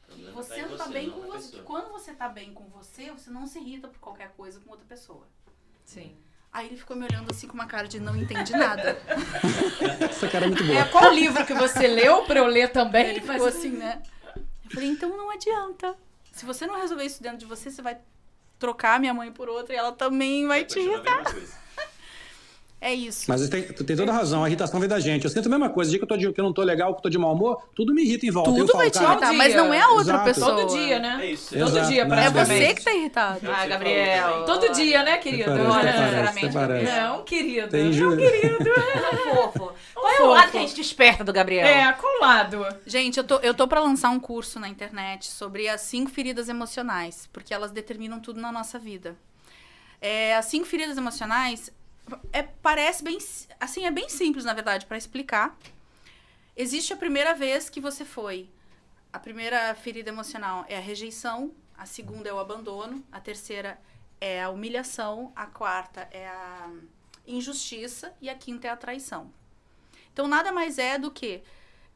[SPEAKER 1] O problema
[SPEAKER 5] Você
[SPEAKER 1] em
[SPEAKER 5] não tá bem
[SPEAKER 1] não
[SPEAKER 5] com
[SPEAKER 1] na
[SPEAKER 5] você.
[SPEAKER 1] pessoa.
[SPEAKER 5] Que quando você tá bem com você, você não se irrita por qualquer coisa com outra pessoa.
[SPEAKER 2] Sim.
[SPEAKER 5] Aí ele ficou me olhando assim com uma cara de não entendi nada.
[SPEAKER 3] Essa cara é muito
[SPEAKER 2] É,
[SPEAKER 3] boa.
[SPEAKER 2] qual livro que você leu pra eu ler também?
[SPEAKER 5] ele ficou assim, né? Eu falei, então não adianta. Se você não resolver isso dentro de você, você vai trocar minha mãe por outra e ela também vai te
[SPEAKER 1] Continua a
[SPEAKER 5] irritar.
[SPEAKER 1] mesma coisa.
[SPEAKER 5] É isso.
[SPEAKER 3] Mas tem, tu tem toda a razão, a irritação vem da gente. Eu sinto a mesma coisa, o dia que eu, tô de- que eu não tô legal, que eu tô de mau humor, tudo me irrita em volta. eu
[SPEAKER 5] Tudo
[SPEAKER 3] falo,
[SPEAKER 5] vai te
[SPEAKER 3] cara,
[SPEAKER 2] irritar.
[SPEAKER 5] irritar, mas não é a outra
[SPEAKER 3] Exato.
[SPEAKER 5] pessoa.
[SPEAKER 2] Todo dia, né?
[SPEAKER 1] É isso.
[SPEAKER 3] Todo Exato,
[SPEAKER 2] dia,
[SPEAKER 3] né?
[SPEAKER 5] É
[SPEAKER 2] praticamente.
[SPEAKER 5] você que tá irritado.
[SPEAKER 1] É o que
[SPEAKER 7] Ah,
[SPEAKER 1] você
[SPEAKER 7] Gabriel.
[SPEAKER 1] falou também.
[SPEAKER 2] Todo dia, né, querido?
[SPEAKER 3] Separado,
[SPEAKER 2] Olha,
[SPEAKER 3] separado,
[SPEAKER 2] sinceramente,
[SPEAKER 3] separado.
[SPEAKER 2] Não, querido.
[SPEAKER 3] Tem ju-
[SPEAKER 2] não, querido.
[SPEAKER 4] tá fofo. Qual é o lado que
[SPEAKER 7] fofo.
[SPEAKER 4] a gente desperta do Gabriel.
[SPEAKER 2] É, colado.
[SPEAKER 5] Gente, eu tô, eu tô pra lançar um curso na internet sobre as cinco feridas emocionais, porque elas determinam tudo na nossa vida. É, as cinco feridas emocionais é, parece bem. si- Assim, é bem simples, na verdade, pra explicar. Existe a primeira vez que você foi. A primeira ferida emocional é a rejeição, a segunda é o abandono, a terceira é a humilhação, a quarta é a injustiça e a quinta é a traição. Então, nada mais é do que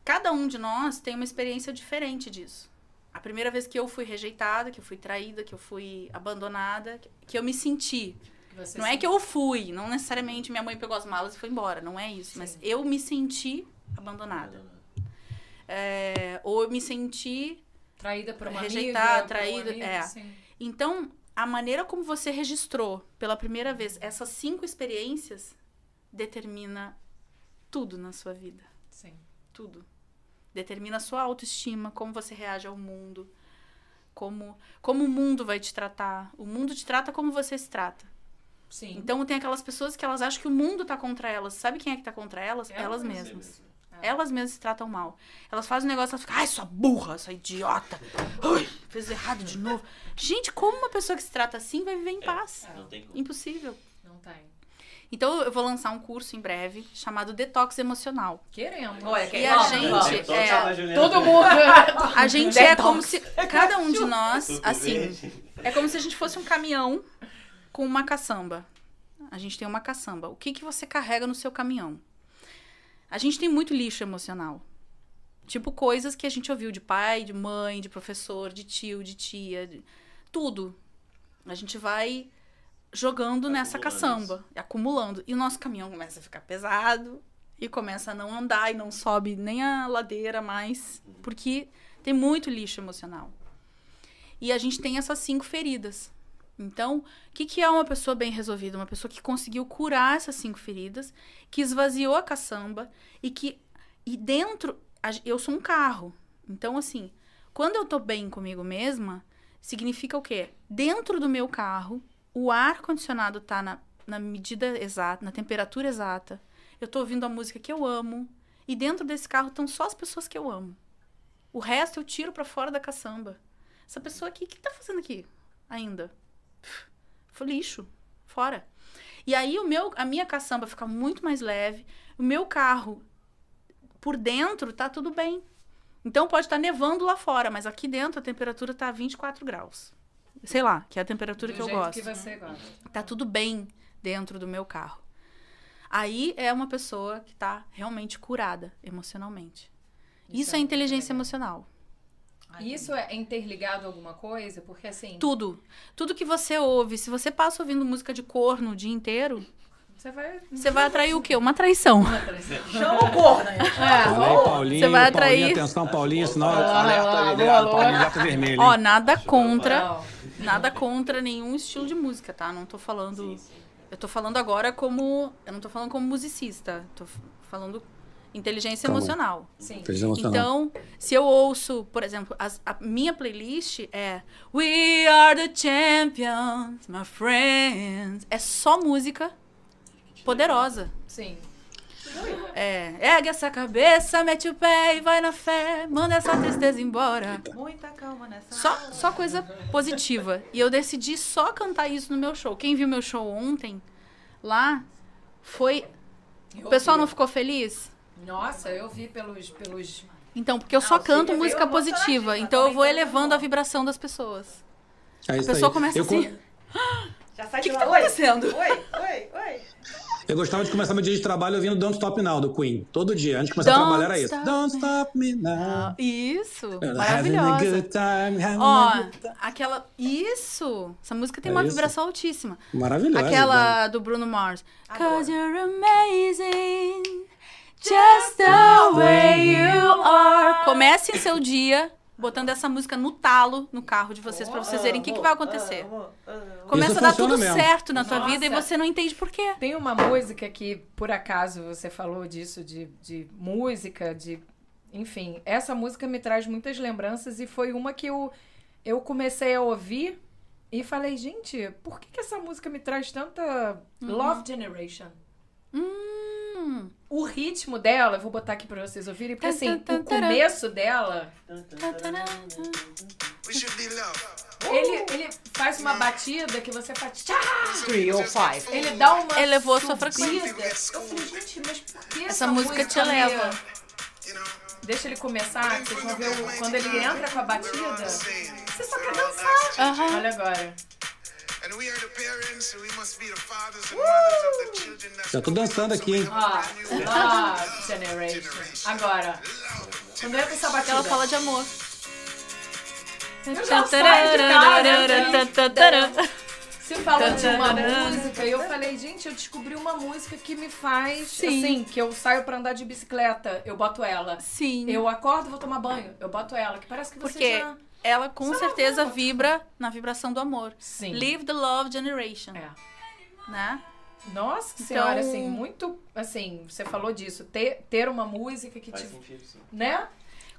[SPEAKER 5] cada um de nós tem uma experiência diferente disso. A primeira vez que eu fui rejeitada, que eu fui traída, que eu fui abandonada, que- que eu me senti.
[SPEAKER 2] Você
[SPEAKER 5] Não é que eu fui, não necessariamente minha mãe pegou as malas e foi embora, não é isso. Mas eu me senti abandonada. É, ou eu me senti
[SPEAKER 2] Traída por uma
[SPEAKER 5] Rejeitar,
[SPEAKER 2] amiga, por um
[SPEAKER 5] traído,
[SPEAKER 2] amigo,
[SPEAKER 5] é.
[SPEAKER 2] assim.
[SPEAKER 5] Então, a maneira como você registrou pela primeira vez essas cinco experiências determina tudo na sua vida.
[SPEAKER 2] Sim.
[SPEAKER 5] Tudo. Determina a sua autoestima, como você reage ao mundo, como, como o mundo vai te tratar. O mundo te trata como você se trata.
[SPEAKER 2] Sim.
[SPEAKER 5] Então, tem aquelas pessoas que elas acham que o mundo tá contra elas. Sabe quem é que tá contra elas?
[SPEAKER 2] Elas
[SPEAKER 5] Elas
[SPEAKER 2] mesmas.
[SPEAKER 5] mesmas. Elas mesmas se tratam mal. Elas fazem um negócio, elas ficam, ai, sua burra, sua idiota. Ai, fez errado de novo. Gente, como uma pessoa que se trata assim vai viver em paz?
[SPEAKER 1] Não tem como.
[SPEAKER 5] Impossível.
[SPEAKER 2] Não tem.
[SPEAKER 5] Então eu vou lançar um curso em breve chamado Detox Emocional.
[SPEAKER 2] Queremos.
[SPEAKER 4] Olha,
[SPEAKER 5] E
[SPEAKER 4] quem-
[SPEAKER 5] a
[SPEAKER 4] Vamos,
[SPEAKER 5] gente
[SPEAKER 4] vamos.
[SPEAKER 1] Toca
[SPEAKER 5] é,
[SPEAKER 1] lá, Juliana.
[SPEAKER 2] Então, Todo mundo.
[SPEAKER 5] a gente é
[SPEAKER 4] Detox.
[SPEAKER 5] como se cada um de nós,
[SPEAKER 1] Tudo
[SPEAKER 5] assim,
[SPEAKER 1] bem?
[SPEAKER 5] é como se a gente fosse um caminhão com uma caçamba. A gente tem uma caçamba. O que que você carrega no seu caminhão? A gente tem muito lixo emocional. Tipo coisas que a gente ouviu de pai, de mãe, de professor, de tio, de tia, de- tudo. A gente vai jogando nessa
[SPEAKER 1] Acumulando
[SPEAKER 5] caçamba, acumulando. E o nosso caminhão começa a ficar pesado e começa a não andar e não sobe nem a ladeira mais, porque tem muito lixo emocional. E a gente tem essas cinco feridas. Então, o que, que é uma pessoa bem resolvida? Uma pessoa que conseguiu curar essas cinco feridas, que esvaziou a caçamba e que. E dentro. a gen- Eu sou um carro. Então, assim, quando eu tô bem comigo mesma, significa o quê? Dentro do meu carro, o ar-condicionado tá na, na medida exata, na temperatura exata. Eu tô ouvindo a música que eu amo. E dentro desse carro estão só as pessoas que eu amo. O resto eu tiro pra fora da caçamba. Essa pessoa aqui, o que tá fazendo aqui ainda? Foi lixo. Fora. E aí o meu, a minha caçamba fica muito mais leve. O meu carro, por dentro, tá tudo bem. Então pode estar nevando lá fora, mas aqui dentro a temperatura tá 24 graus. Sei lá, que é a temperatura
[SPEAKER 2] Do
[SPEAKER 5] que eu
[SPEAKER 2] jeito
[SPEAKER 5] gosto
[SPEAKER 2] que você gosta.
[SPEAKER 5] tá tudo bem dentro do meu carro. Aí é uma pessoa que tá realmente curada emocionalmente. Isso, é,
[SPEAKER 2] muito
[SPEAKER 5] inteligência
[SPEAKER 2] legal.
[SPEAKER 5] emocional.
[SPEAKER 2] Isso é interligado a alguma coisa? Porque assim,
[SPEAKER 5] Tudo. Tudo que você ouve, se você passa ouvindo música de corno o dia inteiro,
[SPEAKER 2] você vai.
[SPEAKER 5] você vai atrair o quê? Uma traição.
[SPEAKER 4] Chama o corno.
[SPEAKER 5] É,
[SPEAKER 3] Olha aí, Paulinho,
[SPEAKER 5] tá Você vai
[SPEAKER 3] Paulinho,
[SPEAKER 5] atrair.
[SPEAKER 3] atenção, Paulinho, senão
[SPEAKER 2] Alô, alô,
[SPEAKER 3] alerta,
[SPEAKER 2] alô,
[SPEAKER 3] liderado,
[SPEAKER 2] alô.
[SPEAKER 3] Paulinho, alerta vermelho.
[SPEAKER 5] Ó,
[SPEAKER 3] hein?
[SPEAKER 5] nada
[SPEAKER 1] Deixa eu
[SPEAKER 5] contra,
[SPEAKER 2] Não.
[SPEAKER 5] nada contra nenhum estilo de música, tá? Não tô falando
[SPEAKER 1] Sim, sim.
[SPEAKER 5] Eu tô falando agora como, eu não tô falando como musicista, tô f- falando inteligência
[SPEAKER 3] Tá bom.
[SPEAKER 5] emocional.
[SPEAKER 2] Sim.
[SPEAKER 3] Fez emocional.
[SPEAKER 5] Então, se eu ouço, por exemplo, as- a minha playlist é We Are the Champions, my friends. É só música poderosa.
[SPEAKER 2] Sim.
[SPEAKER 5] É, ergue essa cabeça, mete o pé e vai na fé, manda essa tristeza embora.
[SPEAKER 4] Muita calma nessa.
[SPEAKER 5] Só, só coisa positiva. E eu decidi só cantar isso no meu show. Quem viu meu show ontem lá foi. O pessoal não ficou feliz?
[SPEAKER 2] Nossa, eu vi pelos. pelos...
[SPEAKER 5] Então, porque eu só
[SPEAKER 4] sim,
[SPEAKER 5] canto
[SPEAKER 4] eu
[SPEAKER 5] música
[SPEAKER 4] vi, eu vou
[SPEAKER 5] positiva,
[SPEAKER 4] falar,
[SPEAKER 5] então eu
[SPEAKER 4] também
[SPEAKER 5] vou
[SPEAKER 4] tô
[SPEAKER 5] elevando
[SPEAKER 4] muito
[SPEAKER 5] a vibração das pessoas.
[SPEAKER 3] É
[SPEAKER 5] A
[SPEAKER 3] isso
[SPEAKER 5] pessoa
[SPEAKER 3] aí.
[SPEAKER 5] começa
[SPEAKER 3] eu, co-
[SPEAKER 5] assim,
[SPEAKER 4] Já sai
[SPEAKER 5] o que
[SPEAKER 4] de
[SPEAKER 5] que
[SPEAKER 4] lá.
[SPEAKER 5] tá
[SPEAKER 4] Oi,
[SPEAKER 5] acontecendo?
[SPEAKER 4] Oi, oi, oi.
[SPEAKER 3] eu gostava de começar meu dia de trabalho ouvindo Don't Stop Now, do Queen. Todo dia, antes de começar
[SPEAKER 5] Don't
[SPEAKER 3] a trabalhar era isso.
[SPEAKER 5] Stop
[SPEAKER 3] Don't Stop Me Now.
[SPEAKER 5] Isso,
[SPEAKER 3] Having a
[SPEAKER 5] maravilhosa.
[SPEAKER 3] good time, having
[SPEAKER 5] Ó,
[SPEAKER 3] a good time.
[SPEAKER 5] aquela... Isso! Essa música tem
[SPEAKER 3] É
[SPEAKER 5] uma
[SPEAKER 3] isso. é
[SPEAKER 5] vibração altíssima.
[SPEAKER 3] Maravilhosa.
[SPEAKER 5] Aquela do Bruno Mars.
[SPEAKER 4] Adoro.
[SPEAKER 5] Cause you're amazing, just the way you are. Comecem seu dia botando essa música no talo, no carro de vocês, pra vocês verem o que, que vai acontecer.
[SPEAKER 4] Amo, amo.
[SPEAKER 5] Começa
[SPEAKER 3] Isso
[SPEAKER 5] a dar
[SPEAKER 3] funciona
[SPEAKER 5] tudo
[SPEAKER 3] mesmo.
[SPEAKER 5] certo na tua
[SPEAKER 2] Nossa.
[SPEAKER 5] vida e você não entende por quê.
[SPEAKER 2] Tem uma música que, por acaso, você falou disso, de, de música, de. Enfim, essa música me traz muitas lembranças e foi uma que eu, eu comecei a ouvir e falei,
[SPEAKER 5] Uhum.
[SPEAKER 2] gente, por que, que essa música me traz tanta Love Generation? O ritmo dela, eu vou botar aqui pra vocês ouvirem, porque
[SPEAKER 5] Hum. Tan,
[SPEAKER 2] assim,
[SPEAKER 5] tan,
[SPEAKER 2] o
[SPEAKER 5] tan, taran.
[SPEAKER 2] começo dela, ele, ele faz uma batida que você faz. Tchá!
[SPEAKER 6] Three or five.
[SPEAKER 2] Ele dá uma.
[SPEAKER 5] Elevou sua
[SPEAKER 2] subida.
[SPEAKER 5] frequência.
[SPEAKER 2] Eu falei, gente, mas por que
[SPEAKER 5] Essa música te
[SPEAKER 2] meio-
[SPEAKER 5] leva.
[SPEAKER 2] Deixa ele começar, que ah, vocês vão ver o- quando ele entra com a batida. Você só quer dançar.
[SPEAKER 5] Aham.
[SPEAKER 2] Olha agora.
[SPEAKER 3] Já tô dançando aqui, hein?
[SPEAKER 2] Ó, Love Generation. Agora. Quando entra essa batida.
[SPEAKER 5] Ela fala de amor.
[SPEAKER 2] Eu já saio de casa, Se falando de uma música, eu falei, gente, eu descobri uma música que me faz,
[SPEAKER 5] Sim.
[SPEAKER 2] assim, que eu saio pra andar de bicicleta, eu boto ela.
[SPEAKER 5] Sim.
[SPEAKER 2] Eu acordo, vou tomar banho, eu boto ela, que parece que você
[SPEAKER 5] Porque-
[SPEAKER 2] já...
[SPEAKER 5] Ela com certeza vibra na vibração do amor.
[SPEAKER 2] Sim.
[SPEAKER 5] Live the Love Generation,
[SPEAKER 2] É.
[SPEAKER 5] né?
[SPEAKER 2] Nossa
[SPEAKER 5] Então-
[SPEAKER 2] senhora, assim, muito, assim, você falou disso, ter, ter uma música que
[SPEAKER 1] Faz
[SPEAKER 2] te...
[SPEAKER 1] sentido, sim.
[SPEAKER 2] Né?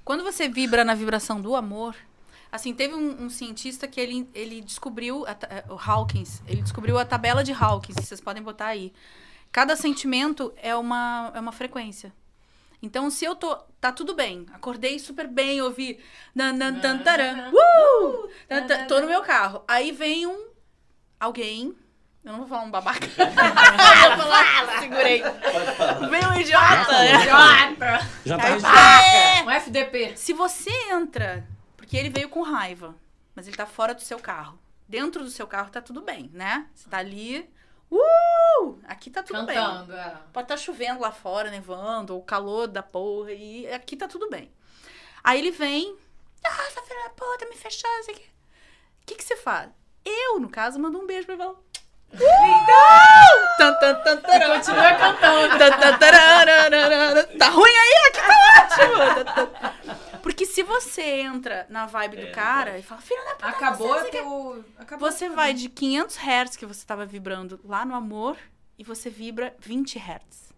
[SPEAKER 5] Quando você vibra na vibração do amor, assim, teve um, um cientista que ele, ele descobriu, a ta- eh, o Hawkins, ele descobriu a tabela de Hawkins, vocês podem botar aí. Cada sentimento é uma, é uma frequência. Então, se eu tô. Tá tudo bem, acordei super bem, ouvi. nan, nan, tan, taran, uh! Tan, tan, Tô no meu carro. Aí vem um. Alguém. Eu não vou falar um babaca. eu vou falar, segurei. Vem um idiota.
[SPEAKER 2] Idiota!
[SPEAKER 3] Já tá
[SPEAKER 5] Aí,
[SPEAKER 3] registrado.
[SPEAKER 2] Um FDP.
[SPEAKER 5] se você entra, porque ele veio com raiva, mas ele tá fora do seu carro. Dentro do seu carro tá tudo bem, né? Você tá ali. Uh! Aqui tá tudo bem.
[SPEAKER 2] cantando, é.
[SPEAKER 5] Pode estar chovendo lá fora, nevando, ou calor da porra, e aqui tá tudo bem. Aí ele vem. Ah, tá filha da puta, me fechando, isso aqui. O que que você faz? Eu, no caso, mando um beijo pra ele. e falo, Uh! Tan, tan, tan, taran.
[SPEAKER 2] Continua cantando.
[SPEAKER 5] Tá, tá, tararararara. Tá ruim aí? Aqui tá ótimo! Tá, tá. Porque se você entra na vibe
[SPEAKER 1] É,
[SPEAKER 5] do
[SPEAKER 1] não
[SPEAKER 5] cara e fala, filha da puta,
[SPEAKER 2] Acabou
[SPEAKER 5] você,
[SPEAKER 2] teu... Acabou
[SPEAKER 5] você
[SPEAKER 2] teu-
[SPEAKER 5] vai de 500 hertz que você tava vibrando lá no amor e você vibra 20 hertz.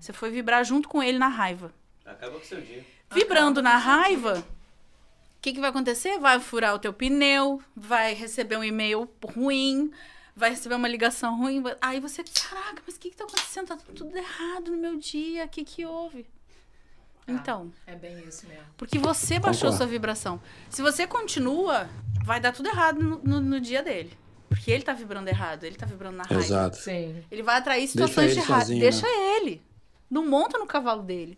[SPEAKER 5] Você foi vibrar junto com ele na raiva.
[SPEAKER 1] Acaba com o seu dia.
[SPEAKER 5] Vibrando na raiva, o que, que vai acontecer? Vai furar o teu pneu, vai receber um e-mail ruim, vai receber uma ligação ruim. vai- Aí você, caraca, mas o que, que tá acontecendo? Tá tudo errado no meu dia, o que, que houve?
[SPEAKER 2] Ah.
[SPEAKER 5] Então,
[SPEAKER 2] É bem isso mesmo.
[SPEAKER 5] porque você baixou
[SPEAKER 3] Concordo.
[SPEAKER 5] sua vibração. Se você continua, vai dar tudo errado no, no- no dia dele. Porque ele tá vibrando errado, ele tá vibrando na raiva.
[SPEAKER 3] Exato.
[SPEAKER 2] Sim.
[SPEAKER 5] Ele vai atrair
[SPEAKER 3] Deixa
[SPEAKER 5] situações
[SPEAKER 3] ele
[SPEAKER 5] de raiva.
[SPEAKER 3] sozinho, né?
[SPEAKER 5] Deixa ele. Não monta no cavalo dele.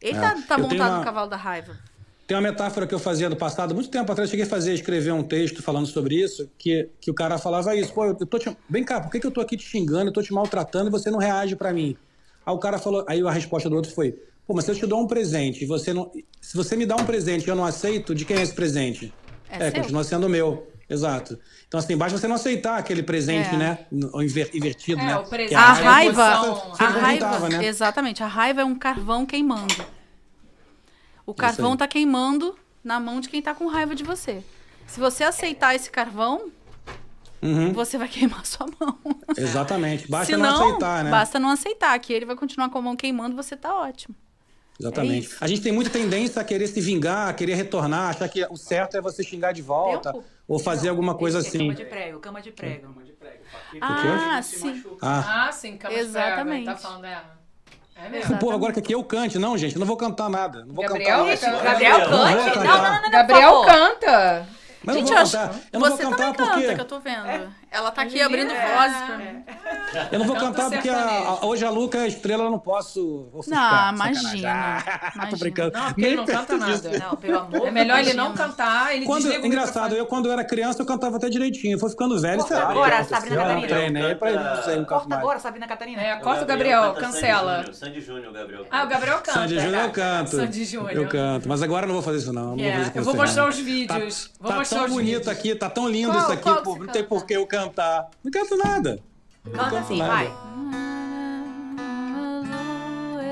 [SPEAKER 5] Ele
[SPEAKER 3] É.
[SPEAKER 5] tá, tá
[SPEAKER 3] Eu tenho
[SPEAKER 5] montado
[SPEAKER 3] uma-
[SPEAKER 5] no cavalo da raiva.
[SPEAKER 3] Tem uma metáfora que eu fazia no passado, muito tempo atrás, cheguei a fazer, escrever um texto falando sobre isso, que, que o cara falava isso, pô, eu tô te... Vem cá, por que, que eu tô aqui te xingando, eu tô te maltratando e você não reage pra mim? Aí o cara falou, aí a resposta do outro foi, pô, mas se eu te dou um presente e você não... Se você me dá um presente e eu não aceito, de quem é esse presente?
[SPEAKER 5] É seu.
[SPEAKER 3] continua sendo meu. Exato. Então, assim, basta você não aceitar aquele presente,
[SPEAKER 5] É.
[SPEAKER 3] né? Ou inver- invertido,
[SPEAKER 2] É,
[SPEAKER 3] né?
[SPEAKER 2] o presente
[SPEAKER 3] Que
[SPEAKER 5] A
[SPEAKER 2] Mas
[SPEAKER 5] raiva,
[SPEAKER 2] a emoção-
[SPEAKER 3] você
[SPEAKER 5] a
[SPEAKER 3] não
[SPEAKER 5] raiva,
[SPEAKER 3] aguentava, né?
[SPEAKER 5] exatamente, a raiva é um carvão queimando. O carvão
[SPEAKER 3] aí.
[SPEAKER 5] tá queimando na mão de quem tá com raiva de você. Se você aceitar esse carvão,
[SPEAKER 3] Uhum,
[SPEAKER 5] você vai queimar sua mão.
[SPEAKER 3] Exatamente. Basta
[SPEAKER 5] Se
[SPEAKER 3] não aceitar, né?
[SPEAKER 5] Basta não aceitar, que ele vai continuar com a mão queimando, você tá ótimo. É
[SPEAKER 3] Exatamente.
[SPEAKER 5] isso.
[SPEAKER 3] a gente tem muita tendência a querer se vingar, a querer retornar, achar que o certo é você xingar de volta
[SPEAKER 5] Deu?
[SPEAKER 3] ou fazer alguma coisa
[SPEAKER 4] Esse é Cama
[SPEAKER 3] assim.
[SPEAKER 4] de prego, cama de prego.
[SPEAKER 5] Ah, sim.
[SPEAKER 3] Ah,
[SPEAKER 2] Ah, sim, Camas
[SPEAKER 5] Exatamente.
[SPEAKER 2] Tá falando dela. É
[SPEAKER 3] o
[SPEAKER 2] mesmo.
[SPEAKER 5] Exato.
[SPEAKER 3] povo agora quer que eu cante. Não, gente, eu não vou cantar nada. Não vou
[SPEAKER 2] Gabriel,
[SPEAKER 3] cantar. um
[SPEAKER 2] Gabriel,
[SPEAKER 4] Gabriel
[SPEAKER 3] Não vou
[SPEAKER 4] Cante? Não,
[SPEAKER 3] cantar.
[SPEAKER 4] não, não, não, não,
[SPEAKER 2] Gabriel
[SPEAKER 4] por favor.
[SPEAKER 2] canta.
[SPEAKER 3] Mas eu não
[SPEAKER 5] Gente,
[SPEAKER 3] vou
[SPEAKER 5] eu acho-
[SPEAKER 3] cantar. Eu não vou
[SPEAKER 5] você também
[SPEAKER 3] cantar
[SPEAKER 5] canta,
[SPEAKER 3] porque.
[SPEAKER 5] que eu tô vendo.
[SPEAKER 4] É.
[SPEAKER 5] Ela tá aqui
[SPEAKER 2] Menina,
[SPEAKER 5] abrindo
[SPEAKER 2] é.
[SPEAKER 5] vozes pra mim.
[SPEAKER 3] Eu não vou
[SPEAKER 2] Canta
[SPEAKER 3] cantar porque a-
[SPEAKER 2] sertanejo.
[SPEAKER 3] a- hoje a Luca é estrela, eu não posso.
[SPEAKER 5] Não,
[SPEAKER 3] ofuscar, tá sacanagem. Ah. Tô
[SPEAKER 5] imagina. imagina.
[SPEAKER 3] brincando.
[SPEAKER 2] Não, porque ele não canta nada.
[SPEAKER 4] Não, pelo amor
[SPEAKER 2] É melhor ele
[SPEAKER 4] de Deus.
[SPEAKER 2] não cantar, ele
[SPEAKER 3] Quando,
[SPEAKER 2] desliga o
[SPEAKER 3] engraçado,
[SPEAKER 2] microfone.
[SPEAKER 3] eu quando eu era criança eu cantava até direitinho. Eu fui ficando velho, sei lá. o que
[SPEAKER 4] agora,
[SPEAKER 3] aconteceu,
[SPEAKER 4] Sabrina
[SPEAKER 3] eu
[SPEAKER 4] Catarina.
[SPEAKER 3] treinei pra isso, não sei, não canto
[SPEAKER 4] Corta
[SPEAKER 3] mais.
[SPEAKER 4] agora, Sabrina Catarina.
[SPEAKER 2] É, corta o
[SPEAKER 1] Gabriel
[SPEAKER 2] Gabriel,
[SPEAKER 1] canta
[SPEAKER 2] cancela.
[SPEAKER 1] Sandy Júnior, Sandy Júnior, Gabriel.
[SPEAKER 2] Ah, o Gabriel canta.
[SPEAKER 3] Sandy Júnior eu
[SPEAKER 2] Tá.
[SPEAKER 3] canto.
[SPEAKER 2] Sandy Júnior.
[SPEAKER 3] Eu canto. Mas agora eu não vou fazer isso, não. Eu não vou fazer
[SPEAKER 2] É,
[SPEAKER 3] isso com
[SPEAKER 2] Eu vou
[SPEAKER 3] você,
[SPEAKER 2] mostrar
[SPEAKER 3] não.
[SPEAKER 2] os vídeos. Vou
[SPEAKER 3] Tá
[SPEAKER 2] mostrar
[SPEAKER 3] tão
[SPEAKER 2] os
[SPEAKER 3] bonito
[SPEAKER 2] vídeos.
[SPEAKER 3] aqui, tá tão lindo
[SPEAKER 5] Qual-
[SPEAKER 3] isso aqui,
[SPEAKER 5] qual que
[SPEAKER 3] pô.
[SPEAKER 5] você
[SPEAKER 3] Não tem
[SPEAKER 5] canta?
[SPEAKER 3] por que eu cantar. Não canto nada.
[SPEAKER 4] Canta assim,
[SPEAKER 3] nada.
[SPEAKER 4] vai.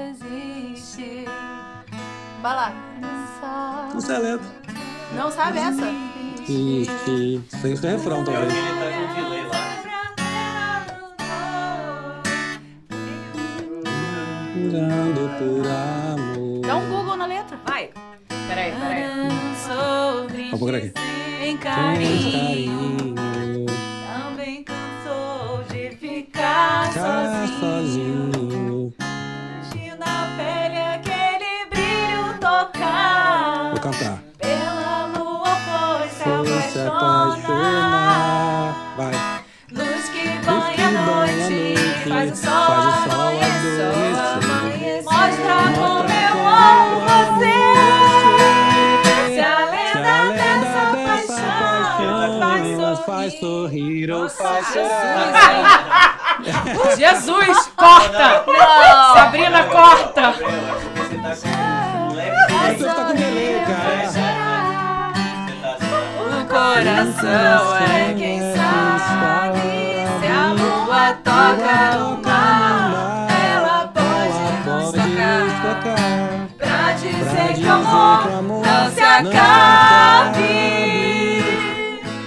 [SPEAKER 5] existe. Vai lá.
[SPEAKER 3] Não sei a letra.
[SPEAKER 5] Não sabe essa?
[SPEAKER 3] Ixi, Isso aí é refrão,
[SPEAKER 1] É o
[SPEAKER 3] talvez.
[SPEAKER 1] que ele tá com delay lá.
[SPEAKER 3] Curando por amor.
[SPEAKER 5] Dá um Google na letra.
[SPEAKER 4] Vai.
[SPEAKER 2] Peraí, peraí.
[SPEAKER 5] Sobre
[SPEAKER 3] Vou por aqui.
[SPEAKER 5] em
[SPEAKER 3] Tem
[SPEAKER 5] carinho.
[SPEAKER 3] carinho.
[SPEAKER 4] Também cansou de ficar
[SPEAKER 3] Tá sozinho.
[SPEAKER 2] Tá
[SPEAKER 3] vai sorrir ou
[SPEAKER 2] Nossa,
[SPEAKER 3] vai chorar.
[SPEAKER 2] Jesus, hein? Jesus, corta! Sabrina, corta!
[SPEAKER 1] Gabriela, Você tá com um leve
[SPEAKER 5] é
[SPEAKER 3] Você tá com delay,
[SPEAKER 1] Você
[SPEAKER 3] cara.
[SPEAKER 1] tá assim,
[SPEAKER 5] O coração é quem sabe se a lua toca no mar. Ela pode nos tocar
[SPEAKER 3] tocar.
[SPEAKER 5] pra
[SPEAKER 3] Pra
[SPEAKER 5] dizer
[SPEAKER 3] dizer
[SPEAKER 5] que o amor
[SPEAKER 3] que o amor
[SPEAKER 5] não se acabe.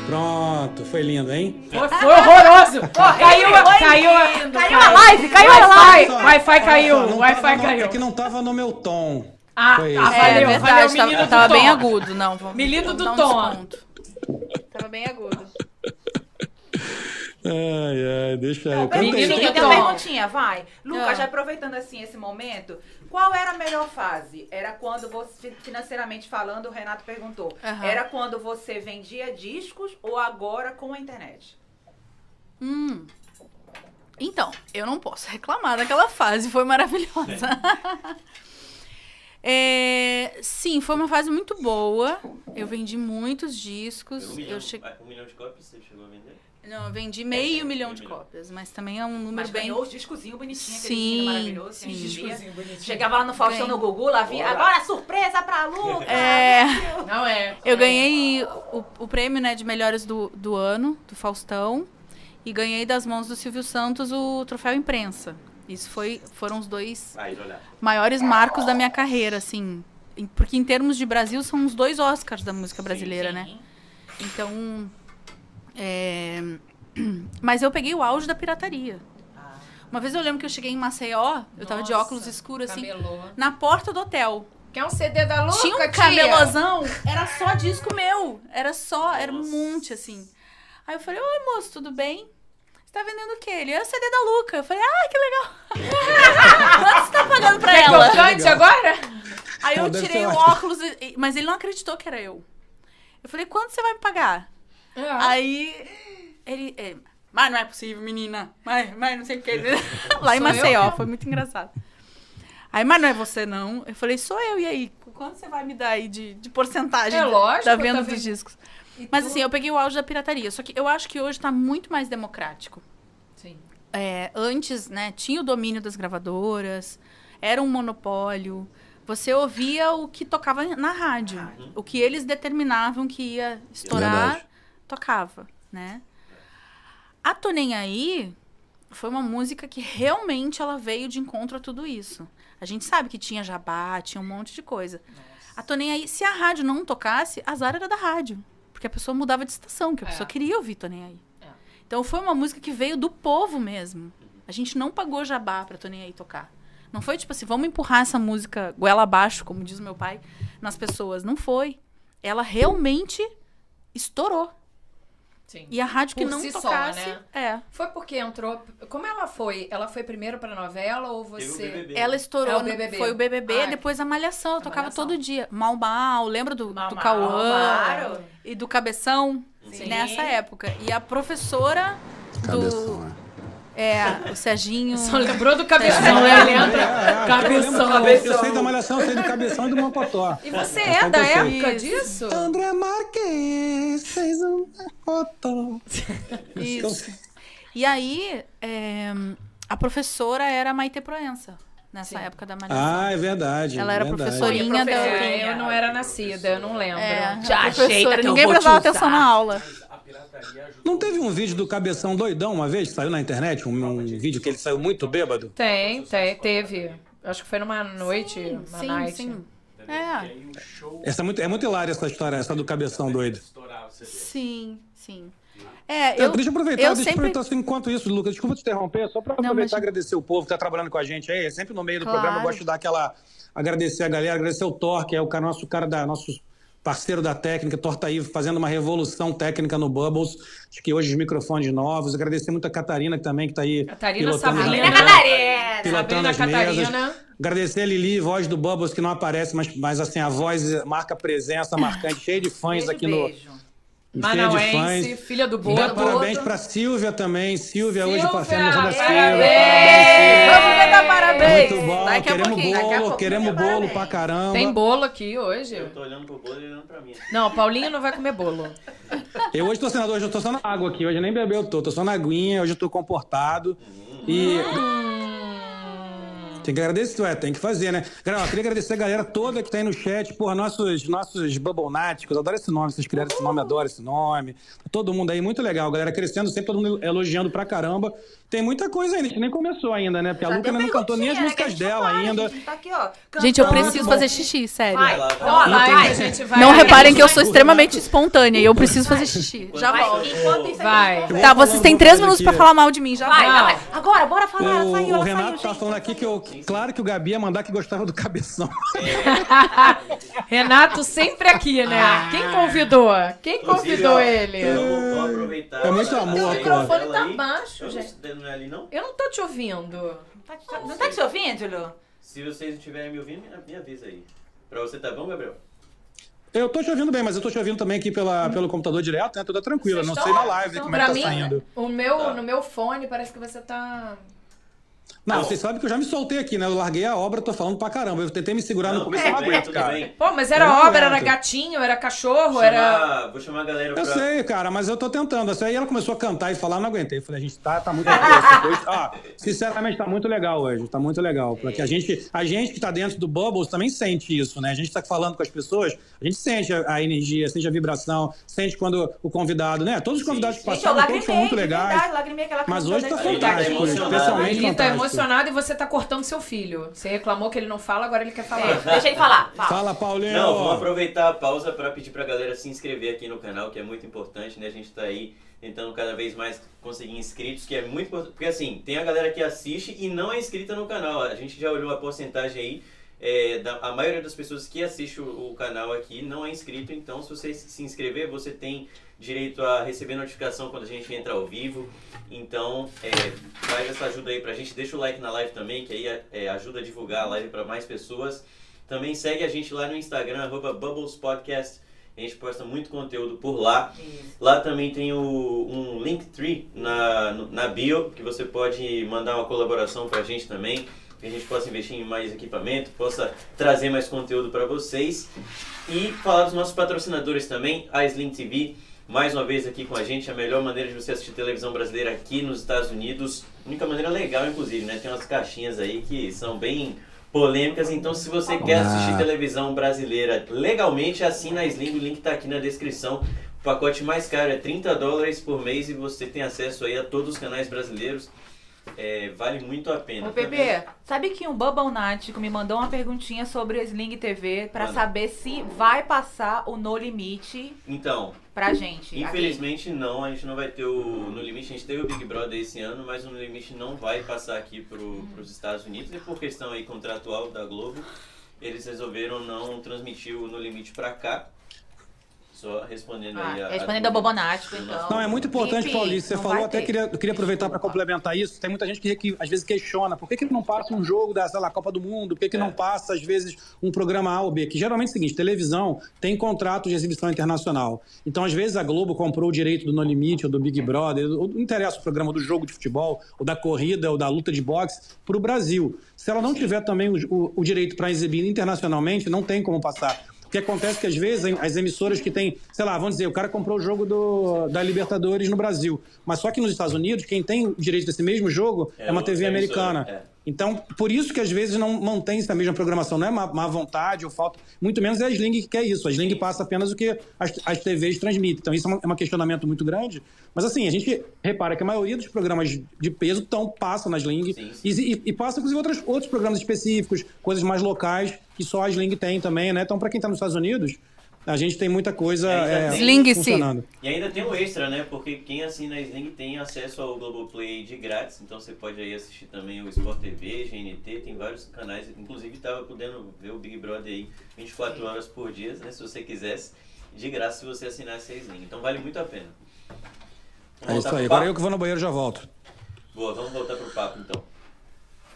[SPEAKER 3] Pronto, foi lindo, hein?
[SPEAKER 2] Foi, foi horroroso! Caiu, a- caiu, a-
[SPEAKER 4] Caiu a live, caiu a
[SPEAKER 2] Wi-Fi,
[SPEAKER 4] live.
[SPEAKER 2] Wi-Fi
[SPEAKER 3] Olha só,
[SPEAKER 2] caiu,
[SPEAKER 3] não
[SPEAKER 2] Wi-Fi
[SPEAKER 3] tava no-
[SPEAKER 2] caiu.
[SPEAKER 3] É que não tava no meu tom.
[SPEAKER 2] Ah,
[SPEAKER 3] Foi
[SPEAKER 2] ah,
[SPEAKER 3] isso.
[SPEAKER 2] valeu,
[SPEAKER 5] É verdade,
[SPEAKER 2] valeu, menino
[SPEAKER 5] tava,
[SPEAKER 2] do
[SPEAKER 5] tava bem
[SPEAKER 2] tom.
[SPEAKER 5] agudo, não. vou-
[SPEAKER 2] Menino
[SPEAKER 5] vou
[SPEAKER 2] do
[SPEAKER 5] dar um
[SPEAKER 2] tom.
[SPEAKER 5] desconto.
[SPEAKER 8] Tava bem agudo.
[SPEAKER 3] Ai, ai, deixa eu.
[SPEAKER 4] Peraí,
[SPEAKER 2] Menino
[SPEAKER 4] gente,
[SPEAKER 2] do
[SPEAKER 4] tem uma
[SPEAKER 2] Tom.
[SPEAKER 4] perguntinha, vai.
[SPEAKER 5] Ah.
[SPEAKER 4] Lucas, já aproveitando assim esse momento, qual era a melhor fase? Era quando você, financeiramente falando, o Renato perguntou.
[SPEAKER 5] Aham.
[SPEAKER 4] Era quando você vendia discos ou agora com a internet?
[SPEAKER 5] Hum. Então, eu não posso reclamar daquela fase, foi maravilhosa. É, sim, foi uma fase muito boa. Eu vendi muitos discos.
[SPEAKER 1] Um milhão,
[SPEAKER 5] Eu che...
[SPEAKER 1] um milhão de cópias você chegou a vender?
[SPEAKER 5] Não, eu vendi meio
[SPEAKER 1] É,
[SPEAKER 5] milhão
[SPEAKER 1] meio
[SPEAKER 5] de
[SPEAKER 1] milhão.
[SPEAKER 5] cópias, mas também é um número
[SPEAKER 4] Mas
[SPEAKER 5] bem.
[SPEAKER 4] ganhou os discozinhos bonitinhos, aquele
[SPEAKER 5] Sim,
[SPEAKER 4] menino maravilhoso. que a
[SPEAKER 5] sim.
[SPEAKER 4] gente
[SPEAKER 2] Tipo
[SPEAKER 4] via.
[SPEAKER 2] assim,
[SPEAKER 4] Chegava lá no Faustão,
[SPEAKER 5] Ganhei.
[SPEAKER 4] no Gugu, lá vinha.
[SPEAKER 1] Olá.
[SPEAKER 4] Agora surpresa pra Lucas!
[SPEAKER 5] É,
[SPEAKER 2] Não é.
[SPEAKER 5] eu ganhei o, o prêmio né, de melhores do, do ano, do Faustão, e ganhei das mãos do Silvio Santos o troféu imprensa. Isso foi, foram os dois
[SPEAKER 1] Vai, olha.
[SPEAKER 5] maiores marcos da minha carreira, assim. Em- Porque em termos de Brasil, são os dois Oscars da música brasileira, né? Então. é, Mas eu peguei o auge da pirataria.
[SPEAKER 4] Ah.
[SPEAKER 5] Uma vez eu lembro que eu cheguei em Maceió, eu tava de
[SPEAKER 2] Nossa,
[SPEAKER 5] óculos escuros, assim,
[SPEAKER 2] Camelô.
[SPEAKER 5] na porta do hotel.
[SPEAKER 2] Quer um CD da Luca,
[SPEAKER 5] Tinha um
[SPEAKER 2] tia?
[SPEAKER 5] camelozão, era só disco meu. Era só, era um
[SPEAKER 1] Nossa.
[SPEAKER 5] monte, assim. Aí eu falei, oi moço, tudo bem? Você tá vendendo o quê? Ele é o CD da Luca. Eu falei, ah, que legal. Quanto você tá pagando pra
[SPEAKER 2] Quer que
[SPEAKER 5] ela?
[SPEAKER 2] eu cante agora?
[SPEAKER 5] Aí
[SPEAKER 3] Não,
[SPEAKER 5] eu
[SPEAKER 3] deve
[SPEAKER 5] tirei
[SPEAKER 3] ser
[SPEAKER 5] o
[SPEAKER 3] ótimo.
[SPEAKER 5] óculos, e- e- mas ele não acreditou que era eu. Eu falei, quanto você vai me pagar?
[SPEAKER 2] Ah,
[SPEAKER 5] Aí ele. é, mas não é possível, menina. Mas, mas não sei o que. Lá em
[SPEAKER 2] Sou
[SPEAKER 5] Maceió,
[SPEAKER 2] eu?
[SPEAKER 5] foi muito engraçado. Aí, mas não é você, não. Eu falei, sou eu, e aí? Quanto você vai me dar aí de, de porcentagem
[SPEAKER 2] É
[SPEAKER 5] da-
[SPEAKER 2] lógico,
[SPEAKER 5] da
[SPEAKER 2] eu
[SPEAKER 5] venda
[SPEAKER 2] também-
[SPEAKER 5] dos discos?
[SPEAKER 2] e
[SPEAKER 5] Mas
[SPEAKER 2] tu-
[SPEAKER 5] assim, eu peguei o auge da pirataria. Só que eu acho que hoje tá muito mais democrático.
[SPEAKER 2] Sim.
[SPEAKER 5] É, antes, né, tinha o domínio das gravadoras, era um monopólio. Você ouvia o que tocava na rádio. O que eles determinavam que ia estourar,
[SPEAKER 3] Verdade.
[SPEAKER 5] tocava, né? A Tô Nem Aí foi uma música que realmente ela veio de encontro a tudo isso. A gente sabe que tinha jabá, tinha um monte de coisa. A Ah, Tô Nem Aí, se a rádio não tocasse, azar era da rádio. Porque a pessoa mudava de estação, que a
[SPEAKER 2] É.
[SPEAKER 5] pessoa queria ouvir Tô Nem Aí.
[SPEAKER 2] É.
[SPEAKER 5] Então foi uma música que veio do povo mesmo. A gente não pagou jabá pra Tô Nem Aí tocar. Não foi tipo assim, vamos empurrar essa música goela abaixo, como diz meu pai, nas pessoas. Não foi. Ela realmente estourou.
[SPEAKER 2] Sim.
[SPEAKER 5] E a rádio que
[SPEAKER 2] Por
[SPEAKER 5] não
[SPEAKER 2] si só,
[SPEAKER 5] tocasse.
[SPEAKER 2] né?
[SPEAKER 5] É.
[SPEAKER 2] Foi porque entrou. Como ela foi? Ela foi primeiro pra novela ou
[SPEAKER 1] Teve o
[SPEAKER 2] você.
[SPEAKER 1] BBB.
[SPEAKER 5] Ela
[SPEAKER 1] né?
[SPEAKER 5] estourou.
[SPEAKER 2] É o
[SPEAKER 5] no-
[SPEAKER 2] BBB.
[SPEAKER 5] Foi o BBB,
[SPEAKER 2] Ah,
[SPEAKER 5] depois a Malhação. Ela tocava
[SPEAKER 2] Malhação.
[SPEAKER 5] todo dia. Mal Mal, lembra do,
[SPEAKER 4] Mal
[SPEAKER 5] do
[SPEAKER 4] Mal,
[SPEAKER 5] Cauã
[SPEAKER 4] claro.
[SPEAKER 5] e do Cabeção?
[SPEAKER 4] Sim.
[SPEAKER 5] Nessa época. E a professora do.
[SPEAKER 3] é.
[SPEAKER 5] É, o Serginho.
[SPEAKER 2] Só lembrou do cabeção, né? Ele
[SPEAKER 3] É,
[SPEAKER 2] entra.
[SPEAKER 3] Ah,
[SPEAKER 2] Cabeção.
[SPEAKER 3] Eu, lembro, eu sei da malhação, eu sei do cabeção e do mocotó.
[SPEAKER 2] E você é da
[SPEAKER 3] Aconteceu.
[SPEAKER 2] época
[SPEAKER 5] Isso.
[SPEAKER 2] disso?
[SPEAKER 3] André Marques fez um mocotó.
[SPEAKER 5] Isso. E aí, é, a professora era a Maite Proença, nessa
[SPEAKER 2] Sim.
[SPEAKER 5] época da Malhação.
[SPEAKER 3] Ah, é verdade.
[SPEAKER 5] Ela era
[SPEAKER 3] verdade.
[SPEAKER 5] professora. Dorinha da-
[SPEAKER 2] É, eu não era nascida, eu não lembro.
[SPEAKER 5] É,
[SPEAKER 2] Já
[SPEAKER 5] a
[SPEAKER 2] achei.
[SPEAKER 5] professora, ninguém prestava atenção na aula.
[SPEAKER 3] Não teve um vídeo do Cabeção doidão uma vez que saiu na internet? Um, um vídeo que ele saiu muito bêbado?
[SPEAKER 2] Tem, tem, teve. Acho que foi numa noite, uma
[SPEAKER 5] sim,
[SPEAKER 2] night.
[SPEAKER 5] sim. É,
[SPEAKER 3] Essa é muito, é muito hilária essa história, essa do Cabeção doido.
[SPEAKER 5] sim, sim. É,
[SPEAKER 3] Então,
[SPEAKER 5] eu,
[SPEAKER 3] deixa eu aproveitar,
[SPEAKER 5] eu
[SPEAKER 3] deixa eu
[SPEAKER 5] sempre-
[SPEAKER 3] aproveitar assim, enquanto isso, Lucas. Desculpa te interromper, é só para aproveitar
[SPEAKER 5] imagina.
[SPEAKER 3] e agradecer o povo que está trabalhando com a gente aí. Sempre no meio do
[SPEAKER 5] Claro.
[SPEAKER 3] programa eu gosto de dar aquela. Agradecer a galera, agradecer o Thor, que é o ca- nosso cara da. Nosso parceiro da técnica, Thor tá aí fazendo uma revolução técnica no Bubbles. Acho que hoje os microfones novos. Agradecer muito a Catarina que também, que tá aí.
[SPEAKER 2] Catarina
[SPEAKER 3] pilotando
[SPEAKER 2] Sabrina
[SPEAKER 3] as-
[SPEAKER 4] Catarina!
[SPEAKER 3] Pilotando
[SPEAKER 2] Sabrina
[SPEAKER 3] as mesas.
[SPEAKER 2] Catarina.
[SPEAKER 3] Agradecer a Lili, voz do Bubbles, que não aparece, mas, mas assim, a voz marca presença marcante, cheia de fãs
[SPEAKER 4] Beijo,
[SPEAKER 3] aqui
[SPEAKER 4] beijo.
[SPEAKER 3] no. Cheia de fãs.
[SPEAKER 2] Manauense, filha do
[SPEAKER 3] Dá
[SPEAKER 2] Bodo.
[SPEAKER 3] parabéns pra Silvia também. Silvia, hoje
[SPEAKER 2] Silvia,
[SPEAKER 3] passando a da
[SPEAKER 2] parabéns!
[SPEAKER 3] Silvia. Silvia.
[SPEAKER 4] Vamos cantar parabéns!
[SPEAKER 3] Muito bom,
[SPEAKER 5] Daqui a
[SPEAKER 3] queremos
[SPEAKER 5] pouquinho, daqui a
[SPEAKER 3] bolo,
[SPEAKER 5] pouquinho,
[SPEAKER 3] queremos
[SPEAKER 4] parabéns.
[SPEAKER 3] bolo pra caramba.
[SPEAKER 2] Tem bolo aqui hoje?
[SPEAKER 1] Eu tô olhando pro bolo e olhando pra mim.
[SPEAKER 2] Não, Paulinho não vai comer bolo.
[SPEAKER 3] Eu hoje tô sendo, hoje eu tô só na água aqui, hoje nem bebeu, tô, tô só na aguinha, hoje eu tô comportado. E. Tem que agradecer, ué, tem que fazer, né? Galera, ó, queria agradecer a galera toda que tá aí no chat, por nossos, nossos bubblenáticos, adoro esse nome, vocês criaram esse nome, adoro esse nome. Tá Todo mundo aí, muito legal, galera, crescendo, sempre todo mundo elogiando pra caramba. Tem muita coisa ainda, a gente nem começou ainda, né? Porque a
[SPEAKER 4] Já
[SPEAKER 3] Luca
[SPEAKER 4] tem
[SPEAKER 3] ainda não cantou nem as
[SPEAKER 4] perguntinha, né, que a
[SPEAKER 3] músicas
[SPEAKER 4] gente
[SPEAKER 3] dela
[SPEAKER 4] não para,
[SPEAKER 3] ainda.
[SPEAKER 4] gente. Tá aqui, ó,
[SPEAKER 7] Gente, eu
[SPEAKER 4] cantando.
[SPEAKER 7] preciso fazer xixi, sério.
[SPEAKER 4] Vai,
[SPEAKER 1] Vai lá, vai
[SPEAKER 4] ó,
[SPEAKER 1] lá.
[SPEAKER 4] vai,
[SPEAKER 2] Vai,
[SPEAKER 4] vai.
[SPEAKER 2] Então a gente vai.
[SPEAKER 7] Não reparem que eu
[SPEAKER 4] vai,
[SPEAKER 7] sou
[SPEAKER 3] vai.
[SPEAKER 7] extremamente espontânea e eu preciso fazer xixi. Já
[SPEAKER 4] Vai,
[SPEAKER 7] volto.
[SPEAKER 4] Enquanto isso,
[SPEAKER 2] Vai.
[SPEAKER 4] vai.
[SPEAKER 7] Tá, vocês têm três minutos pra
[SPEAKER 3] falar.
[SPEAKER 7] falar mal de mim, já
[SPEAKER 4] Vai,
[SPEAKER 7] vai.
[SPEAKER 4] vai. Agora, bora falar. Ela
[SPEAKER 3] Ah. O,
[SPEAKER 4] Ah, saiu,
[SPEAKER 3] o
[SPEAKER 4] ela
[SPEAKER 3] Renato
[SPEAKER 4] saiu,
[SPEAKER 3] tá
[SPEAKER 4] gente.
[SPEAKER 3] falando aqui que eu. Claro que o Gabi ia mandar que gostava do cabeção.
[SPEAKER 2] Renato sempre aqui, né?
[SPEAKER 3] Ah.
[SPEAKER 2] Quem convidou? Quem convidou
[SPEAKER 1] ó,
[SPEAKER 2] ele?
[SPEAKER 1] Eu vou, vou aproveitar.
[SPEAKER 3] É muito amor,
[SPEAKER 1] Teu
[SPEAKER 3] pô.
[SPEAKER 2] microfone tá
[SPEAKER 1] aí.
[SPEAKER 2] baixo,
[SPEAKER 1] Eu não-
[SPEAKER 2] gente.
[SPEAKER 1] Não é ali, não?
[SPEAKER 2] Eu não tô te ouvindo.
[SPEAKER 4] Tá- tá- Não tá te ouvindo, Lu?
[SPEAKER 1] Se vocês não estiverem me ouvindo, me- me avisa aí. Pra você tá bom, Gabriel?
[SPEAKER 3] Eu tô te ouvindo bem, mas eu tô te ouvindo também aqui pela, pelo computador direto, né? Tudo tranquilo.
[SPEAKER 2] Vocês
[SPEAKER 3] Não
[SPEAKER 2] tão-
[SPEAKER 3] sei na live
[SPEAKER 2] Então,
[SPEAKER 3] como é
[SPEAKER 2] pra
[SPEAKER 3] que tá
[SPEAKER 2] mim,
[SPEAKER 3] saindo.
[SPEAKER 2] o meu,
[SPEAKER 1] Tá.
[SPEAKER 2] no meu fone parece que você tá.
[SPEAKER 3] Não,
[SPEAKER 1] Não.
[SPEAKER 3] vocês sabem que eu já me soltei aqui, né? Eu larguei a obra, tô falando pra caramba. Eu tentei me segurar no começo, eu
[SPEAKER 1] tudo
[SPEAKER 3] não
[SPEAKER 1] bem,
[SPEAKER 3] aguento,
[SPEAKER 1] tudo
[SPEAKER 3] cara.
[SPEAKER 1] bem.
[SPEAKER 2] Pô, mas era
[SPEAKER 3] Eu não
[SPEAKER 2] obra, era
[SPEAKER 3] aguento.
[SPEAKER 2] gatinho, era cachorro,
[SPEAKER 1] Vou
[SPEAKER 2] era.
[SPEAKER 1] chamar, vou chamar a galera
[SPEAKER 3] Eu
[SPEAKER 1] pra...
[SPEAKER 3] sei, cara, mas eu tô tentando. Essa Aí ela começou a cantar e falar, eu não aguentei. Eu falei, a gente tá, tá muito legal. essa coisa. Ó, sinceramente, tá muito legal hoje. Tá muito legal. Porque a gente, a gente que tá dentro do Bubbles também sente isso, né? A gente tá falando com as pessoas, a gente sente a, a energia, sente a vibração, sente quando o convidado, né? Todos os convidados que
[SPEAKER 4] Gente, eu
[SPEAKER 3] passaram, todos
[SPEAKER 4] lagrimei,
[SPEAKER 3] são muito
[SPEAKER 4] de
[SPEAKER 3] legais.
[SPEAKER 4] verdade, lagrimei aquela
[SPEAKER 3] Mas
[SPEAKER 4] cantando
[SPEAKER 3] hoje tá
[SPEAKER 4] aqui.
[SPEAKER 1] Ele
[SPEAKER 3] fantástico,
[SPEAKER 1] tá emocionado.
[SPEAKER 3] especialmente
[SPEAKER 2] Ele tá
[SPEAKER 3] fantástico.
[SPEAKER 2] emocionado e você tá cortando seu filho. Você reclamou que ele não fala, agora ele quer falar.
[SPEAKER 4] É, Deixa ele falar. Fala.
[SPEAKER 3] Fala, Paulinho!
[SPEAKER 1] Não, vamos aproveitar a pausa para pedir para a galera se inscrever aqui no canal, que é muito importante, né? A gente está aí tentando cada vez mais conseguir inscritos, que é muito importante. Porque assim, tem a galera que assiste e não é inscrita no canal. A gente já olhou a porcentagem aí. é, da- a maioria das pessoas que assiste o, o canal aqui não é inscrito, então se você se inscrever, você tem direito a receber notificação quando a gente entra ao vivo. Então, é, faz essa ajuda aí pra gente. Deixa o like na live também, que aí é, ajuda a divulgar a live para mais pessoas. Também segue a gente lá no Instagram, arroba Bubbles Podcast. A gente posta muito conteúdo por lá. Lá também tem o, um Linktree na, no- na bio, que você pode mandar uma colaboração pra gente também. Que a gente possa investir em mais equipamento, possa trazer mais conteúdo para vocês. E falar dos nossos patrocinadores também, a Slim TV, mais uma vez aqui com a gente, a melhor maneira de você assistir televisão brasileira aqui nos Estados Unidos. Única maneira legal, inclusive, né? Tem umas caixinhas aí que são bem polêmicas, então se você quer assistir
[SPEAKER 3] Ah.
[SPEAKER 1] televisão brasileira legalmente, assina a Slim, o link tá aqui na descrição. O pacote mais caro é 30 dólares por mês e você tem acesso aí a todos os canais brasileiros. É, vale muito a pena.
[SPEAKER 4] Ô, bebê, sabe que um Bubble Nático me mandou uma perguntinha sobre o Sling TV pra
[SPEAKER 1] Manda.
[SPEAKER 4] saber se vai passar o No Limite
[SPEAKER 1] Então,
[SPEAKER 4] pra gente. aqui.
[SPEAKER 1] Infelizmente não, a gente não vai ter o No Limite, a gente teve o Big Brother esse ano, mas o No Limite não vai passar aqui
[SPEAKER 4] Hum.
[SPEAKER 1] pro, pros Estados Unidos e por questão aí contratual da Globo, eles resolveram não transmitir o No Limite pra cá. Só respondendo aí a.
[SPEAKER 4] Ah, respondendo ao Bobonático,
[SPEAKER 1] do
[SPEAKER 4] então.
[SPEAKER 1] nosso-
[SPEAKER 3] Não, é muito importante,
[SPEAKER 4] Pipi,
[SPEAKER 3] Paulinho. Você
[SPEAKER 4] não
[SPEAKER 3] falou
[SPEAKER 4] vai
[SPEAKER 3] até
[SPEAKER 4] ter.
[SPEAKER 3] queria, eu queria aproveitar para complementar isso. Tem muita gente que, que às vezes questiona por que, que não passa um jogo da sei lá, Copa do Mundo, por que, que
[SPEAKER 1] É.
[SPEAKER 3] não passa, às vezes, um programa A ou B. Que geralmente é o seguinte: televisão tem contrato de exibição internacional. Então, às vezes, a Globo comprou o direito do No Limite, ou do Big Brother, ou não interessa o programa do jogo de futebol, ou da corrida, ou da luta de boxe, para o Brasil. Se ela não tiver também o, o- o direito para exibir internacionalmente, não tem como passar. O que acontece é que às vezes hein, as emissoras que têm, sei lá, vamos dizer, o cara comprou o jogo do, da Libertadores no Brasil, mas só que nos Estados Unidos, quem tem o direito desse mesmo jogo é,
[SPEAKER 1] É
[SPEAKER 3] uma
[SPEAKER 1] outra
[SPEAKER 3] TV americana.
[SPEAKER 1] emissora, é.
[SPEAKER 3] Então, por isso que às vezes não mantém essa mesma programação. Não é má, má vontade ou falta. Muito menos é a Sling que quer isso. A Sling passa apenas o que as, as TVs transmitem. Então, isso é um, é um questionamento muito grande. Mas, assim, a gente repara que a maioria dos programas de peso tão, passam na Sling.
[SPEAKER 1] Sim, sim.
[SPEAKER 3] E, e, e passam, inclusive, outros, outros programas específicos, coisas mais locais, que só a Sling tem também, né? Então, para quem tá nos Estados Unidos, a gente tem muita coisa
[SPEAKER 1] Ainda
[SPEAKER 3] é,
[SPEAKER 1] tem.
[SPEAKER 7] Sling-se.
[SPEAKER 3] funcionando.
[SPEAKER 1] E ainda tem o extra, né? Porque quem assina a Sling tem acesso ao Globoplay de grátis, então você pode aí assistir também o Sport TV, GNT, tem vários canais. Inclusive tava podendo ver o Big Brother aí 24 horas por dia, né? Se você quisesse, de graça se você assinasse a Sling. Então vale muito a pena.
[SPEAKER 3] É isso
[SPEAKER 1] voltar pro
[SPEAKER 3] aí. Agora eu
[SPEAKER 1] tá papo?
[SPEAKER 3] que vou no banheiro já volto.
[SPEAKER 1] Boa, vamos voltar pro papo então.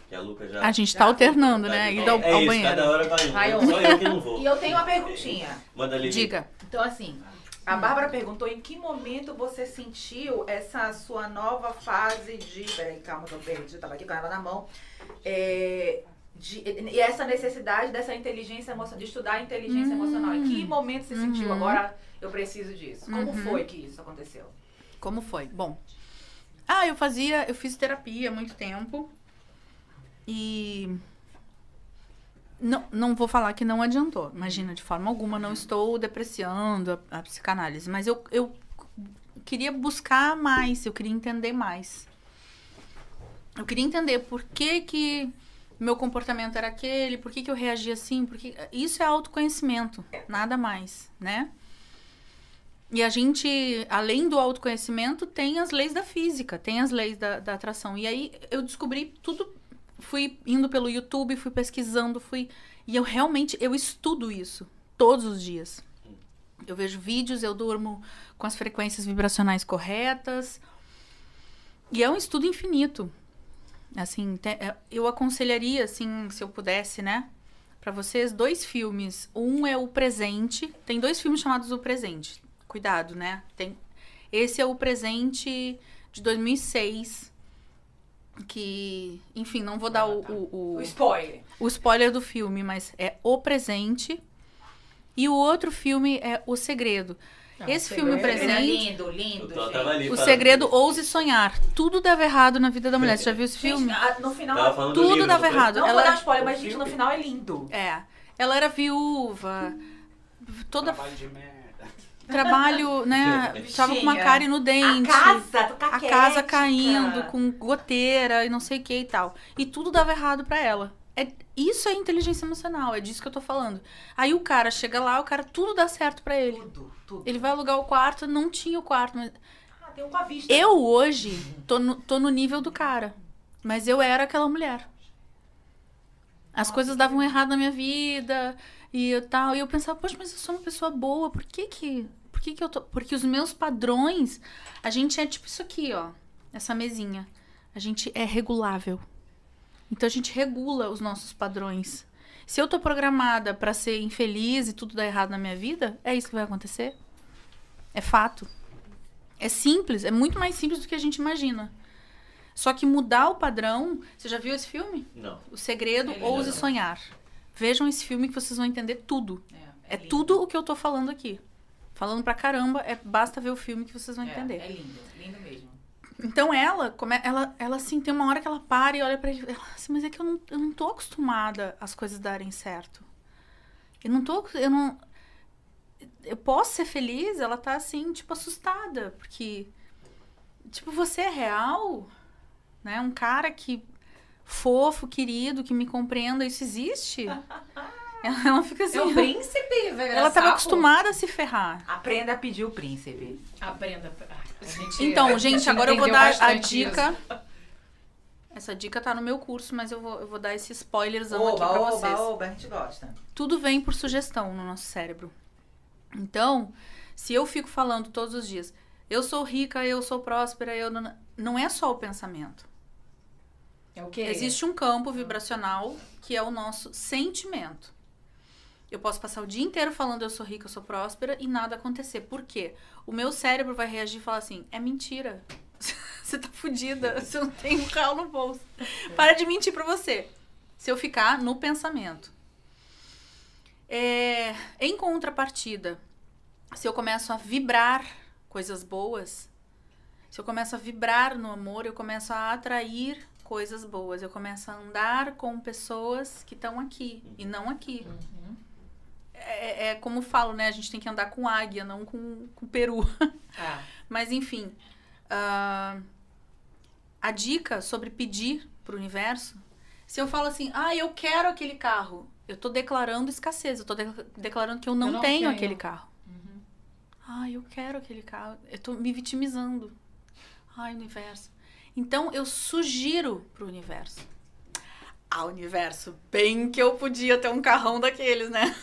[SPEAKER 1] Que a Luca já.
[SPEAKER 7] A gente tá alternando,
[SPEAKER 1] tá
[SPEAKER 7] né?
[SPEAKER 1] de
[SPEAKER 7] Indo
[SPEAKER 1] volta.
[SPEAKER 7] ao,
[SPEAKER 1] é
[SPEAKER 7] ao
[SPEAKER 1] isso, Cada
[SPEAKER 7] banheiro.
[SPEAKER 1] hora vai um.
[SPEAKER 4] Vai um.
[SPEAKER 1] Só eu que não vou.
[SPEAKER 4] E eu tenho uma perguntinha.
[SPEAKER 1] Manda ali.
[SPEAKER 7] Diga.
[SPEAKER 4] Então, assim,
[SPEAKER 5] Hum.
[SPEAKER 4] a Bárbara perguntou em que momento você sentiu essa sua nova fase de. Peraí, calma, que eu perdi, eu tava aqui com ela na mão. É, de- e
[SPEAKER 5] Hum. Uhum.
[SPEAKER 4] essa necessidade dessa inteligência emocional, de estudar a inteligência emocional. Em que momento você sentiu agora? eu preciso disso. Como foi que isso aconteceu?
[SPEAKER 5] Como foi? Bom. Ah, eu fazia, eu fiz terapia há muito tempo. E não, não vou falar que não adiantou. Imagina, de forma alguma, não estou depreciando a, a psicanálise, mas eu, eu queria buscar mais, eu queria entender mais. Eu queria entender por que que meu comportamento era aquele, por que que eu reagi assim, porque isso é autoconhecimento, nada mais, né? E a gente, além do autoconhecimento, tem as leis da física, tem as leis da, da atração. E aí eu descobri tudo, fui indo pelo YouTube, fui pesquisando, fui. E eu realmente, eu estudo isso todos os dias. Eu vejo vídeos, eu durmo com as frequências vibracionais corretas. E é um estudo infinito. Assim, te- é, eu aconselharia, assim, se eu pudesse, né? Pra vocês, dois filmes. Um é O Presente. Tem dois filmes chamados O Presente. Cuidado, né? Tem... Esse é O Presente de 2006. Que, enfim, não vou dar o- o-
[SPEAKER 4] O
[SPEAKER 5] o
[SPEAKER 4] spoiler.
[SPEAKER 5] o spoiler do filme, mas é O Presente. E o outro filme é O Segredo.
[SPEAKER 2] Ah,
[SPEAKER 5] Esse
[SPEAKER 2] O
[SPEAKER 5] filme
[SPEAKER 2] Segredo é
[SPEAKER 5] presente,
[SPEAKER 4] Lindo,
[SPEAKER 1] O
[SPEAKER 4] lindo,
[SPEAKER 1] Tó
[SPEAKER 4] gente.
[SPEAKER 1] tava ali.
[SPEAKER 5] O
[SPEAKER 1] falando-
[SPEAKER 5] Segredo Ouse Sonhar. Tudo dava errado na vida da mulher. Você já viu esse filme?
[SPEAKER 4] Gente, a- no final...
[SPEAKER 1] Tava falando do
[SPEAKER 5] Tudo
[SPEAKER 1] livro,
[SPEAKER 5] dava
[SPEAKER 1] não foi?
[SPEAKER 5] errado.
[SPEAKER 4] Não vou
[SPEAKER 5] Ela-
[SPEAKER 4] dar spoiler, mas,
[SPEAKER 1] o
[SPEAKER 4] gente, no
[SPEAKER 1] filme.
[SPEAKER 4] final é lindo.
[SPEAKER 5] É. Ela era viúva. Toda
[SPEAKER 6] Trabalho de merda.
[SPEAKER 5] trabalho, né? Tava com uma
[SPEAKER 4] Tinha.
[SPEAKER 5] cárie no
[SPEAKER 4] A
[SPEAKER 5] dente.
[SPEAKER 4] casa, tá tu
[SPEAKER 5] a casa caindo com goteira e não sei o que e tal. E tudo dava errado pra ela. É, isso é inteligência emocional, é disso que eu tô falando. Aí o cara chega lá, o cara tudo dá certo pra ele.
[SPEAKER 4] Tudo, tudo.
[SPEAKER 5] Ele vai alugar o quarto, não tinha o quarto. Mas...
[SPEAKER 4] Ah, tem um com a vista.
[SPEAKER 5] Eu hoje tô no, tô no nível do cara, mas eu era aquela mulher. As coisas davam errado na minha vida e eu tal. E eu pensava, poxa, mas eu sou uma pessoa boa, por que que. Por que que eu tô. Porque os meus padrões. A gente é tipo isso aqui, ó. Essa mesinha. A gente é regulável. Então a gente regula os nossos padrões. Se eu tô programada pra ser infeliz e tudo dá errado na minha vida, é isso que vai acontecer. É fato. É simples, é muito mais simples do que a gente imagina. Só que mudar o padrão. Você já viu esse filme?
[SPEAKER 1] Não.
[SPEAKER 5] O Segredo,
[SPEAKER 4] É lindo.
[SPEAKER 5] Ouse Sonhar. Vejam esse filme que vocês vão entender tudo. É
[SPEAKER 4] lindo.
[SPEAKER 5] tudo o que eu tô falando aqui. Falando pra caramba, é, basta ver o filme que vocês vão
[SPEAKER 4] É,
[SPEAKER 5] entender.
[SPEAKER 4] É lindo, lindo mesmo.
[SPEAKER 5] Então ela, come- ela, ela assim, tem uma hora que ela para e olha pra ele. Ela, assim, mas é que eu não, eu não tô acostumada as coisas darem certo. Eu não tô. Eu não. Eu posso ser feliz? Ela tá assim, tipo, assustada, porque. Tipo, você é real? Né? Um cara que. Fofo, querido, que me compreenda, isso existe? ela, ela fica assim.
[SPEAKER 2] É um príncipe, velho.
[SPEAKER 5] ela tava
[SPEAKER 2] sapo.
[SPEAKER 5] acostumada a se ferrar.
[SPEAKER 4] Aprenda a pedir o príncipe.
[SPEAKER 2] Aprenda. Ah, a gente- a
[SPEAKER 5] Então, gente, agora eu vou
[SPEAKER 2] entendeu
[SPEAKER 5] dar a
[SPEAKER 2] bastante
[SPEAKER 5] dica. Essa dica tá no meu curso, mas eu vou, eu vou dar esse spoilerzão aqui pra vocês.
[SPEAKER 4] oba, a gente gosta.
[SPEAKER 5] Tudo vem por sugestão no nosso cérebro. Então, se eu fico falando todos os dias, eu sou rica, eu sou próspera, eu não... Não é só o pensamento.
[SPEAKER 2] isso. É o quê?
[SPEAKER 5] Existe um campo vibracional que é o nosso sentimento. Eu posso passar o dia inteiro falando eu sou rica, eu sou próspera e nada acontecer. Por quê? O meu cérebro vai reagir e falar assim: é mentira. Você tá fudida, você não tem um real no bolso. Para de mentir pra você. Se eu ficar no pensamento. É, em contrapartida, se eu começo a vibrar coisas boas, se eu começo a vibrar no amor, eu começo a atrair coisas boas. Eu começo a andar com pessoas que estão aqui e não aqui. É, é como falo, né? A gente tem que andar com águia, não com, com peru.
[SPEAKER 4] Ah,
[SPEAKER 5] Mas enfim, ah, a dica sobre pedir pro universo, se eu falo assim, ah, eu quero aquele carro, eu tô declarando escassez, eu tô de- declarando que eu não,
[SPEAKER 2] não
[SPEAKER 5] tenho,
[SPEAKER 2] tenho. Uhum.
[SPEAKER 5] aquele carro. Ah, eu quero aquele carro, eu tô me vitimizando. Ai, universo. Então eu sugiro pro universo. Ah, universo, bem que eu podia ter um carrão daqueles, né?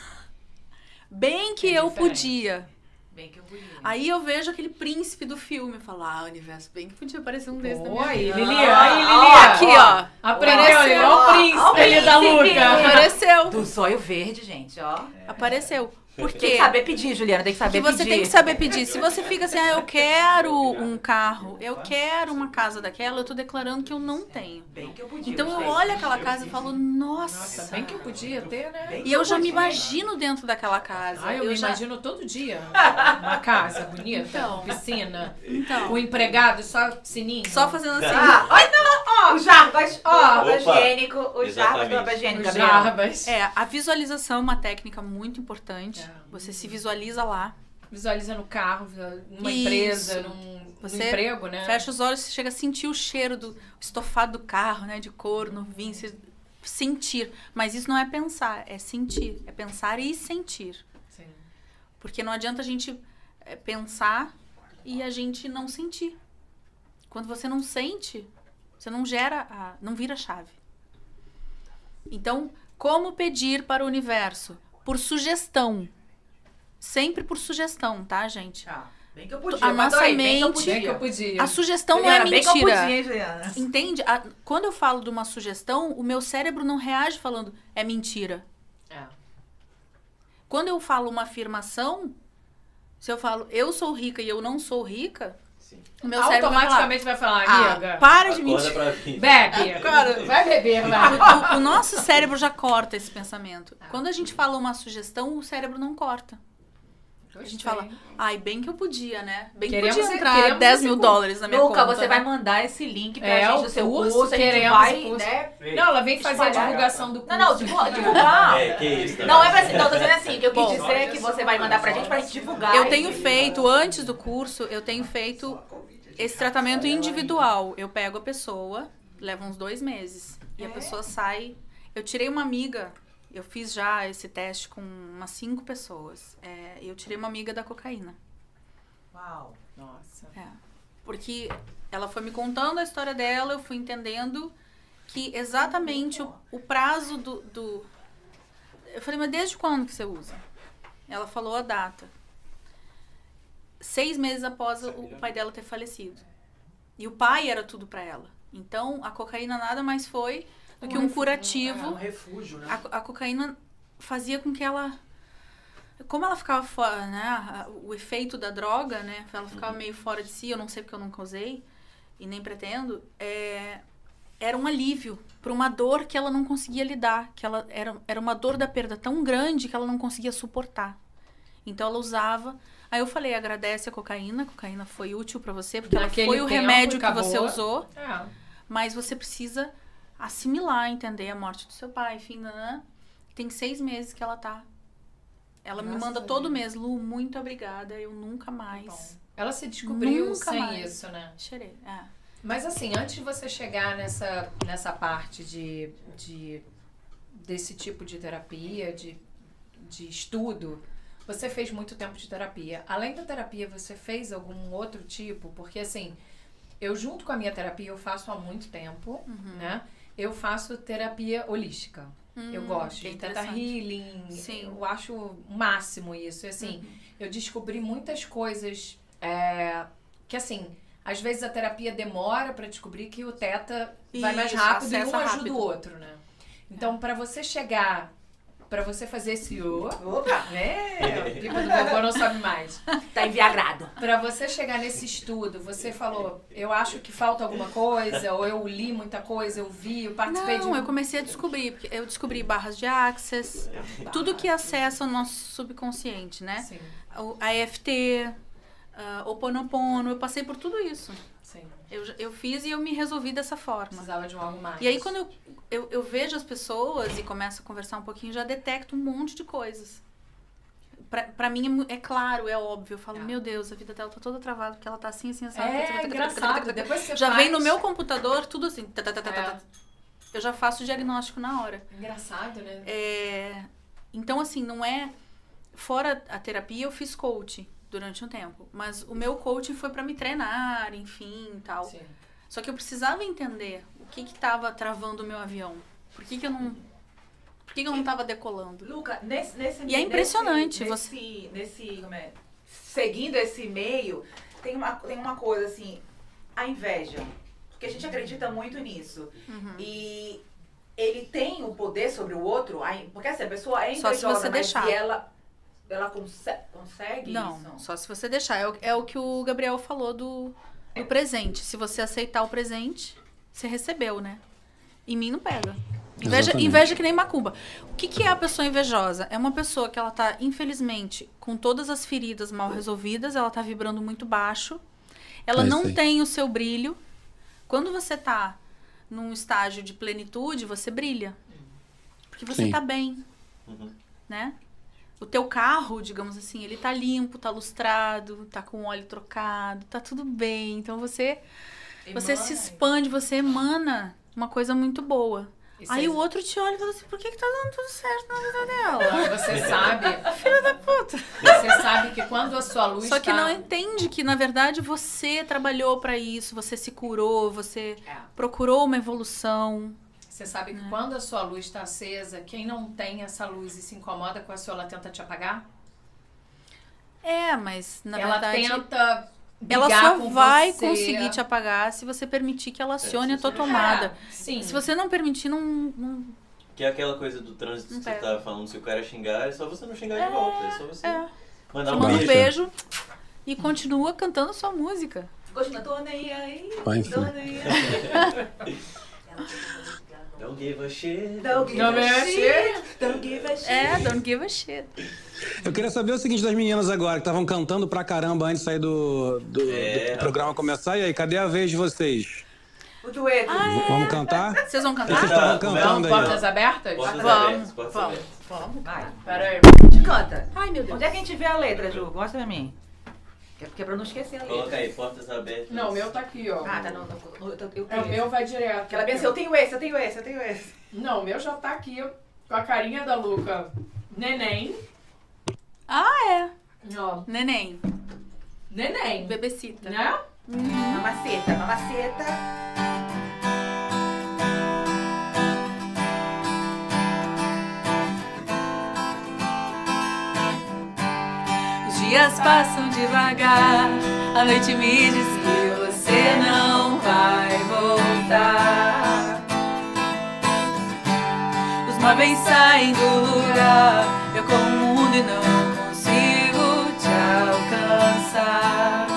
[SPEAKER 5] Bem que
[SPEAKER 2] É
[SPEAKER 5] eu
[SPEAKER 2] diferente.
[SPEAKER 5] podia.
[SPEAKER 4] bem que eu bonito.
[SPEAKER 5] Aí eu vejo aquele príncipe do filme e falo, ah, universo, bem que podia aparecer um desse também.
[SPEAKER 2] Oi,
[SPEAKER 5] Oi,
[SPEAKER 2] Lili.
[SPEAKER 4] Ah,
[SPEAKER 2] Aí,
[SPEAKER 4] ó,
[SPEAKER 2] Lili.
[SPEAKER 5] é Aqui, ó.
[SPEAKER 2] Apareceu. Ó, é o príncipe.
[SPEAKER 4] Ó, ó o
[SPEAKER 2] Ele tá da
[SPEAKER 4] príncipe.
[SPEAKER 2] Luca.
[SPEAKER 5] Apareceu.
[SPEAKER 4] Do zóio verde, gente, ó.
[SPEAKER 5] Apareceu. Por
[SPEAKER 4] Tem que
[SPEAKER 5] quê?
[SPEAKER 4] saber pedir, Juliana, tem que
[SPEAKER 5] Que
[SPEAKER 4] saber
[SPEAKER 5] você
[SPEAKER 4] pedir.
[SPEAKER 5] tem que saber pedir. Se você fica assim, ah, eu quero um carro, eu quero uma casa daquela, eu tô declarando que eu não tenho.
[SPEAKER 4] Bem que eu podia.
[SPEAKER 5] Então eu
[SPEAKER 4] gente.
[SPEAKER 5] olho aquela casa e falo, nossa.
[SPEAKER 2] Nossa, bem que eu podia ter, né?
[SPEAKER 5] E eu já me imagino dentro daquela casa.
[SPEAKER 2] Ah, eu, me
[SPEAKER 5] já...
[SPEAKER 2] imagino todo dia uma casa bonita,
[SPEAKER 5] Então.
[SPEAKER 2] piscina,
[SPEAKER 5] Então,
[SPEAKER 2] o empregado só sininho.
[SPEAKER 5] só fazendo assim.
[SPEAKER 4] Ah, olha, não, ó, o jarbas, ó,
[SPEAKER 1] Opa,
[SPEAKER 4] o higiênico, o jarbas
[SPEAKER 1] exatamente.
[SPEAKER 4] do papel higiênico,
[SPEAKER 2] os
[SPEAKER 4] Gabriel.
[SPEAKER 2] jarbas.
[SPEAKER 5] É, a visualização é uma técnica muito importante.
[SPEAKER 2] É.
[SPEAKER 5] Você se visualiza lá.
[SPEAKER 2] Visualiza no carro, visualiza numa
[SPEAKER 5] Isso.
[SPEAKER 2] empresa, num,
[SPEAKER 5] Você
[SPEAKER 2] num emprego, né?
[SPEAKER 5] Fecha os olhos, você chega a sentir o cheiro do estofado do carro, né? De couro, no vinho, você sentir. Mas isso não é pensar, é sentir. É pensar e sentir.
[SPEAKER 2] Sim.
[SPEAKER 5] Porque não adianta a gente é, pensar e a gente não sentir. Quando você não sente, você não gera, a, não vira a chave. Então, como pedir para o universo? Por sugestão. Sempre por sugestão, tá, gente?
[SPEAKER 4] Tá, Bem que eu podia,
[SPEAKER 5] A
[SPEAKER 4] mas
[SPEAKER 5] nossa
[SPEAKER 4] aí, bem que eu
[SPEAKER 5] mente-
[SPEAKER 2] Bem é que eu
[SPEAKER 4] podia.
[SPEAKER 2] podia.
[SPEAKER 5] A sugestão
[SPEAKER 4] Juliana,
[SPEAKER 5] não é
[SPEAKER 4] bem que eu
[SPEAKER 5] mentira.
[SPEAKER 4] podia, hein, Juliana?
[SPEAKER 2] Assim.
[SPEAKER 5] Entende? A- quando eu falo de uma sugestão, o meu cérebro não reage falando é mentira.
[SPEAKER 2] É.
[SPEAKER 5] Quando eu falo uma afirmação, se eu falo eu sou rica e eu não sou rica,
[SPEAKER 1] Sim.
[SPEAKER 5] o meu cérebro vai falar,
[SPEAKER 2] Automaticamente vai falar,
[SPEAKER 5] ah,
[SPEAKER 2] amiga,
[SPEAKER 5] para de
[SPEAKER 1] Acorda
[SPEAKER 5] mentir.
[SPEAKER 1] pra vida.
[SPEAKER 2] bebe.
[SPEAKER 1] Acorda.
[SPEAKER 2] Vai beber, vai.
[SPEAKER 5] O, o nosso cérebro já corta esse pensamento.
[SPEAKER 2] Ah.
[SPEAKER 5] Quando a gente fala uma sugestão, o cérebro não corta. A gente fala, ai, bem que eu podia, né? Bem que
[SPEAKER 2] Queremos
[SPEAKER 5] podia
[SPEAKER 2] esse-
[SPEAKER 5] entrar
[SPEAKER 2] queremos
[SPEAKER 5] 10
[SPEAKER 2] esse
[SPEAKER 5] mil
[SPEAKER 2] curso.
[SPEAKER 5] dólares na minha
[SPEAKER 4] Luca,
[SPEAKER 5] conta.
[SPEAKER 4] você
[SPEAKER 5] né?
[SPEAKER 4] vai mandar esse link pra
[SPEAKER 2] É,
[SPEAKER 4] gente
[SPEAKER 2] o
[SPEAKER 4] do seu
[SPEAKER 2] curso,
[SPEAKER 4] curso, a gente
[SPEAKER 2] queremos
[SPEAKER 4] vai,
[SPEAKER 2] o curso.
[SPEAKER 4] né?
[SPEAKER 2] Não, ela vem fazer a
[SPEAKER 4] Espalhar.
[SPEAKER 2] divulgação do curso.
[SPEAKER 4] Não, não, divulgar. divulgar.
[SPEAKER 1] É, que isso. tá
[SPEAKER 4] Não é
[SPEAKER 1] vendo?
[SPEAKER 4] pra assim, não, tô dizendo assim, o que eu quis
[SPEAKER 5] Bom.
[SPEAKER 4] dizer é que você vai mandar pra gente pra gente divulgar.
[SPEAKER 5] Eu tenho feito, antes do curso, eu tenho feito esse tratamento individual. Eu pego a pessoa, leva uns dois meses. E a pessoa sai. Eu tirei uma amiga, eu fiz já esse teste com umas cinco pessoas. É, eu tirei uma amiga da cocaína.
[SPEAKER 4] Uau.
[SPEAKER 2] Nossa.
[SPEAKER 9] É.
[SPEAKER 5] Porque ela foi me contando a história dela, eu fui entendendo que exatamente o, o prazo do, do- Eu falei, mas desde quando que você usa? Ela falou a data. Seis meses após o, o pai dela ter falecido. E o pai era tudo pra ela. Então, a cocaína nada mais foi do que um curativo.
[SPEAKER 9] refúgio, né?
[SPEAKER 5] A, co- a cocaína fazia com que ela. Como ela ficava fora, né? a- O efeito da droga, né? Ela
[SPEAKER 2] Uhum.
[SPEAKER 5] ficava meio fora de si, eu não sei porque eu nunca usei e nem pretendo. é, era um alívio para uma dor que ela não conseguia lidar, que ela era, era uma dor da perda tão grande que ela não conseguia suportar. Então ela usava. Aí eu falei, agradece a cocaína, a cocaína foi útil para você, porque
[SPEAKER 2] Naquele
[SPEAKER 5] ela foi o
[SPEAKER 2] tempo,
[SPEAKER 5] remédio que você
[SPEAKER 2] acabou.
[SPEAKER 5] usou
[SPEAKER 2] É.
[SPEAKER 5] mas você precisa assimilar, entender a morte do seu pai, enfim, nanã. Tem seis meses que ela tá. Ela me
[SPEAKER 2] Graças
[SPEAKER 5] manda
[SPEAKER 2] a
[SPEAKER 5] todo
[SPEAKER 2] Deus.
[SPEAKER 5] mês, Lu, muito obrigada, eu
[SPEAKER 2] Tá
[SPEAKER 5] nunca mais
[SPEAKER 2] Ela se descobriu
[SPEAKER 5] Nunca
[SPEAKER 2] sem
[SPEAKER 5] mais.
[SPEAKER 2] isso, né?
[SPEAKER 5] cheirei. É.
[SPEAKER 2] Mas assim, antes de você chegar nessa, nessa parte de, de desse tipo de terapia, de, de estudo, você fez muito tempo de terapia. Além da terapia, você fez algum outro tipo? Porque assim, eu junto com a minha terapia, eu faço há muito tempo,
[SPEAKER 5] Uhum.
[SPEAKER 2] né? Eu faço terapia holística. Eu
[SPEAKER 5] Hum,
[SPEAKER 2] gosto
[SPEAKER 5] que
[SPEAKER 2] de tentar
[SPEAKER 5] interessante.
[SPEAKER 2] healing.
[SPEAKER 5] Sim. Uhum.
[SPEAKER 2] Eu acho o máximo isso. E assim, eu descobri muitas coisas é, que, assim, às vezes a terapia demora pra descobrir que o teta vai mais
[SPEAKER 5] Isso,
[SPEAKER 2] rápido e um
[SPEAKER 5] acessa
[SPEAKER 2] ajuda
[SPEAKER 5] rápido.
[SPEAKER 2] o outro, né? Então, pra você chegar, pra você fazer esse ô,
[SPEAKER 4] Opa,
[SPEAKER 2] né? A pipa do vovô não sobe mais.
[SPEAKER 4] tá enviagrado.
[SPEAKER 2] Pra você chegar nesse estudo, você falou, eu acho que falta alguma coisa, ou eu li muita coisa, eu vi, eu participei
[SPEAKER 5] Não,
[SPEAKER 2] de. um
[SPEAKER 5] eu comecei a descobrir, porque eu descobri barras de access, tudo que acessa o nosso subconsciente, né?
[SPEAKER 2] um." Sim,
[SPEAKER 5] O- A EFT, ah, o Oponopono, eu passei por tudo isso.
[SPEAKER 2] sim.
[SPEAKER 5] Eu, já- eu fiz e eu me resolvi dessa forma.
[SPEAKER 2] Precisava de um algo mais.
[SPEAKER 5] E aí, quando eu, eu, eu vejo as pessoas e começo a conversar um pouquinho, já detecto um monte de coisas. Pra, pra mim é mu- é, claro, é óbvio. Eu falo,
[SPEAKER 2] Tá.
[SPEAKER 5] meu Deus, a vida dela tá toda travada, porque ela tá assim, assim, assim.
[SPEAKER 2] É engraçado, depois você
[SPEAKER 5] Já
[SPEAKER 2] faz-
[SPEAKER 5] vem no meu computador tudo assim. tá, tá, tá, tá, tá,
[SPEAKER 2] É.
[SPEAKER 5] tá. Eu já faço o diagnóstico na hora.
[SPEAKER 2] Engraçado, né?
[SPEAKER 5] É, Então, assim, não é. Fora a terapia, eu fiz coaching durante um tempo. Mas o meu coaching foi pra me treinar, enfim e tal.
[SPEAKER 2] Sim.
[SPEAKER 5] Só que eu precisava entender o que que tava travando o meu avião. Por que que eu não... Por que que eu não tava decolando?
[SPEAKER 4] Luca, nesse, nesse
[SPEAKER 5] E é impressionante
[SPEAKER 4] nesse, você nesse como é, seguindo esse meio tem uma tem uma coisa assim a inveja porque a
[SPEAKER 5] Uhum.
[SPEAKER 4] gente acredita muito nisso e ele tem o poder sobre o outro a in- porque assim, a pessoa é
[SPEAKER 5] Só se
[SPEAKER 4] invejosa
[SPEAKER 5] você
[SPEAKER 4] mas
[SPEAKER 5] deixar.
[SPEAKER 4] se ela Ela conse- consegue
[SPEAKER 5] Não,
[SPEAKER 4] É isso?
[SPEAKER 5] só se você deixar. É o, é o que o Gabriel falou do, do presente. Se você aceitar o presente, você recebeu, né? Em mim não pega. Inveja,
[SPEAKER 3] Exatamente.
[SPEAKER 5] inveja que nem macumba. O que, que é a pessoa invejosa? É uma pessoa que ela tá, infelizmente, com todas as feridas mal resolvidas, ela tá vibrando muito baixo. Ela
[SPEAKER 3] É isso
[SPEAKER 5] não
[SPEAKER 3] aí.
[SPEAKER 5] tem o seu brilho. Quando você tá num estágio de plenitude, você brilha. Porque você
[SPEAKER 3] Sim.
[SPEAKER 5] tá bem
[SPEAKER 1] Uhum.
[SPEAKER 5] né? O teu carro, digamos assim, ele tá limpo, tá lustrado, tá com óleo trocado, tá tudo bem. Então você, você
[SPEAKER 2] né?
[SPEAKER 5] se expande, você emana uma coisa muito boa.
[SPEAKER 2] Isso
[SPEAKER 5] Aí
[SPEAKER 2] é-
[SPEAKER 5] o outro te olha e fala assim: por que, que tá dando tudo certo na vida dela?
[SPEAKER 2] Você sabe,
[SPEAKER 5] Filha da puta.
[SPEAKER 2] você sabe que quando a sua luz
[SPEAKER 5] Só que
[SPEAKER 2] tá-
[SPEAKER 5] não entende que, na verdade, você trabalhou pra isso, você se curou, você
[SPEAKER 2] É.
[SPEAKER 5] procurou uma evolução.
[SPEAKER 2] Você sabe
[SPEAKER 5] Hum.
[SPEAKER 2] que quando a sua luz está acesa, quem não tem essa luz e se incomoda com a sua, ela tenta te apagar?
[SPEAKER 5] É, mas na
[SPEAKER 2] ela
[SPEAKER 5] verdade.
[SPEAKER 2] tenta
[SPEAKER 5] Ela
[SPEAKER 2] brigar
[SPEAKER 5] só
[SPEAKER 2] com
[SPEAKER 5] vai
[SPEAKER 2] você.
[SPEAKER 5] conseguir te apagar se você permitir que ela acione
[SPEAKER 1] É, se
[SPEAKER 5] a tua
[SPEAKER 1] você-
[SPEAKER 5] tomada.
[SPEAKER 2] É, sim.
[SPEAKER 5] Se você não permitir, não. não-
[SPEAKER 1] Que é aquela coisa do trânsito que você
[SPEAKER 5] Pega.
[SPEAKER 1] tava falando, se o cara xingar, é só você não xingar de volta, é só você
[SPEAKER 5] é.
[SPEAKER 1] mandar
[SPEAKER 5] Te
[SPEAKER 1] um
[SPEAKER 5] manda um
[SPEAKER 1] beijo.
[SPEAKER 5] beijo e continua cantando sua música.
[SPEAKER 4] Continua, tô nem tipo, aí,
[SPEAKER 3] Vai,
[SPEAKER 4] tô
[SPEAKER 3] enfim.
[SPEAKER 4] nem aí.
[SPEAKER 1] Don't give a shit.
[SPEAKER 4] Don't give
[SPEAKER 2] Não
[SPEAKER 4] a
[SPEAKER 2] é
[SPEAKER 4] shit, don't give a shit.
[SPEAKER 5] É, don't give a shit.
[SPEAKER 3] Eu queria saber o seguinte das meninas agora, que estavam cantando pra caramba antes de sair do, do-
[SPEAKER 1] É.
[SPEAKER 3] do programa começar. E aí, cadê a vez de vocês?
[SPEAKER 4] O dueto.
[SPEAKER 3] V- Vamos cantar?
[SPEAKER 5] Vocês vão
[SPEAKER 3] Vocês
[SPEAKER 5] cantar?
[SPEAKER 3] estavam
[SPEAKER 1] Tá, como é?
[SPEAKER 3] cantando
[SPEAKER 2] Então,
[SPEAKER 3] aí. ó.
[SPEAKER 2] portas abertas?
[SPEAKER 1] Portas
[SPEAKER 5] Vamos,
[SPEAKER 1] abertas, portas
[SPEAKER 5] vamos.
[SPEAKER 1] abertas.
[SPEAKER 5] Vamos.
[SPEAKER 4] Vai.
[SPEAKER 2] Peraí.
[SPEAKER 4] Te canta.
[SPEAKER 5] Ai, meu Deus.
[SPEAKER 4] Onde é que a gente vê a letra, Ju? Mostra pra mim. É porque é pra eu não esquecer a
[SPEAKER 1] Coloca
[SPEAKER 4] letra.
[SPEAKER 1] aí, portas abertas.
[SPEAKER 2] Não, o meu tá aqui, ó.
[SPEAKER 4] Ah, tá, não, não. Eu, eu, eu
[SPEAKER 2] É, o meu vai direto.
[SPEAKER 4] Porque ela pensa, eu tenho esse, eu tenho esse, eu tenho esse.
[SPEAKER 2] Não, o meu já tá aqui com a carinha da Luca. Neném.
[SPEAKER 5] Ah, é.
[SPEAKER 2] Ó,
[SPEAKER 5] Neném.
[SPEAKER 2] neném.
[SPEAKER 5] Bebecita.
[SPEAKER 2] Né?
[SPEAKER 4] Mamaceta, mamaceta.
[SPEAKER 5] Os dias passam devagar, a noite me diz que você não vai voltar. Os móveis saem do lugar, eu corro o mundo e não consigo te alcançar.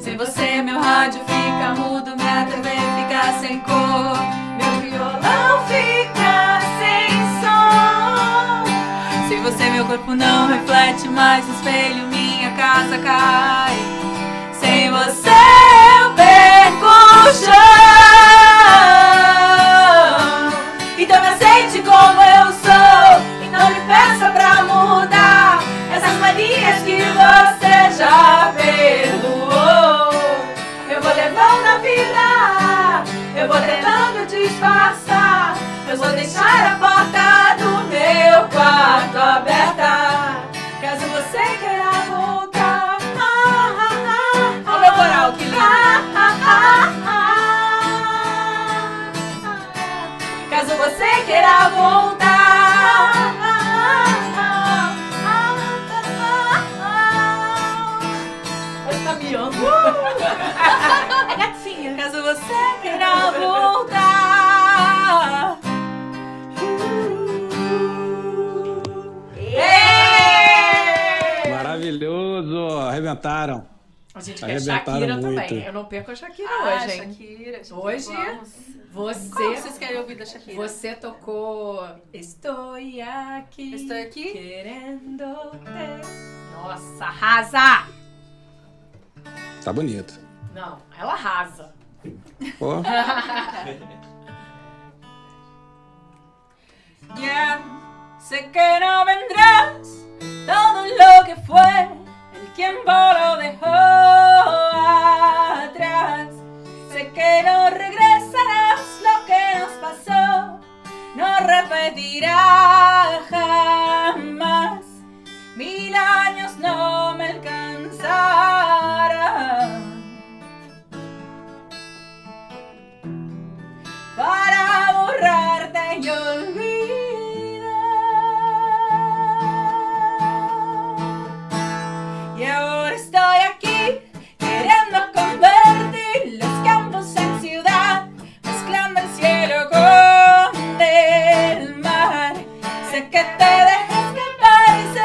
[SPEAKER 5] Sem você, meu rádio fica mudo, minha TV fica sem cor, meu violão fica sem som. Sem você, meu corpo não reflete mais no espelho, minha casa cai. Sem você, eu perco o chão. Então me aceite como eu sou e não me peça pra mudar essas manias que você já perdoou. Eu vou levando a vida, eu vou tentando disfarçar. Eu vou deixar a porta do meu quarto aberta. Caso você queira voltar. Ah, ah, ah, Olha o meu coral que lindo. ah, Caso você queira voltar. tá É gatinha. Caso você queira voltar.
[SPEAKER 3] Maravilhoso! Arrebentaram.
[SPEAKER 2] A gente quer
[SPEAKER 3] Arrebentaram
[SPEAKER 2] Shakira também.
[SPEAKER 3] muito.
[SPEAKER 2] Eu não perco a Shakira
[SPEAKER 5] Ah,
[SPEAKER 2] hoje, hein?
[SPEAKER 5] Shakira, Shakira,
[SPEAKER 2] Hoje,
[SPEAKER 5] vamos.
[SPEAKER 2] Você,
[SPEAKER 5] Qual que vocês querem ouvir da Shakira?
[SPEAKER 2] você tocou Estou aqui.
[SPEAKER 5] Estou aqui?
[SPEAKER 2] Querendo te. Nossa, arrasa!
[SPEAKER 3] Tá bonito.
[SPEAKER 2] Não, ela arrasa.
[SPEAKER 3] Ó.
[SPEAKER 5] Ya sé que no vendrás, todo lo que fue, el tiempo lo dejó atrás. Sé que no regresarás lo que nos pasó, no repetirá jamás. Mil años no me alcanzarán. para borrarte y olvidar. Y ahora estoy aquí queriendo convertir los campos en ciudad, mezclando el cielo con el mar. Sé que te dejas escapar y sé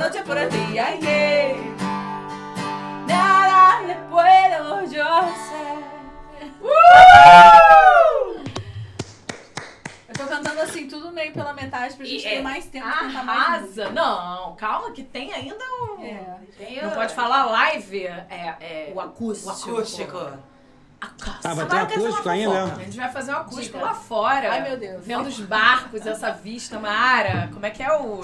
[SPEAKER 5] noche por el día. yeah. Nada le puedo yo hacer. Eu tô cantando assim, tudo meio pela metade, pra gente
[SPEAKER 2] E
[SPEAKER 5] ter
[SPEAKER 2] é-
[SPEAKER 5] mais tempo pra cantar mais. música.
[SPEAKER 2] Arrasa! Não, calma que tem ainda um...
[SPEAKER 5] É, tem
[SPEAKER 2] Não
[SPEAKER 5] o-
[SPEAKER 2] pode falar live, é, é
[SPEAKER 5] O
[SPEAKER 2] acústico.
[SPEAKER 3] Ah, vai ter
[SPEAKER 5] Agora eu quero
[SPEAKER 3] acústico
[SPEAKER 5] fazer uma
[SPEAKER 3] ainda?
[SPEAKER 2] A
[SPEAKER 3] é?
[SPEAKER 2] gente vai fazer um acústico
[SPEAKER 5] Diga.
[SPEAKER 2] lá fora.
[SPEAKER 5] Ai, meu Deus.
[SPEAKER 2] Vendo os barcos, essa vista, Mara. Como é que é o...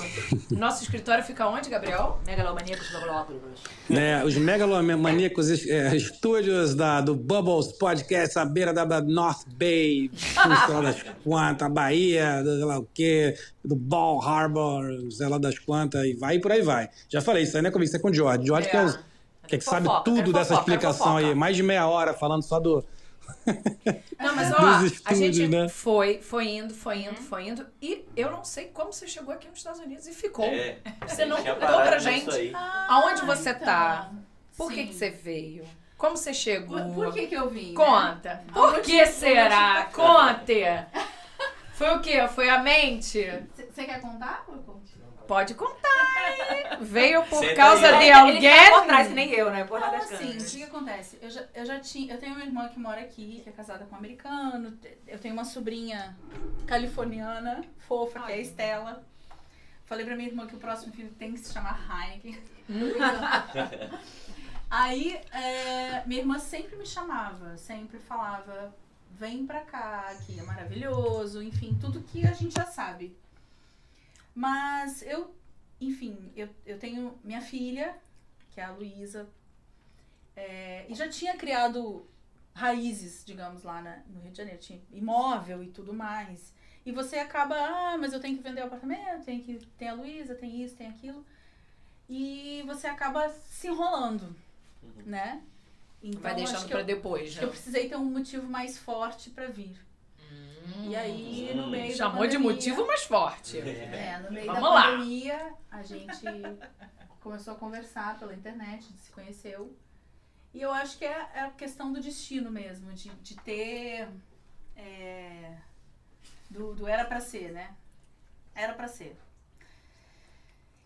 [SPEAKER 2] Nosso escritório fica onde, Gabriel?
[SPEAKER 4] Megalomaníacos globalóculos.
[SPEAKER 3] Né, os megalomaníacos es- é, estúdios da, do Bubbles Podcast, à beira da, da North Bay, do sei lá das quantas, Bahia, do, sei lá o quê, do Ball Harbor, sei lá das quantas, e vai e por aí vai. Já falei, isso aí não é comigo, isso é com o George. George que é os- que, é que sabe
[SPEAKER 2] Fofoca,
[SPEAKER 3] tudo
[SPEAKER 2] quero
[SPEAKER 3] dessa
[SPEAKER 2] fofoca, quero
[SPEAKER 3] explicação aí,
[SPEAKER 2] fofoca.
[SPEAKER 3] mais de meia hora falando só do.
[SPEAKER 2] Não, mas
[SPEAKER 3] Dos
[SPEAKER 2] ó, a
[SPEAKER 3] estúdios,
[SPEAKER 2] gente
[SPEAKER 3] né?
[SPEAKER 2] foi, foi indo, foi indo, foi indo. E eu não sei como você chegou aqui nos Estados Unidos e ficou.
[SPEAKER 1] É,
[SPEAKER 2] Você não
[SPEAKER 1] tinha
[SPEAKER 2] contou
[SPEAKER 1] parado
[SPEAKER 2] pra
[SPEAKER 1] nisso
[SPEAKER 2] gente.
[SPEAKER 1] aí.
[SPEAKER 2] Aonde você
[SPEAKER 5] então.
[SPEAKER 2] tá? Por que,
[SPEAKER 5] Sim.
[SPEAKER 2] que você veio? Como você chegou?
[SPEAKER 5] Por, por que que eu vim? né?
[SPEAKER 2] Conta.
[SPEAKER 5] Vamos
[SPEAKER 2] Por
[SPEAKER 5] te-
[SPEAKER 2] que
[SPEAKER 5] vamos te
[SPEAKER 2] será?
[SPEAKER 5] tacar.
[SPEAKER 2] Conte! Foi o quê? Foi a mente?
[SPEAKER 5] Você quer contar? ou eu conto?
[SPEAKER 2] Pode contar, hein? Veio por
[SPEAKER 1] Senta
[SPEAKER 2] causa
[SPEAKER 1] aí.
[SPEAKER 2] de
[SPEAKER 4] Ele- ele fica por
[SPEAKER 2] alguém.
[SPEAKER 4] trás, que nem eu, né? Por
[SPEAKER 5] Não,
[SPEAKER 4] trás das
[SPEAKER 5] assim, o
[SPEAKER 4] câmeras.
[SPEAKER 5] que, que acontece? Eu já, eu já tinha. Eu tenho uma irmã que mora aqui, que é casada com um americano. te- Eu tenho uma sobrinha californiana, fofa, que é a Estela. Falei pra minha irmã que o próximo filho tem que se chamar Heineken. Aí, é, minha irmã sempre me chamava, sempre falava: vem pra cá, aqui é maravilhoso, enfim, tudo que a gente já sabe. Mas eu, enfim, eu, eu tenho minha filha, que é a Luísa, é, e já tinha criado raízes, digamos, lá na- no Rio de Janeiro. Tinha imóvel e tudo mais. E você acaba, ah, mas eu tenho que vender o apartamento, tem que tem a Luísa, tem isso, tem aquilo. E você acaba se enrolando, né? Então,
[SPEAKER 2] Vai
[SPEAKER 5] acho
[SPEAKER 2] deixando
[SPEAKER 5] que
[SPEAKER 2] pra
[SPEAKER 5] eu,
[SPEAKER 2] depois,
[SPEAKER 5] acho
[SPEAKER 2] né?
[SPEAKER 5] que eu precisei ter um motivo mais forte pra vir. E aí, no
[SPEAKER 1] Hum.
[SPEAKER 5] meio da
[SPEAKER 2] Chamou de
[SPEAKER 5] pandemia-
[SPEAKER 2] motivo mais forte.
[SPEAKER 5] é, no meio
[SPEAKER 2] Vamos
[SPEAKER 5] da
[SPEAKER 2] lá.
[SPEAKER 5] pandemia, a gente começou a conversar pela internet, a gente se conheceu. E eu acho que é, é a questão do destino mesmo, de, de ter. é, do, do era pra ser, né? Era pra ser.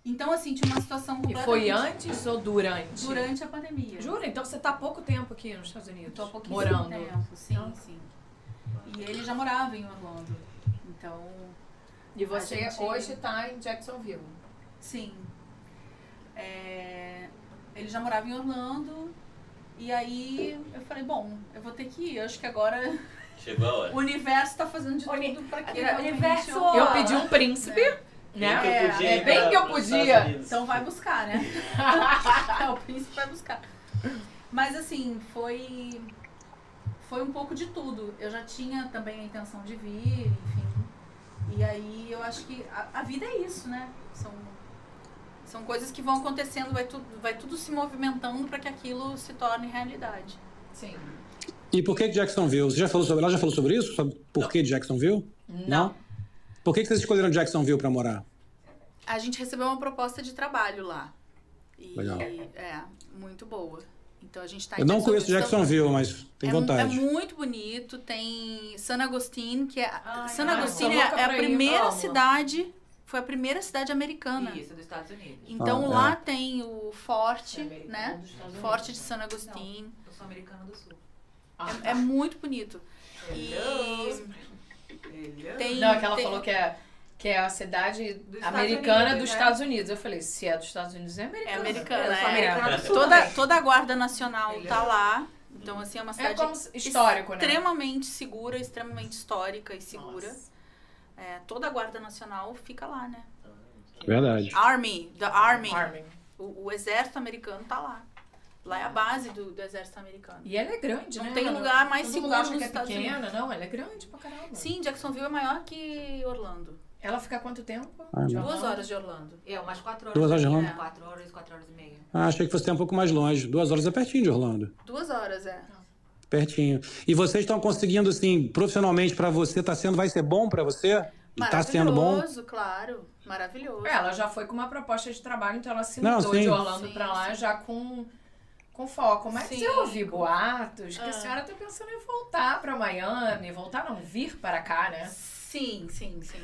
[SPEAKER 5] Então, assim, tinha uma situação
[SPEAKER 2] E
[SPEAKER 5] completamente...
[SPEAKER 2] foi antes ou durante?
[SPEAKER 5] Durante a pandemia.
[SPEAKER 2] Jura? Então você tá há pouco tempo aqui nos Estados Unidos?
[SPEAKER 5] Eu tô há pouquíssimo
[SPEAKER 2] morando.
[SPEAKER 5] tempo, sim,
[SPEAKER 4] Tá.
[SPEAKER 5] sim. E ele já morava em Orlando. Então,
[SPEAKER 2] E você
[SPEAKER 5] A gente-
[SPEAKER 2] hoje tá em Jacksonville.
[SPEAKER 5] Sim. É, Ele já morava em Orlando. E aí eu falei, bom, eu vou ter que ir. Eu acho que agora
[SPEAKER 1] Chegou a hora.
[SPEAKER 5] o universo tá fazendo de
[SPEAKER 4] Uni-
[SPEAKER 5] tudo pra que
[SPEAKER 4] Universo!
[SPEAKER 5] realmente eu-
[SPEAKER 4] Olá.
[SPEAKER 2] Eu pedi um príncipe, né?
[SPEAKER 5] É,
[SPEAKER 2] é
[SPEAKER 1] ir
[SPEAKER 2] bem
[SPEAKER 1] pra-
[SPEAKER 2] que eu
[SPEAKER 1] pros
[SPEAKER 2] podia.
[SPEAKER 1] Estados Unidos.
[SPEAKER 5] Então vai buscar, né? É, o príncipe vai buscar. Mas assim, foi foi um pouco de tudo. Eu já tinha também a intenção de vir, enfim. E aí eu acho que a, a vida é isso, né? São são coisas que vão acontecendo, vai tudo vai tudo se movimentando para que aquilo se torne realidade.
[SPEAKER 2] Sim.
[SPEAKER 3] E por que que Jacksonville? Você já falou sobre. Ela já falou sobre isso? Sobre por que Jacksonville? Não. Por que que vocês escolheram Jacksonville pra morar?
[SPEAKER 5] A gente recebeu uma proposta de trabalho lá. E
[SPEAKER 3] Legal.
[SPEAKER 5] é muito boa. Então a gente tá
[SPEAKER 3] Eu não conheço
[SPEAKER 5] Jacksonville.
[SPEAKER 3] Jacksonville, mas tem
[SPEAKER 5] É, mu- é
[SPEAKER 3] vontade.
[SPEAKER 5] muito bonito, tem San Agustín, que é.
[SPEAKER 4] Ai,
[SPEAKER 5] San
[SPEAKER 4] ai,
[SPEAKER 5] Agustín
[SPEAKER 2] tô
[SPEAKER 5] é,
[SPEAKER 2] louca
[SPEAKER 5] é a
[SPEAKER 2] pra ir,
[SPEAKER 5] primeira
[SPEAKER 2] amo.
[SPEAKER 5] cidade. Foi a primeira cidade americana.
[SPEAKER 4] Isso, dos Estados Unidos.
[SPEAKER 5] Então
[SPEAKER 3] Ah,
[SPEAKER 5] lá tem o forte,
[SPEAKER 4] Americano
[SPEAKER 5] né?
[SPEAKER 4] dos então, Estados Unidos.
[SPEAKER 5] Forte de San Agustín.
[SPEAKER 4] Eu sou americana do sul.
[SPEAKER 5] É, é muito bonito. E tem.
[SPEAKER 2] Não, é que ela
[SPEAKER 5] tem-
[SPEAKER 2] falou que é, que é a cidade
[SPEAKER 4] Estados
[SPEAKER 2] americana
[SPEAKER 4] Unidos,
[SPEAKER 2] dos
[SPEAKER 4] né?
[SPEAKER 2] Estados Unidos. Eu falei, se é dos Estados Unidos, é
[SPEAKER 5] É
[SPEAKER 2] americana.
[SPEAKER 5] americana.
[SPEAKER 4] Eu sou
[SPEAKER 5] é.
[SPEAKER 4] americana do sul.
[SPEAKER 5] Toda,
[SPEAKER 4] também.
[SPEAKER 5] toda a guarda nacional
[SPEAKER 4] Ele é-
[SPEAKER 5] tá lá. Então, assim, é uma
[SPEAKER 2] É
[SPEAKER 5] cidade
[SPEAKER 2] como se- histórico, né?
[SPEAKER 5] extremamente segura, extremamente histórica e segura.
[SPEAKER 2] Nossa.
[SPEAKER 5] É, toda a guarda nacional fica lá, né?
[SPEAKER 3] Verdade.
[SPEAKER 5] Army, the Army.
[SPEAKER 2] Army.
[SPEAKER 5] O, o exército americano tá lá. Lá é a base do, do exército americano.
[SPEAKER 2] E ela é grande,
[SPEAKER 5] Não
[SPEAKER 2] né?
[SPEAKER 5] tem lugar mais
[SPEAKER 2] Todo
[SPEAKER 5] seguro
[SPEAKER 2] mundo acha
[SPEAKER 5] nos
[SPEAKER 2] que é
[SPEAKER 5] Estados
[SPEAKER 2] pequena,
[SPEAKER 5] Unidos.
[SPEAKER 2] não. Ela é grande pra caramba.
[SPEAKER 5] Sim, Jacksonville é maior que Orlando.
[SPEAKER 2] Ela fica quanto tempo?
[SPEAKER 3] Ah,
[SPEAKER 2] De
[SPEAKER 5] Duas
[SPEAKER 2] Orlando?
[SPEAKER 5] horas de Orlando.
[SPEAKER 4] É, umas quatro horas.
[SPEAKER 3] Duas horas de
[SPEAKER 4] daqui,
[SPEAKER 5] Orlando.
[SPEAKER 4] né? Quatro horas, quatro horas e meia.
[SPEAKER 3] Ah, achei que fosse ter um pouco mais longe. Duas horas é pertinho de Orlando.
[SPEAKER 5] Duas horas, é.
[SPEAKER 3] Pertinho. E vocês estão conseguindo, assim, profissionalmente pra você, tá sendo, vai ser bom pra você? Tá sendo bom?
[SPEAKER 5] Maravilhoso, claro. Maravilhoso.
[SPEAKER 2] É, Ela já foi com uma proposta de trabalho, então ela se
[SPEAKER 3] Não,
[SPEAKER 2] mudou
[SPEAKER 3] sim.
[SPEAKER 2] de Orlando
[SPEAKER 5] Sim,
[SPEAKER 2] pra lá já com, com foco. Mas
[SPEAKER 5] Sim.
[SPEAKER 2] eu ouvi boatos que a
[SPEAKER 5] Ah.
[SPEAKER 2] senhora tá pensando em voltar pra Miami. Voltar não, vir para cá, né?
[SPEAKER 5] Sim, sim, sim.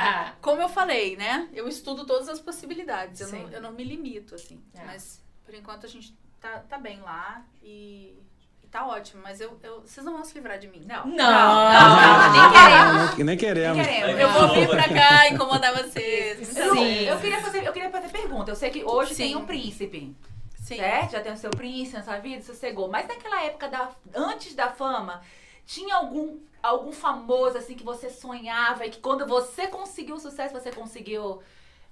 [SPEAKER 5] Como eu falei, né? Eu estudo todas as possibilidades. Eu, não,
[SPEAKER 2] Sim.
[SPEAKER 5] eu não me limito, assim.
[SPEAKER 2] É.
[SPEAKER 5] Mas, por enquanto, a gente tá, tá bem lá e, e tá ótimo. Mas eu, eu- vocês não vão se livrar de mim. Não.
[SPEAKER 4] Não,
[SPEAKER 3] Ah,
[SPEAKER 4] nem queremos.
[SPEAKER 3] nem, nem queremos.
[SPEAKER 1] queremos.
[SPEAKER 5] Eu vou vir pra cá incomodar vocês.
[SPEAKER 2] Sim.
[SPEAKER 4] Eu,
[SPEAKER 5] Então,
[SPEAKER 4] eu queria fazer, eu queria fazer pergunta. Eu sei que hoje
[SPEAKER 5] Sim.
[SPEAKER 4] tem um príncipe,
[SPEAKER 5] Sim.
[SPEAKER 4] certo? Já tem o seu príncipe na sua vida, sossegou. Mas naquela época, da, antes da fama, tinha algum, algum famoso, assim, que você sonhava e que quando você conseguiu o sucesso, você conseguiu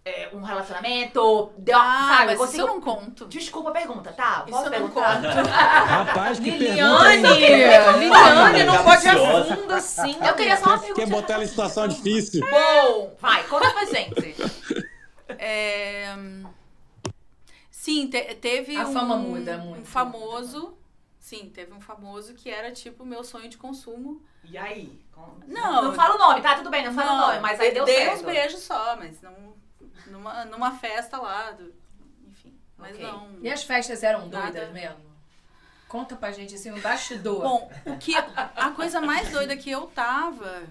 [SPEAKER 4] é, um relacionamento, deu,
[SPEAKER 5] Ah,
[SPEAKER 4] sabe?
[SPEAKER 5] mas isso
[SPEAKER 4] conseguiu... um-
[SPEAKER 5] eu não conto.
[SPEAKER 4] Desculpa a pergunta, tá?
[SPEAKER 5] Isso
[SPEAKER 4] Posso
[SPEAKER 5] eu não
[SPEAKER 4] perguntar?
[SPEAKER 3] Rapaz, que pergunta. é
[SPEAKER 2] Liliane!
[SPEAKER 3] hein?
[SPEAKER 2] Liliane, não pode ir a
[SPEAKER 1] Capciosa.
[SPEAKER 2] fundo assim.
[SPEAKER 4] Eu queria só uma
[SPEAKER 3] Quer-
[SPEAKER 4] pergunta.
[SPEAKER 3] Tá Quer botar ela em situação difícil?
[SPEAKER 4] Bom, vai, conta pra gente.
[SPEAKER 5] É, hum, Sim, te- teve
[SPEAKER 2] A
[SPEAKER 5] um,
[SPEAKER 2] fama muda muito.
[SPEAKER 5] um famoso. Sim, teve um famoso que era tipo meu sonho de consumo.
[SPEAKER 4] E aí?
[SPEAKER 5] Não.
[SPEAKER 4] Não fala o nome, tá? Tudo bem, não fala o nome, mas aí deu
[SPEAKER 5] dei
[SPEAKER 4] certo.
[SPEAKER 5] uns beijos só, mas não, numa, numa festa lá, do- enfim. Mas
[SPEAKER 4] Ok. é
[SPEAKER 5] não.
[SPEAKER 2] E as festas eram
[SPEAKER 5] Nada.
[SPEAKER 2] doidas mesmo? Conta pra gente assim, um bastidor.
[SPEAKER 5] Bom, o que, a coisa mais doida que eu tava.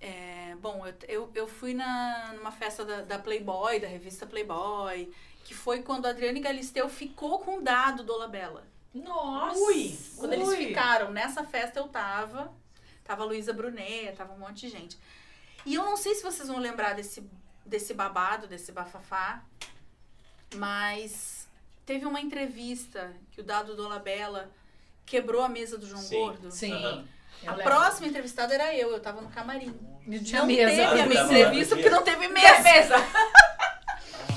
[SPEAKER 5] é, bom, eu, eu, eu fui na, numa festa da, da Playboy, da revista Playboy, que foi quando a Adriane Galisteu ficou com o dado do Labella.
[SPEAKER 2] Nossa!
[SPEAKER 4] Ui,
[SPEAKER 5] Quando eles ficaram nessa festa, eu tava. Tava a Luísa Brunet, tava um monte de gente. E eu não sei se vocês vão lembrar desse, desse babado, desse bafafá, mas teve uma entrevista que o Dado Dolabella quebrou a mesa do João
[SPEAKER 1] Sim.
[SPEAKER 5] Gordo.
[SPEAKER 2] Sim.
[SPEAKER 1] Aham.
[SPEAKER 2] eu
[SPEAKER 5] A
[SPEAKER 2] lembro.
[SPEAKER 5] próxima entrevistada era eu, eu tava no camarim.
[SPEAKER 2] Não tinha
[SPEAKER 5] Não
[SPEAKER 2] mesa.
[SPEAKER 5] teve a minha
[SPEAKER 1] Tava lá,
[SPEAKER 5] entrevista
[SPEAKER 1] podia.
[SPEAKER 5] porque não teve mesa.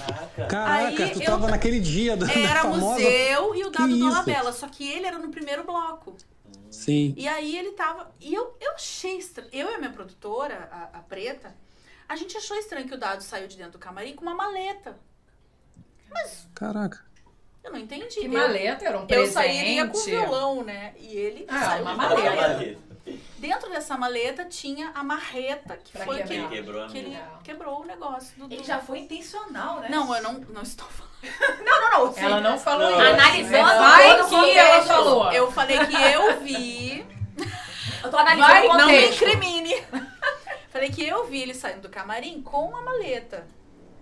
[SPEAKER 1] Caraca.
[SPEAKER 3] Caraca,
[SPEAKER 5] Aí
[SPEAKER 3] tu
[SPEAKER 5] eu-
[SPEAKER 3] tava naquele dia do, da
[SPEAKER 5] Era
[SPEAKER 3] famosa.
[SPEAKER 5] museu e o Dado
[SPEAKER 3] isso?
[SPEAKER 5] Dolabella, só que ele era no primeiro bloco.
[SPEAKER 3] Sim.
[SPEAKER 5] E aí ele tava. E eu, eu achei estranho. Eu e a minha produtora, a, a preta, a gente achou estranho que o dado saiu de dentro do camarim com uma maleta.
[SPEAKER 3] Caraca.
[SPEAKER 5] Eu não entendi.
[SPEAKER 2] Que
[SPEAKER 5] Eu-
[SPEAKER 2] maleta, era um
[SPEAKER 5] Eu,
[SPEAKER 2] presente.
[SPEAKER 5] sairia com violão, né? E ele
[SPEAKER 2] Ah,
[SPEAKER 5] saiu
[SPEAKER 2] uma
[SPEAKER 5] com
[SPEAKER 2] maleta.
[SPEAKER 5] Dentro dessa maleta tinha a marreta, que
[SPEAKER 2] Pra
[SPEAKER 5] foi que,
[SPEAKER 1] Ele
[SPEAKER 2] quebrar.
[SPEAKER 5] ele,
[SPEAKER 1] quebrou a
[SPEAKER 5] que ele
[SPEAKER 1] minha.
[SPEAKER 5] quebrou o negócio do.
[SPEAKER 4] Ele
[SPEAKER 5] do-
[SPEAKER 4] já foi intencional, né?
[SPEAKER 5] Não, eu não, não estou falando.
[SPEAKER 4] não, não.
[SPEAKER 2] Ela não falou
[SPEAKER 1] Não,
[SPEAKER 2] isso.
[SPEAKER 4] analisando
[SPEAKER 2] né? Vai
[SPEAKER 4] todo o
[SPEAKER 2] que ela
[SPEAKER 4] contexto.
[SPEAKER 2] falou.
[SPEAKER 5] Eu falei que eu vi.
[SPEAKER 4] Eu tô analisando
[SPEAKER 2] Vai,
[SPEAKER 4] o
[SPEAKER 5] não me
[SPEAKER 4] contexto.
[SPEAKER 5] incrimine. falei que eu vi ele saindo do camarim com a maleta.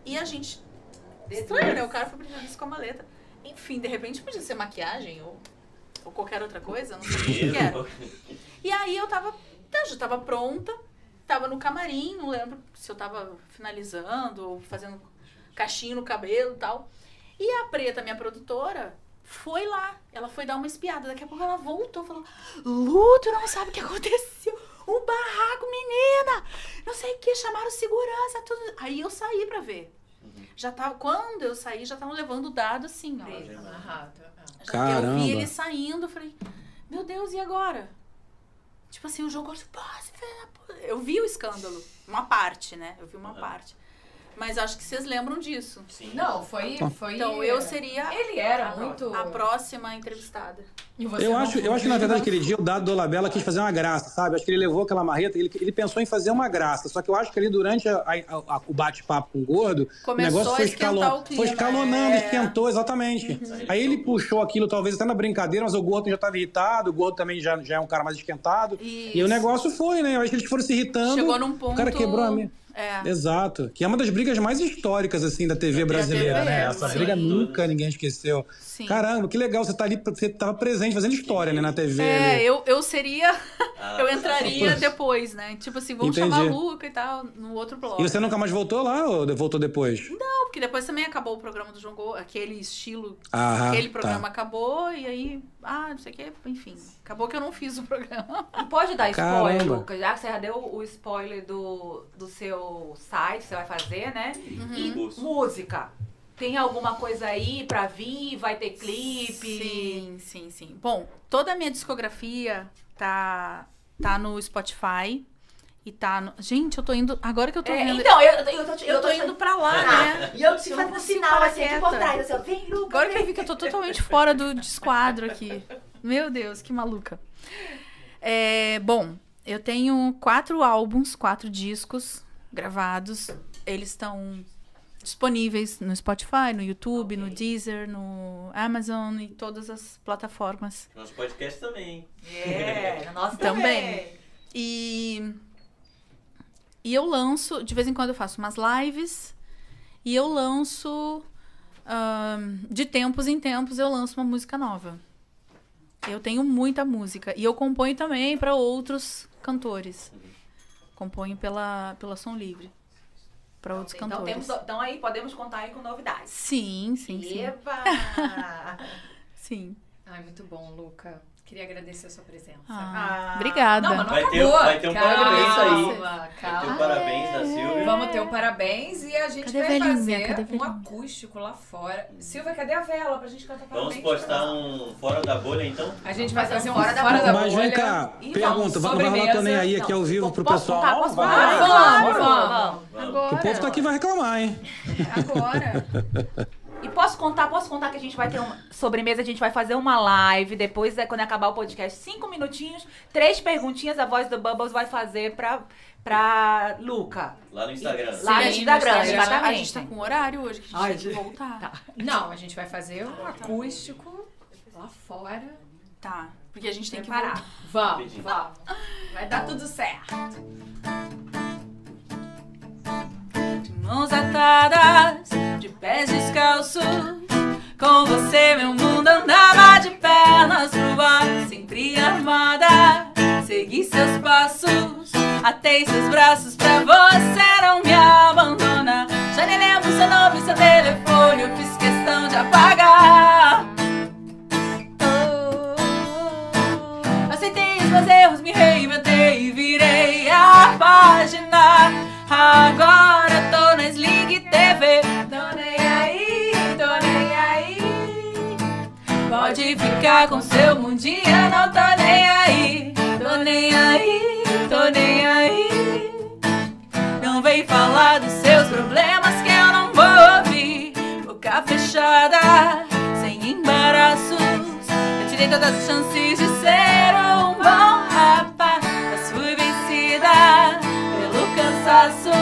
[SPEAKER 5] E a gente Estranho, né? O cara foi brincando isso com a maleta. Enfim, de repente podia ser maquiagem ou, ou qualquer outra coisa, não sei o que era. E aí eu tava, tá, já tava pronta, tava no camarim, não lembro se eu tava finalizando ou fazendo cachinho no cabelo e tal. E a Preta, minha produtora, foi lá. Ela foi dar uma espiada. Daqui a pouco ela voltou e falou: Lu, tu não sabe o que aconteceu. Um barraco, menina! Não sei o que, chamaram segurança, tudo. Aí eu saí pra ver. Já tava, quando eu saí, já estavam levando o dado assim, ó.
[SPEAKER 4] Preso.
[SPEAKER 2] Amarrado, amarrado.
[SPEAKER 5] Já- Eu
[SPEAKER 3] Caramba.
[SPEAKER 5] vi ele saindo, eu falei, meu Deus, e agora? Tipo assim, o jogo, pô, você fez a pu-". eu vi o escândalo, uma parte, né? Eu vi uma
[SPEAKER 3] Ah.
[SPEAKER 1] Aham.
[SPEAKER 5] parte. Mas acho que vocês lembram disso.
[SPEAKER 1] Sim.
[SPEAKER 2] ah." Não, foi... foi...
[SPEAKER 5] Então eu seria
[SPEAKER 2] Ele era
[SPEAKER 4] A
[SPEAKER 2] muito...
[SPEAKER 5] a próxima entrevistada.
[SPEAKER 2] E você
[SPEAKER 3] Eu
[SPEAKER 2] não
[SPEAKER 3] acho, eu
[SPEAKER 2] foi.
[SPEAKER 3] acho que, na
[SPEAKER 5] né?
[SPEAKER 3] verdade, aquele dia o Dado Dolabella quis fazer uma graça, sabe? Acho que ele levou aquela marreta, ele, ele pensou em fazer uma graça. Só que eu acho que ali, durante a- a- a- o bate-papo com o gordo,
[SPEAKER 5] Começou
[SPEAKER 3] o negócio foi,
[SPEAKER 5] a esquentar
[SPEAKER 3] escalon-
[SPEAKER 5] o clima,
[SPEAKER 3] foi escalonando,
[SPEAKER 5] é. Uhum.
[SPEAKER 3] esquentou, exatamente. Aí ele puxou aquilo, talvez até na brincadeira, mas o gordo já estava irritado, o gordo também já, já é um cara mais esquentado.
[SPEAKER 5] E,
[SPEAKER 3] E o negócio foi, né? Eu acho que eles foram se irritando.
[SPEAKER 5] chegou num ponto.
[SPEAKER 3] O cara quebrou a minha.
[SPEAKER 5] É.
[SPEAKER 3] Exato. Que é uma das brigas mais históricas, assim, da TV brasileira,
[SPEAKER 5] TV,
[SPEAKER 3] né? Essa
[SPEAKER 5] sim.
[SPEAKER 3] briga nunca ninguém esqueceu.
[SPEAKER 5] Sim.
[SPEAKER 3] Caramba, que legal, você tá ali, você tava presente, fazendo história, né, na TV.
[SPEAKER 5] É,
[SPEAKER 3] ali.
[SPEAKER 5] eu, eu seria,
[SPEAKER 1] Ah,
[SPEAKER 5] eu entraria
[SPEAKER 3] Pois.
[SPEAKER 5] depois, né? Tipo assim, vamos
[SPEAKER 3] Entendi.
[SPEAKER 5] chamar o Luca e tal, no outro bloco.
[SPEAKER 3] E você nunca mais voltou lá ou voltou depois?
[SPEAKER 5] Não, porque depois também acabou o programa do João Gol, aquele estilo
[SPEAKER 3] Ah,
[SPEAKER 5] Aquele programa acabou e aí, ah, não sei o que, enfim. Acabou que eu não fiz o programa.
[SPEAKER 4] Não pode dar
[SPEAKER 3] Caramba.
[SPEAKER 4] spoiler, Lucas. Já que você já deu o spoiler do, do seu site, que você vai fazer, né? E
[SPEAKER 1] Curso.
[SPEAKER 4] música. Tem alguma coisa aí pra vir? Vai ter clipe?
[SPEAKER 5] Sim, sim, sim. Bom, toda a minha discografia tá, tá no Spotify e tá no. Gente, eu tô indo. Agora que eu tô
[SPEAKER 4] É,
[SPEAKER 5] vendo.
[SPEAKER 4] então, eu, eu, tô- eu, tô- Ah.
[SPEAKER 5] eu, tô indo pra lá, né?
[SPEAKER 4] E eu te fazendo
[SPEAKER 5] Eu
[SPEAKER 4] um
[SPEAKER 5] não consigo
[SPEAKER 4] sinal
[SPEAKER 5] parar
[SPEAKER 4] assim, de
[SPEAKER 5] quieta.
[SPEAKER 4] por trás, assim, ó, vem, Lucas.
[SPEAKER 5] Agora que eu vi que eu tô totalmente fora do desquadro aqui. Meu Deus, que maluca. É, bom, eu tenho quatro álbuns, quatro discos gravados. Eles estão disponíveis no Spotify, no YouTube, no
[SPEAKER 4] Ok.
[SPEAKER 5] Deezer, no Amazon e todas as plataformas.
[SPEAKER 1] Nosso podcast também.
[SPEAKER 4] É, no nosso
[SPEAKER 5] Também.
[SPEAKER 4] também.
[SPEAKER 5] E E eu lanço, de vez em quando eu faço umas lives e eu lanço. ahn, de tempos em tempos eu lanço uma música nova. Eu tenho muita música. E eu componho também para outros cantores. Componho pela, pela Som Livre. Para outros
[SPEAKER 4] Então,
[SPEAKER 5] cantores.
[SPEAKER 4] temos, então aí podemos contar aí com novidades.
[SPEAKER 5] Sim, sim, sim.
[SPEAKER 4] Eba!
[SPEAKER 5] Sim.
[SPEAKER 2] Ai, muito bom, Luca. Queria agradecer a sua presença.
[SPEAKER 5] Ah,
[SPEAKER 4] Ah.
[SPEAKER 5] Obrigada.
[SPEAKER 4] Não, mas não
[SPEAKER 1] Vai ter,
[SPEAKER 4] acabou.
[SPEAKER 1] vai ter um
[SPEAKER 2] Calma,
[SPEAKER 1] parabéns aí.
[SPEAKER 2] calma,
[SPEAKER 1] Vai ter um
[SPEAKER 2] calma.
[SPEAKER 1] parabéns da Silvia.
[SPEAKER 2] Ah, Vamos ter um parabéns e a gente
[SPEAKER 7] Cadê a
[SPEAKER 2] vai
[SPEAKER 7] velhinha?
[SPEAKER 2] fazer
[SPEAKER 7] Cadê a
[SPEAKER 2] um
[SPEAKER 7] velhinha?
[SPEAKER 2] acústico lá fora. Silvia, cadê a vela pra gente cantar
[SPEAKER 1] Vamos
[SPEAKER 2] parabéns?
[SPEAKER 1] postar um fora da bolha então?
[SPEAKER 2] A gente vai
[SPEAKER 4] Fazer um
[SPEAKER 2] fazer um
[SPEAKER 4] fora
[SPEAKER 2] fora
[SPEAKER 4] da
[SPEAKER 2] da,
[SPEAKER 4] bolha.
[SPEAKER 3] Mas vem
[SPEAKER 2] bolha
[SPEAKER 3] cá,
[SPEAKER 4] E
[SPEAKER 3] pergunta,
[SPEAKER 2] vamos,
[SPEAKER 3] vamos falar
[SPEAKER 2] sobremesa. Então,
[SPEAKER 3] também aí aqui
[SPEAKER 4] Não,
[SPEAKER 3] ao vivo pro
[SPEAKER 4] posso
[SPEAKER 3] pessoal.
[SPEAKER 4] Contar, posso
[SPEAKER 3] Vai.
[SPEAKER 4] contar?
[SPEAKER 2] Vamos,
[SPEAKER 4] Claro,
[SPEAKER 2] vamos.
[SPEAKER 3] Que o povo tá aqui vai reclamar, hein?
[SPEAKER 2] agora.
[SPEAKER 4] E posso contar, posso contar que a gente vai ter uma sobremesa, a gente vai fazer uma live depois, é, quando acabar o podcast, cinco minutinhos, três perguntinhas a voz do Bubbles vai fazer pra, pra Luca.
[SPEAKER 1] Lá no Instagram.
[SPEAKER 4] Lá no
[SPEAKER 5] Sim,
[SPEAKER 4] Instagram,
[SPEAKER 5] A
[SPEAKER 4] exatamente.
[SPEAKER 5] gente tá com horário hoje, que a gente
[SPEAKER 4] Ai,
[SPEAKER 5] tem que voltar. Tá.
[SPEAKER 2] Não, a gente vai fazer um acústico lá fora.
[SPEAKER 5] Porque a gente tem que
[SPEAKER 4] Preparar.
[SPEAKER 5] parar.
[SPEAKER 2] Vamos,
[SPEAKER 1] Entendi.
[SPEAKER 2] vamos. Vai dar tudo certo.
[SPEAKER 5] De mãos atadas, de pés descalços. Com você meu mundo andava de pernas pro ar, sempre armada. Segui seus passos, atei seus braços pra você não me abandonar. Já nem lembro seu nome, seu telefone, eu fiz questão de apagar. Oh, Aceitei os meus erros, me reinventei e virei a página. Agora tô na Sling TV. Tô nem aí, tô nem aí. Pode ficar com seu mundinho, não tô nem aí. Tô nem aí, tô nem aí. Não vem falar dos seus problemas que eu não vou ouvir. Boca fechada, sem embaraços. Eu tirei todas as chances de ser um bom rapaz. Mas fui vencida pelo cansaço.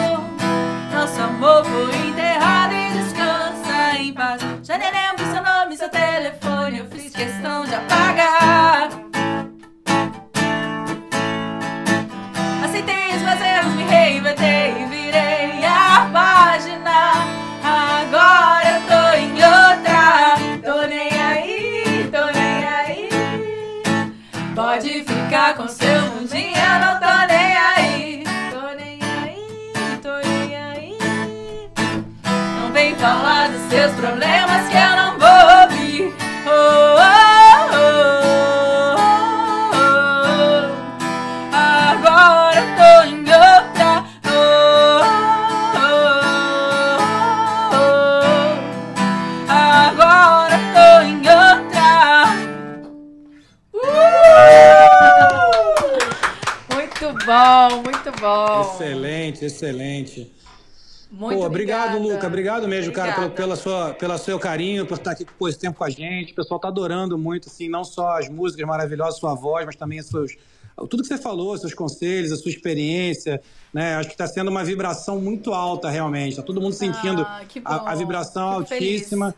[SPEAKER 5] Nosso amor foi enterrado e descansa em paz. Já nem lembro seu nome, seu telefone. Eu fiz questão de apagar. Aceitei Assim os meus erros, me reinventei e virei a página. Agora eu tô em outra. Tô nem aí, tô nem aí. Pode ficar com seu mundinho, eu não tô nem aí. Tô nem aí, tô nem aí. Não vem falar dos seus problemas que eu não vou ouvir. Oh, oh, oh, oh, oh, oh. Agora eu tô em outra. Oh, oh, oh, oh. Agora eu tô em outra. Uh!
[SPEAKER 2] Muito bom, muito bom.
[SPEAKER 3] Excelente, excelente.
[SPEAKER 2] Muito
[SPEAKER 3] Pô, obrigado,
[SPEAKER 2] obrigada.
[SPEAKER 3] Luca. Obrigado mesmo, cara, pelo,
[SPEAKER 5] Obrigada.
[SPEAKER 3] pela sua, pelo seu carinho, por estar aqui por esse tempo com a gente. O pessoal tá adorando muito, assim, não só as músicas maravilhosas, sua voz, mas também os seus. Tudo que você falou, seus conselhos, a sua experiência, né? Acho que está sendo uma vibração muito alta, realmente. Está todo mundo sentindo
[SPEAKER 5] Ah, que bom.
[SPEAKER 3] a, a vibração
[SPEAKER 5] Fico feliz.
[SPEAKER 3] altíssima.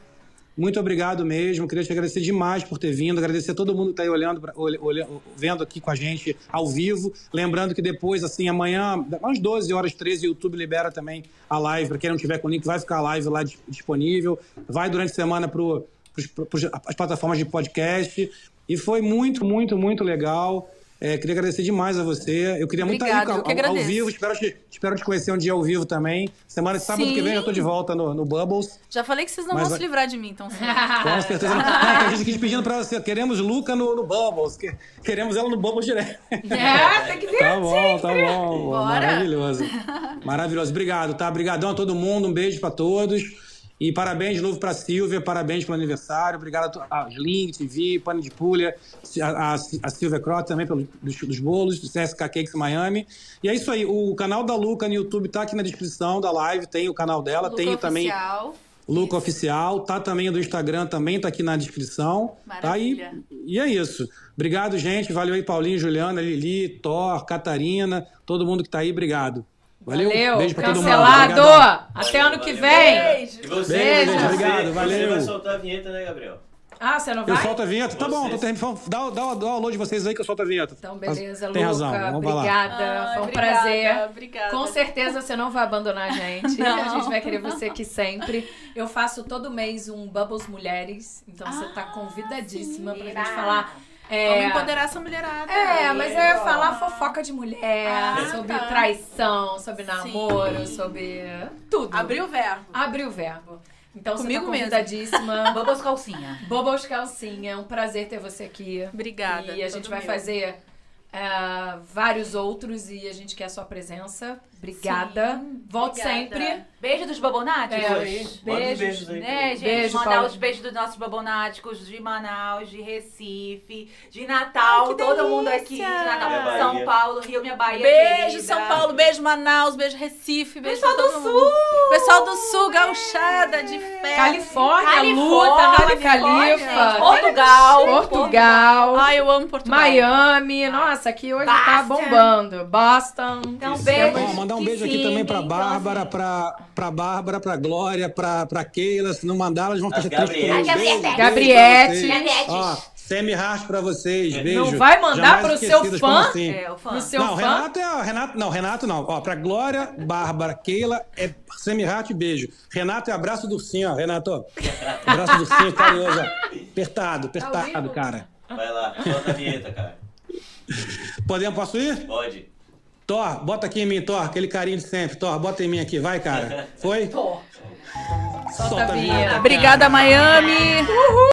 [SPEAKER 3] Muito obrigado mesmo. Queria te agradecer demais por ter vindo. Agradecer a todo mundo que está aí olhando, pra- olhe- olhe- vendo aqui com a gente ao vivo. Lembrando que depois, assim, amanhã, às 12 horas, 13, o YouTube libera também a live. Para quem não tiver com o link, vai ficar a live lá dis- disponível. Vai durante a semana para as plataformas de podcast. E foi muito, muito, muito legal. É, queria agradecer demais a você. Eu queria muito
[SPEAKER 5] Obrigada,
[SPEAKER 3] estar
[SPEAKER 5] eu que
[SPEAKER 3] aí ao, ao
[SPEAKER 5] agradeço.
[SPEAKER 3] vivo. Espero te, espero te conhecer um dia ao vivo também. Semana, sábado que vem,
[SPEAKER 5] Sim.
[SPEAKER 3] eu estou de volta no- no Bubbles.
[SPEAKER 5] Já falei que vocês não
[SPEAKER 3] Mas
[SPEAKER 5] vão
[SPEAKER 3] a-
[SPEAKER 5] se livrar de mim, então.
[SPEAKER 2] Ah,
[SPEAKER 3] Com certeza. Não, é que a gente quis pedindo pra você. Queremos Luca no, no Bubbles. que- Queremos ela no Bubbles direto.
[SPEAKER 2] É, tem que vir.
[SPEAKER 3] Tá bom, tá bom.
[SPEAKER 5] Bora.
[SPEAKER 3] Maravilhoso. Maravilhoso. Obrigado, tá? Obrigadão a todo mundo. Um beijo pra todos. E parabéns de novo pra Silvia, parabéns pelo aniversário. Obrigado a to- a Slim, TV, Pane de Pulha, a, a, a Silvia Cross também pelos dos, dos bolos, do CSK Cakes Miami. E é isso aí. O canal da Luca no YouTube tá aqui na descrição da live, tem o canal dela,
[SPEAKER 5] Luca
[SPEAKER 3] tem também
[SPEAKER 5] Oficial.
[SPEAKER 3] Luca Oficial, tá também o do Instagram, também tá aqui na descrição. Tá aí.
[SPEAKER 5] Maravilha.
[SPEAKER 3] E é isso. Obrigado, gente. Valeu aí, Paulinho, Juliana, Lili, Thor, Catarina, todo mundo que tá aí, obrigado. Valeu. Beijo pra todo mundo.
[SPEAKER 2] Cancelado.
[SPEAKER 3] Obrigadão.
[SPEAKER 2] Até ano que
[SPEAKER 1] Valeu,
[SPEAKER 2] vem.
[SPEAKER 1] valeu. E você,
[SPEAKER 3] Beijo,
[SPEAKER 1] você,
[SPEAKER 3] obrigado,
[SPEAKER 1] você
[SPEAKER 3] valeu.
[SPEAKER 1] vai soltar a vinheta, né, Gabriel?
[SPEAKER 2] Ah, você não
[SPEAKER 3] Eu
[SPEAKER 2] vai?
[SPEAKER 3] solto a vinheta. Tá bom, tô
[SPEAKER 1] Vocês-
[SPEAKER 3] terminando. Dá, dá, dá o alô de vocês aí que eu solto a vinheta.
[SPEAKER 2] Então, beleza,
[SPEAKER 3] Tem
[SPEAKER 2] Luca.
[SPEAKER 3] razão, vamos lá.
[SPEAKER 2] obrigada.
[SPEAKER 5] Ah,
[SPEAKER 4] Ai,
[SPEAKER 2] Foi um
[SPEAKER 4] obrigada,
[SPEAKER 2] prazer.
[SPEAKER 4] Obrigada.
[SPEAKER 2] Com certeza você não vai abandonar a gente.
[SPEAKER 4] Não.
[SPEAKER 2] A gente vai querer você aqui sempre. Eu faço todo mês um Bubbles Mulheres. Então você tá
[SPEAKER 5] Ah,
[SPEAKER 2] convidadíssima pra gente falar. é,
[SPEAKER 5] Vamos empoderar essa mulherada.
[SPEAKER 2] É, mas é
[SPEAKER 4] Boa.
[SPEAKER 2] falar fofoca de mulher,
[SPEAKER 5] Ah,
[SPEAKER 2] sobre
[SPEAKER 5] tá.
[SPEAKER 2] traição, sobre namoro, sobre tudo.
[SPEAKER 5] Abriu o verbo.
[SPEAKER 2] Abri o verbo. Então
[SPEAKER 5] Comigo
[SPEAKER 2] você tá
[SPEAKER 5] mesmo.
[SPEAKER 2] convidadíssima.
[SPEAKER 4] Bobos calcinha.
[SPEAKER 2] Bobos Calcinha, é um prazer ter você aqui.
[SPEAKER 5] Obrigada.
[SPEAKER 2] E a
[SPEAKER 5] todo
[SPEAKER 2] gente vai
[SPEAKER 5] meu.
[SPEAKER 2] fazer ah, vários outros e a gente quer a sua presença. Obrigada. Volte
[SPEAKER 5] obrigada.
[SPEAKER 2] sempre.
[SPEAKER 4] Beijo dos babonáticos.
[SPEAKER 2] É,
[SPEAKER 1] Manda uns
[SPEAKER 2] beijos,
[SPEAKER 1] beijos aí.
[SPEAKER 4] Né, gente?
[SPEAKER 2] Beijo,
[SPEAKER 4] Mandar
[SPEAKER 2] Paulo.
[SPEAKER 4] os beijos dos nossos babonáticos de Manaus, de Recife, de Natal, todo mundo aqui. De Natal,
[SPEAKER 1] Minha
[SPEAKER 4] São
[SPEAKER 1] Bahia.
[SPEAKER 4] Paulo, Rio, minha Bahia.
[SPEAKER 5] Beijo,
[SPEAKER 4] querida.
[SPEAKER 5] São Paulo. Beijo, Manaus. Beijo, Recife. Beijo
[SPEAKER 4] Pessoal
[SPEAKER 5] pra
[SPEAKER 4] do
[SPEAKER 5] todo
[SPEAKER 4] Sul.
[SPEAKER 5] mundo. Pessoal do Sul, gauchada, de festa.
[SPEAKER 2] Califórnia, luta,
[SPEAKER 4] Califórnia,
[SPEAKER 2] Rádio Califa.
[SPEAKER 4] gente. Portugal.
[SPEAKER 2] Portugal.
[SPEAKER 5] Ai, eu amo Portugal.
[SPEAKER 2] Miami, nossa, aqui hoje tá
[SPEAKER 4] Boston.
[SPEAKER 2] bombando. Boston.
[SPEAKER 4] Então,
[SPEAKER 1] Isso,
[SPEAKER 4] beijo.
[SPEAKER 3] Ó, mandar um beijo aqui
[SPEAKER 2] então,
[SPEAKER 3] também
[SPEAKER 2] assim.
[SPEAKER 3] pra Bárbara, pra, pra Bárbara, pra Glória, pra, pra Keila. Se não mandar, elas vão
[SPEAKER 1] As
[SPEAKER 3] ficar tristes
[SPEAKER 1] Gabriele.
[SPEAKER 3] comigo. Beijo, beijo pra
[SPEAKER 2] Gabriete.
[SPEAKER 3] vocês.
[SPEAKER 4] Gabrietes.
[SPEAKER 3] Ó, Semi Rast pra vocês. Beijo.
[SPEAKER 2] É, Não vai mandar
[SPEAKER 3] Jamais
[SPEAKER 2] pro seu
[SPEAKER 3] esquecidas,
[SPEAKER 2] fã?
[SPEAKER 3] como assim?
[SPEAKER 4] É, o fã.
[SPEAKER 2] No seu fã.
[SPEAKER 3] não, Renato é. ó, Renato, não, Renato não. Ó, pra Glória, Bárbara, Keila, é Semirrat, beijo. Renato é abraço do ursinho, ó. Renato, ó. Abraço do ursinho, carinhoso, ó. Apertado,
[SPEAKER 2] Ao
[SPEAKER 3] apertado,
[SPEAKER 2] vivo?
[SPEAKER 3] cara.
[SPEAKER 1] Vai lá, solta a vinheta, cara.
[SPEAKER 3] Podemos, posso ir?
[SPEAKER 1] Pode.
[SPEAKER 3] Thor, bota aqui em mim, Thor, aquele carinho de sempre. Thor, bota em mim aqui, vai, cara. Foi? Thor.
[SPEAKER 2] Solta a vinheta.
[SPEAKER 3] cara.
[SPEAKER 5] Obrigada, Miami.